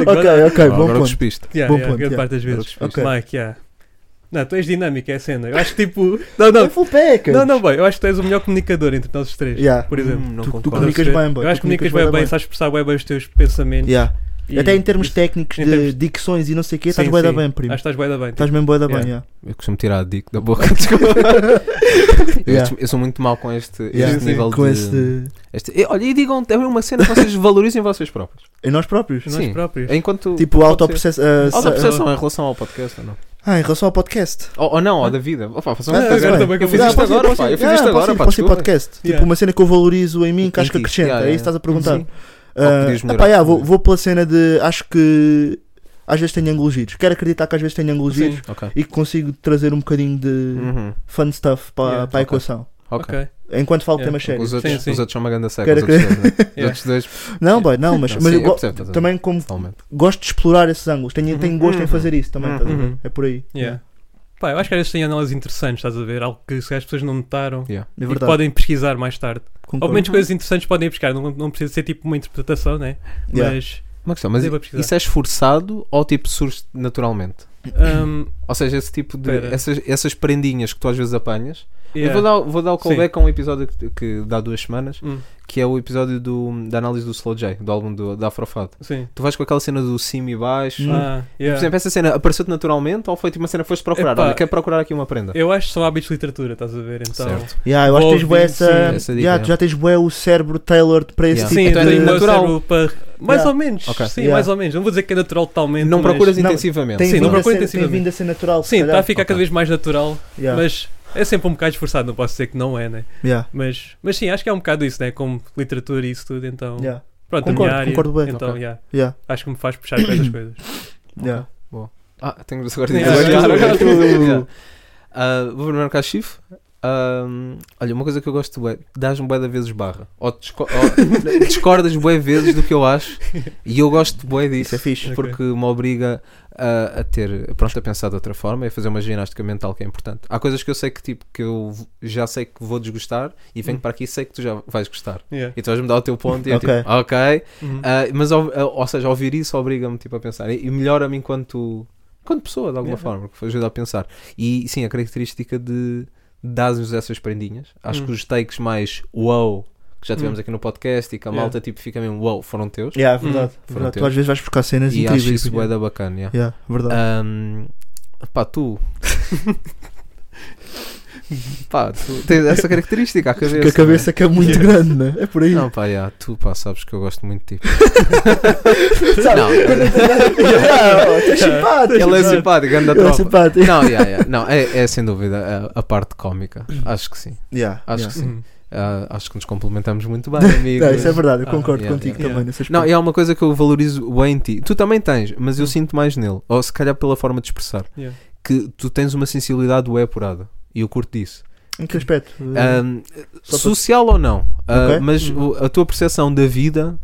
E: Ok, ok,
F: Agora
E: bom
F: agora
E: ponto.
F: cuspiste.
G: Yeah,
E: Bom
G: yeah,
E: ponto,
G: grande
E: yeah.
G: parte das
F: Agora
G: vezes.
E: cuspiste. Ok.
G: Mike, yeah. Não, tu és dinâmico, é a cena. Eu acho que tipo. Não, não,
E: É full package.
G: não, não, bem. Eu acho que tu és o melhor comunicador entre nós os três.
E: Yeah.
G: Por exemplo.
F: Hum, não
E: Tu- tu
F: concordo.
E: comunicas
G: Estás a
E: bem,
G: perceber?
E: boy.
G: Eu acho que comunicas bem, bem, sabes expressar bem, bem os teus pensamentos.
E: Yeah.
G: e-
E: Até em termos
G: e-
E: técnicos
G: em
E: de
G: termos-
E: dicções e não sei o quê, estás
G: Sim,
E: bué da
G: sim.
E: bem,
G: Acho
E: primo.
G: que estás bem da bem. tipo.
E: Estás mesmo bué da bem,
G: Yeah.
E: yeah.
F: Eu costumo tirar a dica da boca, desculpa. Eu-
E: Yeah.
F: Eu sou muito mal com este, este
E: Yeah.
F: nível
E: Com
F: de.
E: esse...
F: este- e, olha, e digam também uma cena que vocês valorizem vocês próprios.
E: Em nós próprios.
G: Nós
F: Sim. É
G: próprios.
F: Enquanto.
E: Tipo,
F: pode ser.
E: autoprocess- ah,
F: Autopercepção
G: é
F: em relação ao podcast ou não?
E: Ah, em relação ao podcast.
F: Ou, ou Oh, não, ou da vida. Opa, um façam
E: Ah,
F: uma
E: é,
F: coisa.
E: agora
G: também que
F: eu
G: eu
F: fiz
G: vou-
F: isto
E: posso ir-
F: agora,
E: posso
F: pá.
E: ir-
F: Eu fiz
E: ah,
F: isto
E: posso
F: agora,
E: ir-
F: pá.
E: Posso ir
F: desculpa.
E: podcast. Tipo,
G: Yeah.
E: uma cena que eu valorizo em mim, que
F: Em
E: acho que
F: ti.
E: acrescenta.
F: Yeah,
E: É
F: yeah,
E: isso que estás a perguntar.
F: Sim, né? sim. Ou
E: Ah,
F: podias melhorar.
E: epá, yeah, vou, vou pela cena de. Acho que. Às vezes tenho angologidos. Quero acreditar que às vezes tenho angologidos
G: Sim.
F: Ok.
E: e que consigo trazer um bocadinho de
F: Uhum.
E: fun stuff para
G: Yeah,
E: a
F: ok.
E: equação.
F: Ok.
G: Ok.
E: Enquanto falo de
G: Yeah,
E: temas sérios.
F: Os outros,
G: Sim, sim.
F: os outros são uma ganda seca. Os
E: Quero
F: outros dois, né? Os
G: Yeah.
F: outros dois.
E: Não, boy, não, mas,
F: Não,
E: mas
F: sim,
E: eu go-
F: percebo, estás a ver.
E: também como
F: Totalmente.
E: gosto de explorar esses ângulos. Tenho, tenho gosto em
F: Uhum.
E: fazer isso também. estás a ver?
G: Uhum.
E: É por aí.
G: Yeah. Pá, eu acho que às vezes tem análises interessantes, estás a ver? Algo que se calhar as pessoas não notaram.
F: Yeah.
E: É
G: E que
E: verdade.
G: podem pesquisar mais tarde. Ou
E: concordo.
G: pelo menos coisas interessantes podem ir buscar. Não, não precisa ser tipo uma interpretação, né?
E: Yeah.
G: Mas.
F: Uma questão, mas
G: Dei para pesquisar.
F: isso é esforçado ou tipo surge naturalmente?
G: hum,
F: Ou seja, esse tipo de.
G: Espera.
F: Essas, essas prendinhas que tu às vezes apanhas.
G: yeah.
F: Eu vou dar, vou dar o callback a um episódio que, que dá duas semanas,
G: Hum,
F: que é o episódio do, da análise do Slow J, do álbum do, da Afrofado.
G: sim.
F: Tu vais com aquela cena do cima e baixo.
E: Hum.
G: Ah,
F: Por
G: yeah.
F: exemplo, essa cena apareceu-te naturalmente ou foi tipo uma cena que foste procurar?
G: Epá.
F: Olha, quero procurar aqui uma prenda.
G: Eu acho que são hábitos de literatura, estás a ver? Então,
F: Certo.
E: Yeah, eu acho que tens bué
G: Envolvido,
E: essa.
G: sim.
F: Essa dica,
E: yeah, tu
F: é.
E: já tens bué o cérebro tailored para esse
F: Yeah.
E: tipo
G: Sim,
F: Então
E: de.
F: é
G: tenho
F: natural.
G: natural para. Mais
E: Yeah.
G: ou menos,
F: Ok.
G: sim,
E: Yeah.
G: mais ou menos. Não vou dizer que é natural totalmente.
F: Não
G: mas-
F: procuras
E: Não,
F: intensivamente.
E: Tem,
G: Sim, não
E: vindo a
G: procura
E: ser, tem
F: tipo
G: intensivamente.
E: vindo a ser natural.
F: tá
E: se
G: Sim, está
E: calhar.
G: a ficar cada vez mais natural,
E: Yeah,
G: mas é sempre um bocado esforçado, não posso dizer que não é, né?
E: yeah,
G: Mas, mas sim, acho que é um bocado isso, né? Como literatura e isso tudo, então.
E: yeah,
G: Pronto, a
E: Concordo,
G: minha área.
E: concordo bem.
G: Então,
F: Ok.
G: yeah,
E: yeah,
G: acho que me faz puxar para essas coisas.
E: yeah.
F: Ah, tenho agora de
G: Sim,
F: dizer.
G: agora tu,
F: Agora
E: agora
F: tu.
E: tu.
F: Já. Ah, Vou primeiro cá, Chif. Ahm, olha, uma coisa que eu gosto é dás-me bué da vezes barra ou, disco- ou discordas bué vezes do que eu acho e eu gosto bué disso
E: Isso é fixe.
F: porque me obriga a, a ter pronto a pensar de outra forma e a fazer uma ginástica mental que é importante. Há coisas que eu sei que tipo que eu v- já sei que vou desgostar e venho
G: Hum.
F: para aqui e sei que tu já vais gostar
G: Yeah.
F: e tu vais me dar o teu ponto e é
E: Ok.
F: tipo, ok
G: Uhum.
F: ah, mas, ou, ou seja, ouvir isso obriga-me tipo, a pensar e e melhora-me enquanto, enquanto pessoa, de alguma
G: Yeah.
F: forma, que ajuda a pensar. E sim, a característica de dar-nos essas prendinhas, acho
G: Hum.
F: que os takes mais wow que já tivemos
G: Hum.
F: aqui no podcast e que a
G: Yeah.
F: malta tipo, fica mesmo wow, foram teus.
E: Yeah, é verdade.
F: Foram
E: verdade. Tu
F: teus.
E: às vezes vais buscar cenas
F: E Hum. acho
E: incríveis.
F: isso bué da Ah, bacana. yeah.
E: Yeah, verdade.
F: Ahm, pá, tu Pá, tu tens essa característica à cabeça.
E: Porque a
F: não é?
E: cabeça que é muito grande, né? É por aí.
F: Não, pá, já, tu pá, sabes que eu gosto muito de ti.
E: Sabe?
F: não.
E: Quando eu tô- Yeah, oh, tu és simpático.
F: Ele é simpático, anda
E: Ele é
F: tropa.
E: simpático.
F: Não, yeah, yeah. não é, é sem dúvida a, a parte cómica. Acho que sim.
E: Yeah,
F: Acho
E: yeah.
F: que sim.
G: Uhum.
F: Ah, acho que nos complementamos muito bem, amigos.
E: Não, isso é verdade, eu
F: Ah,
E: concordo
F: yeah,
E: contigo
F: yeah.
E: também. nesse aspecto.
F: Não, e há uma coisa que eu valorizo bem em ti. Tu também tens, mas
E: Hum.
F: eu sinto mais nele. Ou se calhar pela forma de expressar.
G: Yeah.
F: Que tu tens uma sensibilidade bem apurada. E eu Ah, curto isso.
E: Em que aspecto?
F: Ahm,
E: Hum. só
F: social ou não, ah,
E: Ok. Hum.
F: mas o- a tua percepção da vida.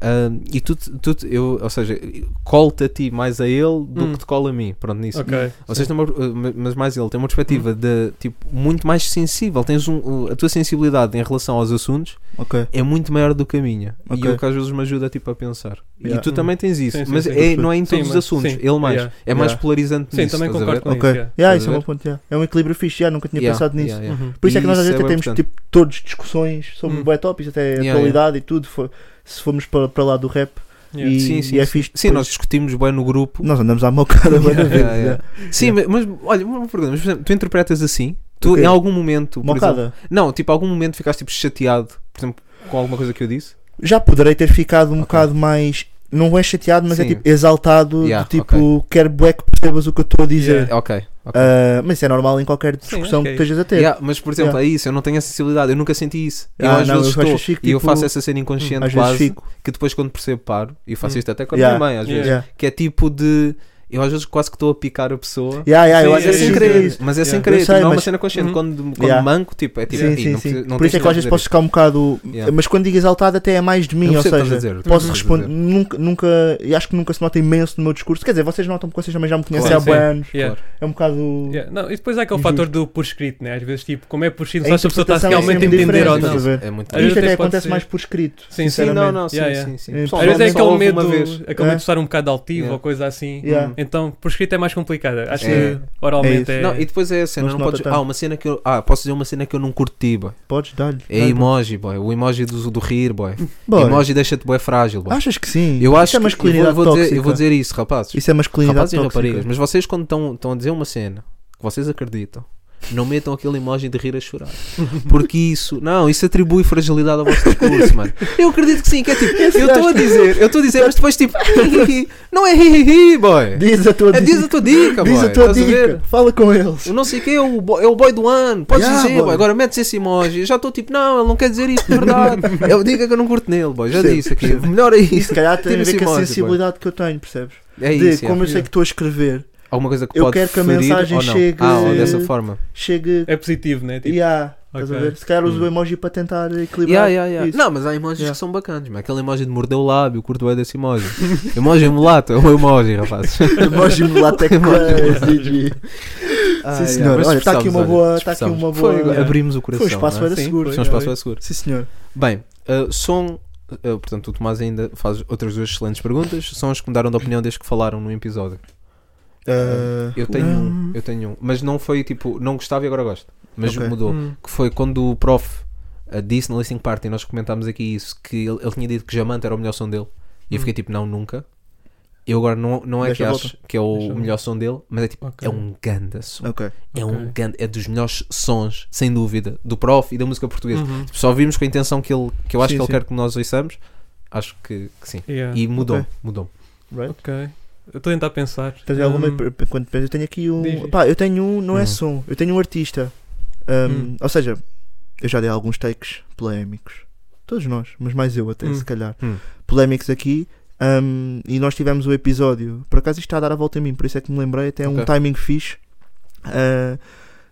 F: ahm, e tu, te- tu te- eu, ou seja, colo-te a ti mais a ele do
G: Hum.
F: que te cola a mim. Pronto, nisso.
G: Ok.
F: Vocês têm uma, uh, mas mais ele tem uma perspectiva de tipo muito mais sensível. Tens um, uh, a tua sensibilidade em relação aos assuntos
E: Ok.
F: é muito maior do que a minha. E
E: Ok.
F: eu que às vezes me ajuda tipo a pensar.
E: Yeah.
F: E tu
G: Hum.
F: também tens isso,
G: Sim, sim,
F: mas
G: sim.
F: é- não é em
G: Sim,
F: todos os
G: mas-
F: assuntos.
G: sim.
F: Ele mais
G: Yeah.
F: é mais
E: Yeah.
G: Sim,
F: polarizante. nisso,
G: também
F: estás a ver?
G: concordo com
E: Ok,
G: isso. yeah.
E: yeah,
F: Estás
E: isso
F: a
E: é um
F: ver?
E: bom ponto. yeah. É um equilíbrio fixe, yeah, nunca tinha
F: Yeah,
E: pensado nisso.
F: yeah, yeah.
G: Uhum.
E: Por isso é que nós às
F: Isso
E: vezes
F: é
E: até
F: bué
E: temos
F: importante.
E: tipo, todos discussões sobre
G: Hum.
E: bué topics, até
F: Yeah,
E: atualidade e tudo. fo- se formos para, para lá do rap,
G: Yeah.
E: E-
F: Sim, sim,
E: é
F: sim.
E: fixe
F: Sim,
E: depois-
F: nós discutimos bem no grupo.
E: nós andamos à mocada né? bué da vez.
F: Yeah,
E: yeah.
F: yeah. Sim, mas mas, olha, uma pergunta, mas, por exemplo, tu interpretas assim? Tu
E: O quê?
F: em algum momento, por exemplo,
E: Mocada.
F: não, tipo, algum momento ficaste tipo chateado, por exemplo, com alguma coisa que eu disse?
E: Já poderei ter ficado um bocado mais. Não é chateado, mas é
F: Sim.
E: tipo exaltado.
F: Yeah,
E: do tipo, quero bué que percebas o que eu estou a dizer.
G: Yeah.
F: Ok, ok.
E: Ah, mas isso é normal em qualquer
G: Sim,
E: discussão
G: ok.
E: que estejas a ter.
F: Yeah, mas por exemplo, é isso, eu não tenho essa sensibilidade, eu nunca senti isso. Eu
E: Ah,
F: às vezes
E: não, eu às
F: estou
E: vezes fico,
F: e eu
E: tipo,
F: faço essa cena inconsciente
E: Às vezes
F: quase
E: fico.
F: que depois quando percebo paro, e eu faço
G: Hum.
F: isto até com a
E: Yeah.
F: minha mãe, às vezes,
G: Yeah.
E: Yeah.
F: que é tipo de eu às vezes quase que estou a picar a pessoa.
E: Yeah, yeah, eu
G: Sim,
E: às
F: Mas é
E: vezes
G: sim,
F: sem
G: sim,
E: sinto
F: querer,
E: isso.
F: mas é sem
G: Yeah.
F: querer,
E: Eu sei,
F: não é uma
E: mas-
F: cena consciente.
G: Uhum.
F: Quando, quando
E: Yeah.
F: manco, tipo, é tipo,
E: Sim,
F: "Ih,
E: sim,
F: não
E: sim.
F: preciso- não
E: Por isso é
F: tens
E: que eu às vezes
F: fazer
E: posso ficar um bocado.
F: Yeah.
E: Mas quando digo exaltado, até é mais de mim,
F: Eu
E: ou
F: percebo o que
E: seja,
F: estás a dizer,
E: posso
F: eu percebo o que estás a
E: responder.
F: dizer.
E: Nunca, nunca. E acho que nunca se nota imenso no meu discurso. Quer dizer, vocês notam porque vocês também já me conhecem
G: Claro,
E: há
G: sim.
E: bué anos.
G: Yeah.
E: É um bocado.
G: Yeah. Não, e depois há aquele fator do por escrito, né? Às vezes, tipo, como é por escrito,
E: A
G: não sabes se a pessoa está
E: interpretação é
G: realmente a
E: sempre
G: entender ou
E: diferente,
G: não.
E: estás a ver?
F: É muito
G: Às vezes
E: Isto até
G: até pode
E: acontece
G: ser-
E: mais por escrito.
G: Sim, sim.
E: sinceramente.
F: não, não, sim,
G: Yeah, yeah.
F: sim, sim.
E: Às
G: Às vezes é
E: Normalmente
G: aquele medo,
F: uma vez.
G: aquele medo
E: É.
G: de estar um bocado altivo
F: Yeah.
G: ou coisa assim.
E: Yeah.
F: Uhum.
G: Então, por escrito é mais complicado. Acho
F: Sim.
G: que oralmente
E: É
G: é.
F: Não, e depois é a cena,
E: Não se
F: não,
E: nota
F: podes.
E: tanto.
F: Ah, uma cena que eu. Ah, posso dizer uma cena que eu não curti, boy.
E: Podes dar-lhe.
F: É emoji, boy. O emoji do, do rir, boy.
E: Boy,
F: Emoji deixa-te boy frágil, boy.
E: Achas que sim?
F: eu acho
E: Isso é
F: que. Eu vou,
E: masculinidade
F: eu vou dizer, eu vou
E: tóxica.
F: dizer isso, rapazes.
E: Isso é masculinidade
F: rapazes e
E: tóxica.
F: raparigas. Mas vocês, quando estão a dizer uma cena que vocês acreditam. Não metam aquele emoji de rir a chorar. Porque isso. Não, isso atribui fragilidade ao vosso discurso, mano. Eu acredito que sim, que é tipo. Eu estou a dizer, eu estou a dizer, mas depois tipo. Não é hi, hi, hi, boy.
E: Diz a tua
F: É,
E: dica.
F: diz a tua dica, boy.
E: Diz a tua
F: Estás ver?
E: dica. Fala com eles.
F: Eu não sei quem é o boy, é o boy do ano. Podes
E: Yeah,
F: dizer,
E: boy.
F: boy. Agora metes esse emoji. Eu já estou tipo, não, ele não quer dizer isso de verdade. Eu diga que eu não curto nele, boy. Já
E: Percebo,
F: disse aqui. Melhor é
E: E
F: isso.
E: se calhar tem
F: Tira
E: a ver
F: esse
E: com a
F: emoji, boy.
E: sensibilidade que eu tenho, percebes?
F: É
E: De
F: isso.
E: como
F: yeah.
E: eu sei que estou a escrever,
F: Alguma coisa que
E: eu
F: pode
E: quero que a
F: ferir
E: mensagem
F: ou não.
E: chegue-
F: Ah, ou dessa forma.
E: chegue.
G: É positivo, né? Tipo,
E: Yeah, estás a
G: Ok.
E: ver? Se calhar uso
F: Hum.
E: o emoji para tentar
F: Yeah,
E: equilibrar.
F: yeah, yeah.
E: isso.
F: Não, mas há emojis
E: Yeah.
F: que são bacanas. Mas aquele emoji de mordeu o lábio, curto bem desse emoji. emoji mulato, é um emoji, rapaz.
E: Emoji no latex. crazy.
F: Ah,
E: Sim,
F: yeah,
E: senhor.
F: mas
E: Olha, está aqui
F: expressamos,
E: uma
F: olha,
E: boa. Está aqui
F: expressamos.
E: uma boa.
F: Foi,
E: yeah.
F: Abrimos o coração.
E: Foi um espaço
F: não é?
E: era
G: Sim,
E: seguro.
G: foi,
F: Foi um
E: yeah,
F: espaço
E: yeah.
F: era seguro.
E: Sim, senhor.
F: Bem, uh, são. uh, portanto, o Tomás ainda faz outras duas excelentes perguntas. São as que me deram de opinião desde que falaram no episódio. É.
E: Ah,
F: Eu tenho
E: hum,
F: um, eu tenho um. Mas não foi tipo, não gostava e agora gosto. Mas
E: Ok.
F: mudou.
G: Hum.
F: Que foi quando o prof uh, disse na Listening Party, nós comentámos aqui isso, que ele, ele tinha dito que Jamante era o melhor som dele. E eu fiquei tipo, não, nunca. Eu agora não, não é
E: Deixa
F: que
E: a
F: acho que é o
G: Deixa Hum. a
F: melhor som dele, mas é tipo,
G: Ok.
F: é um ganda som.
E: Ok.
F: É um
G: Ok.
F: grande, é dos melhores sons, sem dúvida, do prof e da música portuguesa.
G: Uhum.
F: Tipo, Só vimos com a intenção que ele, que eu acho
E: Sim,
F: que ele
E: sim. É.
F: quer que nós ouçamos. Acho que, que sim.
G: Yeah.
F: E mudou,
E: Ok.
F: mudou.
E: Right.
G: Ok. Eu estou a tentar pensar.
E: Tens alguma.
G: Hum,
E: per- per- Quando pensas, eu tenho aqui
G: Diz,
E: um.
G: diz.
E: Pá, eu tenho um, não é
F: Hum.
E: som, eu tenho um artista. Um,
G: Hum.
E: Ou seja, eu já dei alguns takes polémicos. Todos nós, mas mais eu até,
G: Hum.
E: se calhar.
F: Hum.
E: Polémicos aqui. um, e nós tivemos o episódio. Por acaso isto está a dar a volta em mim, por isso é que me lembrei. Até é um
F: Ok.
E: timing fixe. Ah,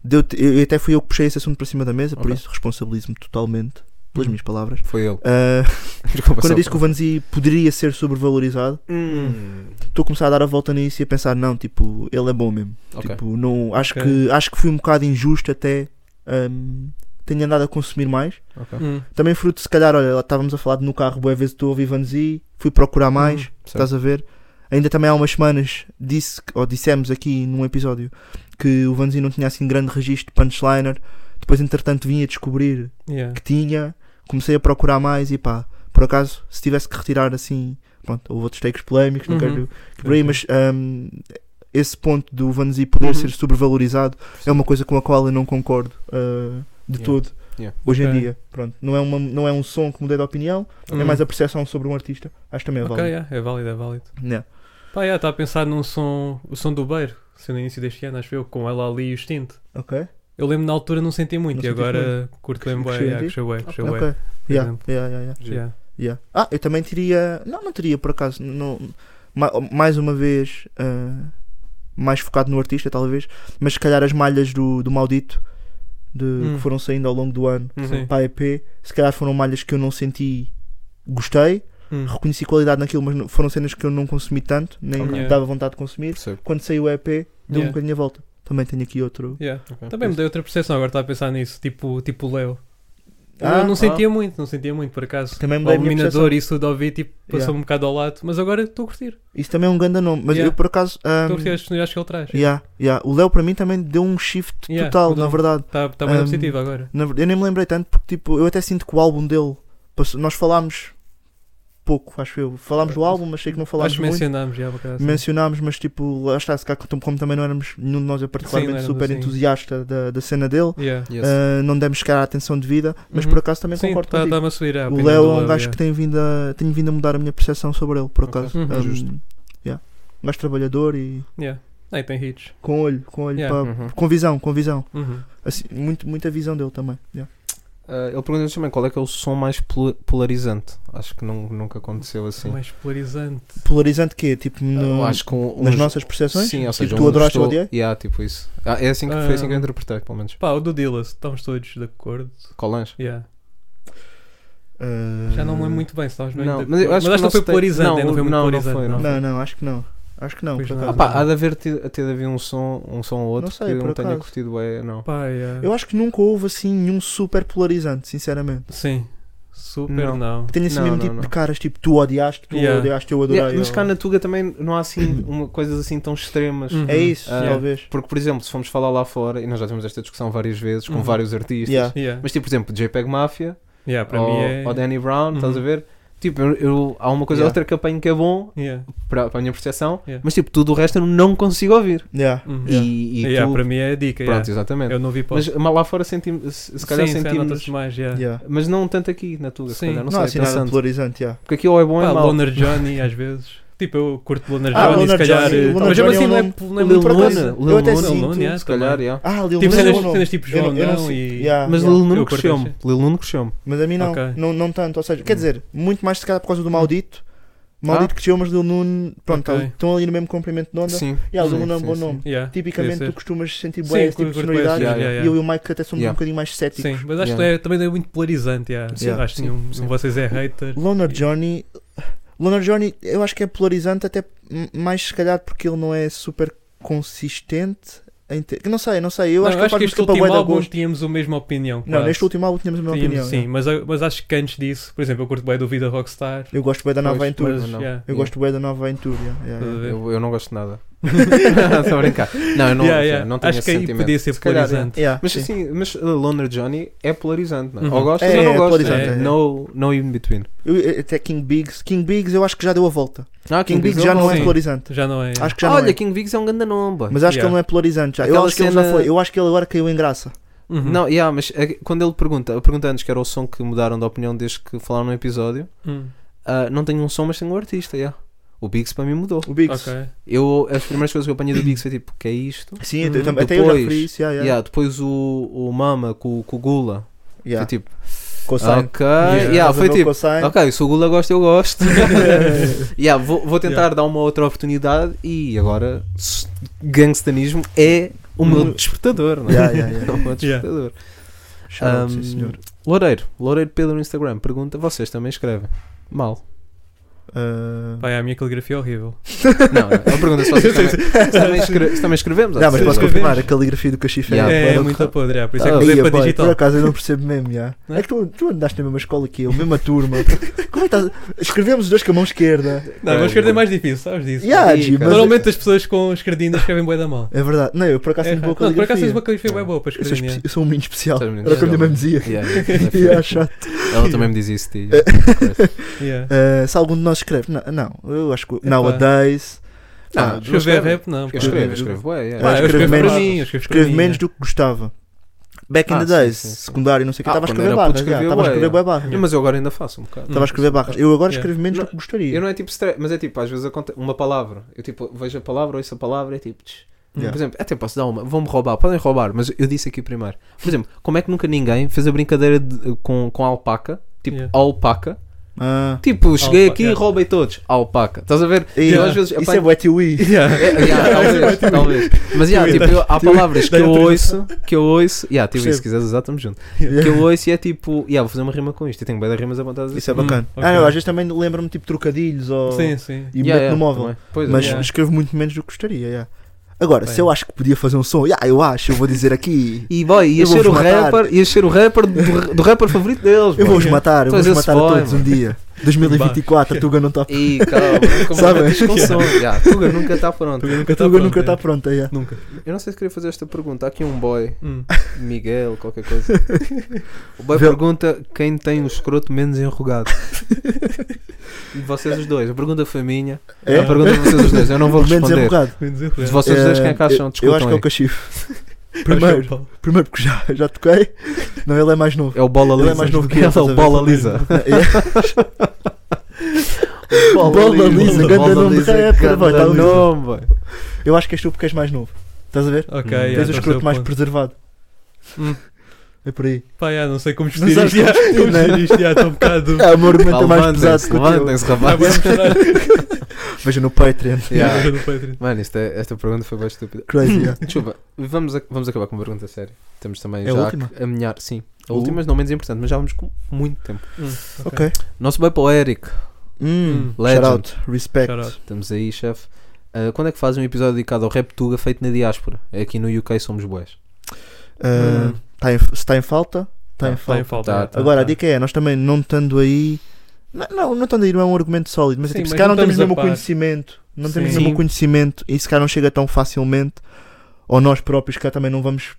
E: deu eu, eu até fui eu que puxei esse assunto para cima da mesa, por
F: Ok.
E: isso responsabilizo-me totalmente pelas
F: Hum.
E: minhas palavras.
F: Foi ele.
E: Ah,
F: Desculpa,
E: quando
F: só-
E: eu disse que o Vanzi poderia ser sobrevalorizado,
F: Hum,
E: estou a começar a dar a volta nisso e a pensar: não, tipo, ele é bom mesmo.
F: ok.
E: Tipo, não, acho,
G: Ok.
E: que, acho que fui um bocado injusto até. hum, tenho andado a consumir mais.
G: hum,
E: Também fruto, se calhar, olha, lá estávamos a falar de no carro, boa vez estou a ouvir Vanzi, fui
G: Hum,
E: procurar mais, estás a ver? Ainda também há umas semanas disse, ou dissemos aqui num episódio, que o Vanzi não tinha assim grande registro de punchliner. Depois, entretanto, vim a descobrir
G: yeah.
E: que tinha, comecei a procurar mais e pá, por acaso, se tivesse que retirar assim, pronto, houve outros takes polémicos, não
G: Uhum.
E: quero que por aí, mas hum, esse ponto do Vanzi poder
G: Uhum.
E: ser sobrevalorizado é uma coisa com a qual eu não concordo ah, de
F: Yeah.
E: todo
F: Yeah.
G: Ok.
E: hoje em dia. Pronto, não é, uma, não é um som que mudei de opinião, é mais a percepção sobre um artista. Acho que também é
G: Uhum. Ok,
E: válido.
G: yeah, é válido, é válido.
E: Yeah.
G: Pá, yeah, está a pensar num som, o som do Beiro, sendo no início deste ano, acho eu, com ela ali e o extinto.
E: Ok?
G: Eu lembro na altura não senti muito
E: Não
G: e
E: sentiste
G: agora curto bem,
E: Cresceu em
G: yeah,
E: ti?
G: cresceu bué, cresceu bué.
E: Ok. Yeah,
G: exemplo.
E: yeah, yeah, yeah,
G: Yeah.
E: yeah. Ah, eu também teria. Não, não teria por acaso. Não, ma- mais uma vez, ah, mais focado no artista, talvez. Mas se calhar as malhas do, do Maldito de,
G: Hum.
E: que foram saindo ao longo do ano
G: Sim.
E: para a EP, se calhar foram malhas que eu não senti. Gostei,
G: Hum.
E: reconheci qualidade naquilo, mas não- foram cenas que eu não consumi tanto, nem
G: Ok.
E: dava vontade de consumir.
F: Percebo.
E: Quando saiu o EP, deu um
G: Yeah.
E: bocadinho a volta. Também tenho aqui outro.
G: Yeah.
F: Ok.
G: Também me dei outra percepção, agora está a pensar nisso, tipo tipo o Leo.
E: Ah,
G: eu não
E: ah.
G: sentia muito, não sentia muito por acaso.
E: Também me
G: O
E: dei a minha
G: Minador e isso tudo ouvi, tipo, passou
E: Yeah.
G: um bocado ao lado, mas agora estou a curtir.
E: Isso também é um grande nome, mas
G: Yeah.
E: eu por acaso. ah,
G: Estou a curtir as oportunidades que ele traz.
E: Yeah, yeah. O Léo para mim também deu um shift
G: Yeah,
E: total,
G: mudou.
E: na verdade.
G: Está tá bem
E: Um,
G: positivo agora.
E: Na ver- eu nem me lembrei tanto porque tipo, eu até sinto que o álbum dele passou- nós falámos pouco, acho eu. Falámos do álbum, mas sei que não falámos
G: Acho que
E: muito.
G: mencionámos já, por acaso.
E: Mencionámos, mas tipo, lá está, se calhar, como- como também não éramos nenhum de nós é
G: não
E: particularmente
G: éramos
E: super
G: assim.
E: entusiasta da, da cena dele,
G: Yeah.
F: Yes.
E: ah, não demos sequer a atenção devida, mas
G: Uhum.
E: por acaso também
G: Sim, tá
E: concordo
G: está
E: contigo.
G: me a subir.
E: O Léo é um gajo que tem vindo a, tenho vindo a mudar a minha percepção sobre ele, por
F: Ok.
E: acaso.
G: Uhum.
E: Um,
F: Justo.
E: yeah. Um gajo trabalhador e
G: tem. Yeah. Ah, e tem hits.
E: com olho, com olho
G: Yeah.
E: para-
F: Uhum.
E: ah, com visão, com visão.
G: Uhum.
E: Assim, muito, muita visão dele também. yeah.
F: Ah, ele pergunta também qual é que é o som mais polu- polarizante. Acho que nun- nunca aconteceu assim.
G: Mais polarizante.
E: Polarizante que Tipo, no-
F: Eu acho que um-
E: nas
F: uns-
E: nossas percepções?
F: Sim, ou
E: Tipo,
F: seja,
E: tu
F: um
E: adoraste ou
F: gostou-
E: odiei?
F: Yeah, tipo isso. Ah, é assim que, foi assim que eu
G: Ah.
F: interpretei, pelo menos.
G: Pá, o do Dillas, estamos todos de acordo.
F: Colange.
G: Yeah.
E: Ah,
G: Já não me lembro muito bem se estávamos bem
F: Hum. Não,
G: de acordo.
F: mas eu acho que
G: não foi
F: o nosso te-
G: polarizante,
F: não,
G: não, não foi muito
F: não, não
G: polarizante.
F: foi, não.
E: Ah, Não, não, acho que não. Acho que não.
G: Pois
E: por
G: não.
E: acaso.
F: Ah, pá, há de haver tido, ter havido um som, um som ou outro
E: Não sei,
F: que eu
E: por
F: não tenha
E: acaso.
F: curtido, é, não.
G: Pá, yeah.
E: Eu acho que nunca houve assim nenhum super polarizante, sinceramente.
G: Sim. Super
F: Não.
G: não.
E: Que tenha assim
F: Não,
E: mesmo
F: não,
E: tipo de
F: não.
E: caras, tipo tu odiaste, tu
G: Yeah.
E: odiaste, eu adorei.
F: Yeah, mas
E: ou-
F: cá na Tuga também não há assim uma, coisas assim tão extremas.
G: Uhum.
E: É isso,
F: Ah,
E: talvez.
F: Porque, por exemplo, se formos falar lá fora, e nós já tivemos esta discussão várias vezes com
G: Uhum.
F: vários artistas,
E: Yeah.
G: Yeah.
F: mas Oh, tipo, por exemplo, JPEG Mafia
G: Yeah, para
F: ou,
G: mim é.
F: ou Danny Brown,
G: Uhum.
F: estás a ver? Tipo, eu, eu- há uma coisa ou
E: Yeah.
F: outra que apanho que é bom
G: Yeah.
F: para, para a minha percepção,
G: Yeah.
F: mas tipo, tudo o resto eu não consigo ouvir.
E: Yeah.
G: Uhum.
F: E, e
G: Yeah,
F: tu-
G: para mim é a dica.
F: pronto,
G: yeah.
F: exatamente.
G: Eu não vi
F: Mas
G: post.
F: mas lá fora sentimos, se se calhar
G: Sim, sim,
F: sentimos,
G: nota-se mais. Yeah.
E: Yeah.
F: mas não tanto aqui na Tuga, se
G: Sim.
F: calhar, não,
E: Não,
F: sei, é
E: há assim nada
F: interessante.
E: polarizante, yeah.
F: Porque aquilo ou é bom ou é
G: Pá,
F: mau.
G: Loner Johnny às vezes. Tipo, eu curto Loner
E: Ah,
G: Johnny, se
E: Loner
G: calhar.
E: Johnny,
G: eh,
E: Loner
G: mas mesmo
E: Johnny é
G: assim
E: um
G: não é,
E: nome-
G: po- não é
E: Lil
G: muito
E: Por acaso,
G: polarizante.
F: Lil
E: eu até
F: Nun,
E: sinto,
F: Lil Nun, se calhar, yeah.
E: Ah, Lil
G: Tipo
E: Nun
G: cenas,
E: é um nome.
G: cenas tipo
E: Eu
G: João
E: não- eu não
G: não
E: sei.
G: e.
E: Ah, Yeah,
F: Mas
E: yeah.
F: Lil Nuno
G: Eu curto
F: cresceu-me. Lil Nuno cresceu-me.
E: Mas a mim não,
G: Ok. Hum.
E: não, não tanto. Ou seja, quer dizer, muito mais se calhar por causa do maldito. Maldito que chegou, mas Lil Nun, pronto,
G: Ah? Ok.
E: estão ali no mesmo comprimento de onda.
F: Sim.
E: E yeah, Lil
F: Sim,
E: Nun é um
F: sim,
E: bom
F: sim.
E: nome.
G: Yeah,
E: Tipicamente
G: podia
E: tu
G: ser.
E: costumas sentir
G: Sim,
E: bem esse tipo
G: curto- curto
E: de
G: bué esse,
E: sonoridade.
F: yeah,
G: yeah,
E: E
G: yeah.
E: eu e o Mike até somos
F: Yeah.
E: um bocadinho mais céticos.
G: Sim, mas acho
F: Yeah.
G: que é, também é muito polarizante. Yeah.
E: Sim,
G: acho que
F: sim,
G: nenhum de
F: sim.
G: vocês é hater.
E: Loner Johnny. Loner Johnny, eu acho que é polarizante, até m- mais se calhar porque ele não é super consistente. em te- Não sei, não sei. Eu
G: Não,
E: acho que ele faz
G: este
E: música para
G: último
E: bué da
G: álbum
E: gosto.
G: tínhamos a mesma opinião.
E: Não,
G: quase.
E: neste último álbum tínhamos a mesma
G: Tínhamos,
E: opinião.
G: Sim,
E: yeah.
G: mas, mas acho que antes disso, por exemplo, eu curto bem do Vida Rockstar.
E: Eu gosto bem da Nova
F: Pois,
E: Aventura.
F: mas
G: mas, eh,
F: não.
G: yeah.
E: Eu gosto bem da Nova Aventura. yeah, yeah, yeah.
G: Estás a ver?
F: Eu, eu não gosto de nada. Estou a brincar. Não, eu não,
G: Yeah,
F: já,
G: yeah.
F: não tenho
G: Acho
F: esse
G: que aí
F: sentimento.
G: podia ser
F: Se calhar,
G: polarizante.
E: Yeah,
F: Mas
E: sim.
F: assim, mas uh, Loner Johnny é polarizante, não é?
G: Uhum.
F: Ou gostas
E: É,
F: ou não
E: é
F: gostas.
E: polarizante, é.
F: No, no in between.
E: Eu- eu- até King Biggs. King Biggs eu acho que já deu a volta.
F: Ah,
E: King, Biggs já não é
G: sim.
E: polarizante.
G: Já não é.
E: Acho que já
F: Olha,
E: não é.
F: King Biggs é um grande nome. boy.
E: Mas acho que
G: Yeah.
E: ele não é polarizante já. Eu
F: Aquela
E: acho que ele
F: cena-
E: já foi. Eu acho que ele agora caiu em graça.
G: Uhum.
F: Não, yeah, mas eh, quando ele pergunta, eu perguntei antes que era o som que mudaram de opinião desde que falaram no episódio.
G: Hum,
F: Ah, não tenho um som, mas tenho um artista. Yeah. O Biggs para mim mudou.
E: O Biggs.
G: Ok.
F: Eu, as primeiras coisas que eu apanhei do Biggs foi tipo, que é isto?
E: Sim, eu- eu
G: Hum.
E: também- até eu já
F: Depois-
E: referi isso. Yeah, yeah.
F: Yeah, depois o, o Mama com, com o Gula.
E: Yeah.
F: Foi tipo,
E: Cosine.
F: ok. Yeah,
G: Yeah,
F: foi tipo,
E: Cosine.
F: ok, se o Gula gosta, eu gosto. yeah, vou, vou tentar dar uma outra oportunidade e agora s- gangstanismo é o meu despertador, não é?
E: Hum. Yeah, yeah, yeah.
F: É o meu
G: Yeah.
F: despertador.
E: Shout-out, sim,
F: Um,
E: senhor.
F: Loureiro, Loureiro Pedro no Instagram pergunta: vocês também escrevem? Mal.
E: Ah,
G: Pá, a minha caligrafia é horrível.
F: Não, não. Ele pergunta se vocês também, se também, escre- se também escrevemos.
E: Não, mas posso
G: escrevemos.
E: confirmar, a caligrafia do Cachifé
F: Yeah.
G: é
E: bué da
G: muito
E: corre-
G: podre, é, por isso é
F: Ah,
G: que
E: Ia,
G: usei para
E: pá,
G: digital.
E: Por acaso eu não percebo mesmo, já. É que tu, tu andaste na mesma escola que eu, mesma turma. Como é que estás? Escrevemos os dois com a mão esquerda.
G: Não, mas escrever é mais difícil, sabes disso?
E: Yeah,
F: Sim,
E: Gi,
F: cara.
E: mas-
G: Normalmente as pessoas com escredinhas escrevem bué da mal.
E: É verdade. Não, eu por acaso
G: É
E: tenho
G: raro.
E: boa
G: Não, por acaso
E: caligrafia.
G: tens uma caligrafia bué boa para
E: Eu sou, espe-
G: escrever.
E: eu sou um menino especial.
F: Sou um menino
E: Era o que a minha mãe dizia.
F: Yeah,
E: E
F: yeah.
E: é chato.
F: Ela também me diz isso. Tia.
G: Yeah.
E: Eh, Ah, se algum de nós escreve, não, não eu acho que
G: Epá.
E: nowadays.
F: Não, eu
G: Escrever
F: escrevo,
G: rap não.
F: eu
G: pá.
F: escrevo, eu escrevo, ué, é.
G: Pá,
E: Ah,
G: eu
E: escrevo
G: escrevo para
E: menos.
G: mim, eu escrevo para
E: Escrevo
G: mim,
E: menos
G: é.
E: do que gostava. Back in
F: Ah,
E: the
F: sim,
E: days,
F: sim, sim.
E: secundário, não sei o que,
F: Ah,
E: estava a
F: quando
E: escrever
F: era puto,
E: barras. já,
F: escrevia
E: Estava a
F: bué,
E: escrever
F: yeah.
E: bué barras.
F: Mas eu agora ainda faço um bocado.
E: Estava a escrever barras. Eu agora escrevo menos do
F: Não,
E: que
F: Eu
E: gostaria.
F: não é tipo stress, mas é tipo, às vezes acontece uma palavra. Eu tipo, vejo a palavra, ouço a palavra, é tipo. tch.
E: Yeah.
F: Por exemplo, até posso dar uma, vão-me roubar, podem roubar, mas eu disse aqui primeiro. Por exemplo, como é que nunca ninguém fez a brincadeira de- com, com a alpaca? Tipo,
G: Yeah.
F: alpaca.
E: Ah,
F: Tipo, cheguei
G: Alpaca,
F: aqui e
G: yeah.
F: roubei todos. Alpaca. Estás a ver?
E: e-
F: Eu às vezes
E: Isso é
F: apanho-
E: bué tiwi.
F: É, yeah, talvez, talvez. Mas yeah, tipo, eu- há palavras que eu ouço, que eu ouço, yeah, tipo, e se
E: Percebo.
F: quiseres usar, estamos junto. Que eu ouço e é tipo, yeah, vou fazer uma rima com isto. Eu tenho bem de rimas apontadas
E: Isso é
G: Hum,
E: bacana.
G: ok.
E: Ah, não, às vezes também lembro-me tipo trocadilhos ou.
G: Sim, sim.
F: Yeah,
E: E meto no
F: yeah,
E: móvel.
F: também. Pois é.
E: Mas
G: Yeah.
E: escrevo muito menos do que gostaria. yeah. Agora,
G: Bem.
E: se eu acho que podia fazer um som, yeah, eu acho, eu vou dizer aqui.
F: E boy, ia
E: Eu
F: ser o
E: vou-vos matar.
F: rapper, ia ser o rapper do, do rapper favorito deles.
E: Eu
F: boy.
E: vou-os matar, eu
F: é. Tu és
E: vou-os
F: esse
E: matar a
F: boy,
E: todos um
F: mano.
E: dia. 2024, a Tuga não tá- está pronta.
F: E calma, nunca me
E: Sabe?
F: metas com som. Yeah, Tuga nunca está pronto.
G: Tuga
E: A
G: nunca tá
E: Tuga
G: pronto,
E: nunca
G: é.
E: está pronta. yeah.
G: Nunca.
F: Eu não sei se queria fazer esta pergunta. Há aqui um boy,
G: Hum.
F: Miguel, qualquer coisa. O boy
E: Vê-
F: pergunta quem tem o escroto menos enrugado. E vocês os dois. A pergunta foi minha.
E: É?
F: A pergunta de vocês os dois. Eu não vou
E: Menos
F: responder.
E: enrugado.
G: Menos erro, é.
F: De vocês os dois, quem é que
E: Eh,
F: acham?
E: eu- Eu
F: Discutam
E: acho que é o
F: aí.
E: Cachifo. Primeiro, primeiro porque já, já toquei. Não, ele é mais novo.
F: É o Bola
E: Ele é
F: Lisa.
E: mais novo que eu,
F: Ele é
E: estás a
F: o
E: ver? É.
F: Bola Lisa.
E: Bola Lisa, grande
F: Bola
E: nome de
F: Lisa,
E: rapper, boy, tá
F: grande
E: liso.
F: nome, boy.
E: Eu acho que és tu porque és mais novo. Estás a ver?
G: Ok,
F: Hum.
G: yeah,
E: Tens
G: então
E: o escroto
G: sei
E: mais
G: ponto.
E: preservado.
G: Hum.
E: É por aí.
G: Pá, yeah, não sei como
E: Não
G: vestir
E: sabes
G: isto.
E: como
G: yeah,
E: vestir,
G: Como
E: né?
G: vestir isto, yeah, estou um bocado.
E: Ah, o meu argumento
F: Tá
E: é mais pesado
F: Levantem-se,
E: que o teu. Tá
F: levantem-se, rapazes.
E: Veja no Patreon.
F: Yeah.
G: Yeah. do Patreon.
F: Mano, isto é- esta pergunta foi bem estúpida.
E: Crazy, yeah.
F: Desculpa, vamos, ac- vamos acabar com uma pergunta séria. Estamos também
E: É a
F: já
E: última?
F: a caminhar. Sim, a
E: Uh.
F: última, mas não menos importante, mas já vamos com muito tempo.
G: Hum,
E: Ok.
F: Nosso bem para o Eric.
E: Hum,
F: Legend.
E: shout out. Respect.
G: Shout out.
F: Estamos aí, chefe. Ah, quando é que fazem um episódio dedicado ao rap Tuga feito na diáspora? É Aqui no UK somos boés.
E: Ah,
G: Hum.
E: tá em- se está em falta, está em
G: Tá em
E: falta.
G: falta.
F: Tá,
G: yeah,
F: tá.
E: Agora, a
G: tá.
E: dica é, nós também não estando aí... Não, não, não estando aí não é um argumento sólido, mas é
G: Sim,
E: tipo, se
G: mas
E: calhar
G: não
E: não temos
G: estamos
E: mesmo
G: a par.
E: conhecimento, não temos
G: Sim.
E: mesmo
G: Sim.
E: conhecimento e se calhar não chega tão facilmente, ou nós próprios cá também não vamos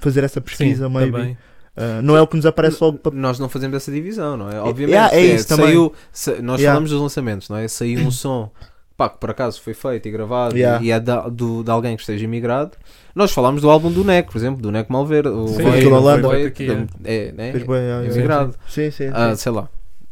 E: fazer essa pesquisa,
G: Sim,
E: maybe.
G: também.
E: Ah, não é o que nos aparece logo para...
F: Nós não fazemos essa divisão, não é?
E: yeah,
F: Obviamente.
E: é isso também.
F: saiu, sa- nós
E: Yeah.
F: falamos dos lançamentos, não é? Saiu um som pá, que por acaso foi feito e gravado
E: Yeah.
F: e é da- do- de alguém que esteja imigrado. Nós falámos do álbum do NEC, por exemplo, do NEC Malverde. O
G: Sim,
F: Void-
E: aquilo na
F: o
E: Holanda.
F: Void-
G: Aqui, é.
F: é, né?
E: Pois bem, ah,
G: Sim,
F: imigrado.
E: Sim, sim.
F: Ah,
E: sim.
F: sei lá.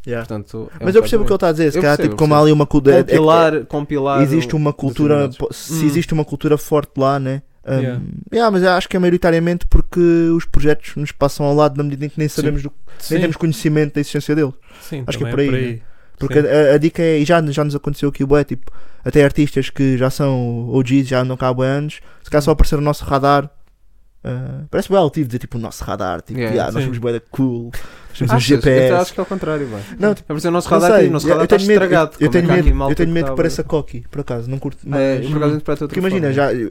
E: Yeah.
F: Portanto, é
E: Mas
F: um
E: eu percebo o que
F: bocado
E: ele está a dizer, se
F: Eu
E: calhar
F: percebo,
E: tipo, como
F: eu
E: há ali uma cultura... é- é-
F: compilar, compilar
E: existe um
F: o-
E: uma cultura
F: habilidades.
E: po- se
G: Hum.
E: existe uma cultura forte lá né Hum,
G: Yeah.
E: yeah, mas eu acho que é maioritariamente porque os projetos nos passam ao lado na medida em que nem
F: Sim.
E: sabemos do,
G: Sim,
E: nem temos conhecimento da existência deles
G: sim,
E: acho que é
G: também
E: por aí, porque
G: Sim.
E: a, a dica é e já, já nos aconteceu aqui o tipo até artistas que já são OGs já andam cá há bué anos se calhar só aparecer no nosso radar ah, parece bem altivo dizer tipo o nosso radar tipo
F: Yeah,
E: yeah, nós
G: sim.
E: somos bué da cool nós somos um
F: Achas? Eu
E: GPS
F: acho que é ao contrário, bem.
E: Não, tipo,
F: é por isso o nosso
E: Não
F: radar,
E: sei,
F: aqui, o nosso
E: yeah,
F: radar
E: eu
F: está
E: tenho medo, eu-
F: estragado.
E: eu
F: como é
E: tenho
F: que há aqui
E: medo,
F: malta
E: eu tenho medo
F: tá
E: que
F: a-
E: pareça coqui, por acaso, não curto.
F: É,
E: mas-
F: eu por acaso interpreto outra
E: Porque imagina,
F: forma. né?
E: já,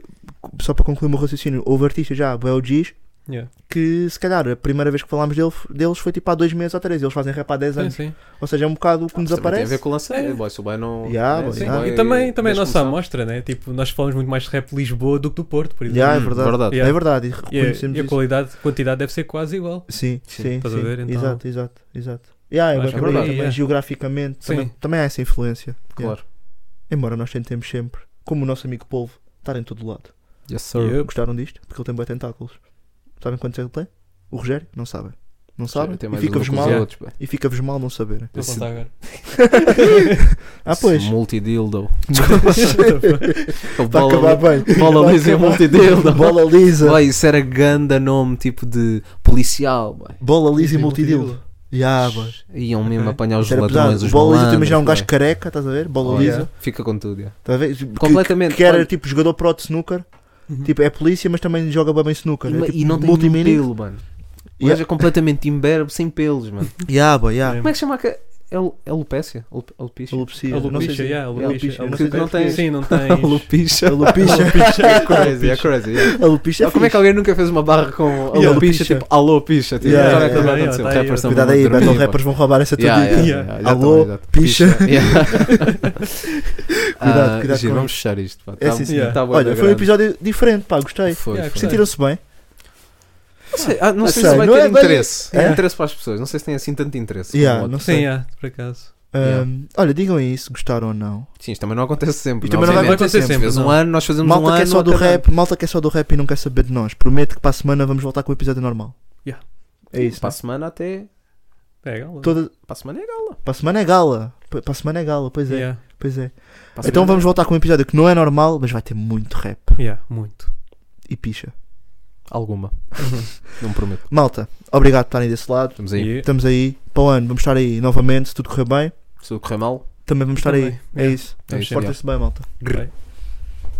E: só para concluir o meu raciocínio, houve artistas já, Boel G's,
G: Yeah.
E: que se calhar a primeira vez que falámos dele, deles foi tipo há dois meses ou três, eles fazem rap há 10
G: Sim,
E: anos.
G: sim.
E: Ou seja, é um bocado o que nos
F: Isso também Tem a ver
E: aparece.
F: com o lançamento. Boy, se o boy não.
E: Yeah, boy,
F: se o
E: yeah.
F: boy
G: É. Ah, E também, também a
F: deixa
G: nossa
F: começar.
G: amostra, né? Tipo, nós falamos muito mais de rap de Lisboa do que do Porto, por exemplo.
E: Yeah, é
F: Hum,
E: verdade.
F: verdade.
G: Yeah.
E: É verdade, e
G: E a,
E: reconhecemos
G: e a
E: isso.
G: qualidade, quantidade deve ser quase igual.
E: Sim, sim, sim.
G: Estás a ver, então?
E: Exato, exato, exato. Yeah, é
G: Acho
E: bem
G: que
E: por
F: é
E: aí
F: verdade.
E: também,
G: Yeah.
E: geograficamente,
G: Sim.
E: também, também há essa influência. Yeah.
F: Claro.
E: Embora nós tentemos sempre, como o nosso amigo Polvo, estar em todo lado.
F: Yes, sir.
G: Eu-
E: Gostaram disto? Porque ele tem boi tentáculos. Sabem quantos é que ele tem? O Rogério? Não sabem. Não sabem?
F: Tem
E: E
F: mais
E: fica-vos
F: um que os
E: mal,
F: outros, boy.
E: e fica-vos mal não saberem.
G: Estou a
F: Esse-
G: contar agora.
E: Ah,
F: esse
E: pois. Tá
F: Multidildo.
E: Vai acabar bem.
F: Bola
E: Vai
F: lisa e
E: acabar-
F: multidildo.
E: Bola lisa.
F: Boy, isso era ganda nome tipo de policial. boy.
E: Bola lisa e
G: Lisa e
E: multidilo. Ya, boy.
F: Iam mesmo
G: Ok.
F: apanhar os
E: Isso era
F: ladrões,
E: pesado.
F: os
E: Bola lisa, tu imaginas um
F: malandros,
E: gajo
F: boy.
E: careca, estás a ver? Bola
F: Oh,
E: lisa.
F: yeah. Fica com tudo. yeah.
E: Estás a ver? Tipo, Que-
F: Completamente.
E: Que, era
F: Olha.
E: tipo jogador pro de snooker.
G: Uhum.
E: Tipo, é polícia, mas também joga bem snooker.
F: E,
E: é,
F: ma-
E: tipo,
F: e não tem nenhum
E: multi-meaning.
F: pelo, mano. O gajo é completamente imberbe, sem pelos, mano.
E: Ya, boy, ya.
F: Como é que chama aquela. É Lupecia? Alupícia?
E: Alopecia.
G: A
E: Não sei
G: Ah, Lupicha,
E: se-
G: É yeah, a
E: alopecia,
G: Lupicha. é
E: não sei se- é
F: Não tem-
G: Sim, não tens.
F: Alupicha.
E: Alopecia.
F: É crazy, é crazy. yeah.
E: Alopecia é
F: Como é que
E: fixe.
F: alguém nunca fez uma barra com
E: Yeah.
F: alopicha? Tipo, alopicha. Tipo,
E: Yeah,
F: sabe
E: yeah,
F: aquilo que
G: yeah,
F: aconteceu?
G: tá aí,
F: Rappers
G: tá
F: são
E: Cuidado
F: muito
E: aí,
F: dormidos,
E: battle
F: pá.
E: rappers vão roubar essa tua
F: Yeah,
E: dica.
F: yeah,
G: Yeah.
F: yeah, já
E: Alô,
F: estão, já estão.
E: picha.
F: Yeah.
E: Cuidado,
F: Ah,
E: cuidado
F: giro,
E: com
F: vamos fechar isto. Pá.
E: É,
F: Tá-
E: sim,
G: senhor.
F: tá bué da
E: Olha, foi um
F: grande.
E: episódio É, diferente, pá, gostei.
F: Foi,
G: Yeah,
F: foi.
G: gostei.
E: Sentiram-se bem?
F: Não sei, ah, não
E: Ah,
F: sei
E: sei,
F: se vai
E: não
F: ter
E: é bem-
F: interesse.
E: É?
F: Interesse para as pessoas. Não sei se tem assim tanto interesse.
E: Yeah,
F: como o
E: não
F: outro.
G: Sim,
E: sei.
G: yeah, por acaso.
E: Ahm,
F: Yeah.
E: Olha, digam aí se gostaram ou não.
F: Sim, isto também não acontece sempre.
E: E também não vai
F: obviamente.
G: acontecer sempre,
F: Fez um
G: não.
F: ano, nós fazemos um
E: Malta
F: ano.
E: que é só do
F: acabamos.
E: rap, malta que é só do rap e não quer saber de nós. Prometo que para a semana vamos voltar com o episódio normal.
G: Yeah.
E: É isso.
F: Para a
E: né?
F: semana até.
G: É, gala.
E: Toda-
F: Para a semana é gala.
E: Para a semana é gala. Para a semana é gala, pois é.
G: Yeah.
E: Pois
F: Para
E: é.
F: a
E: Então
F: semana-
E: vamos voltar com um episódio que não é normal, mas vai ter muito rap
G: Yeah, muito.
E: e picha.
F: Alguma. não prometo.
E: Malta, obrigado por estarem desse lado.
F: Estamos aí.
G: Yeah.
E: Estamos aí. Para o ano, vamos estar aí novamente, se tudo correr bem.
F: Se eu correr mal,
E: Também vamos estar
G: Também,
E: aí. É isso.
F: é isso.
E: Portem-se bem, malta.
G: Grrr.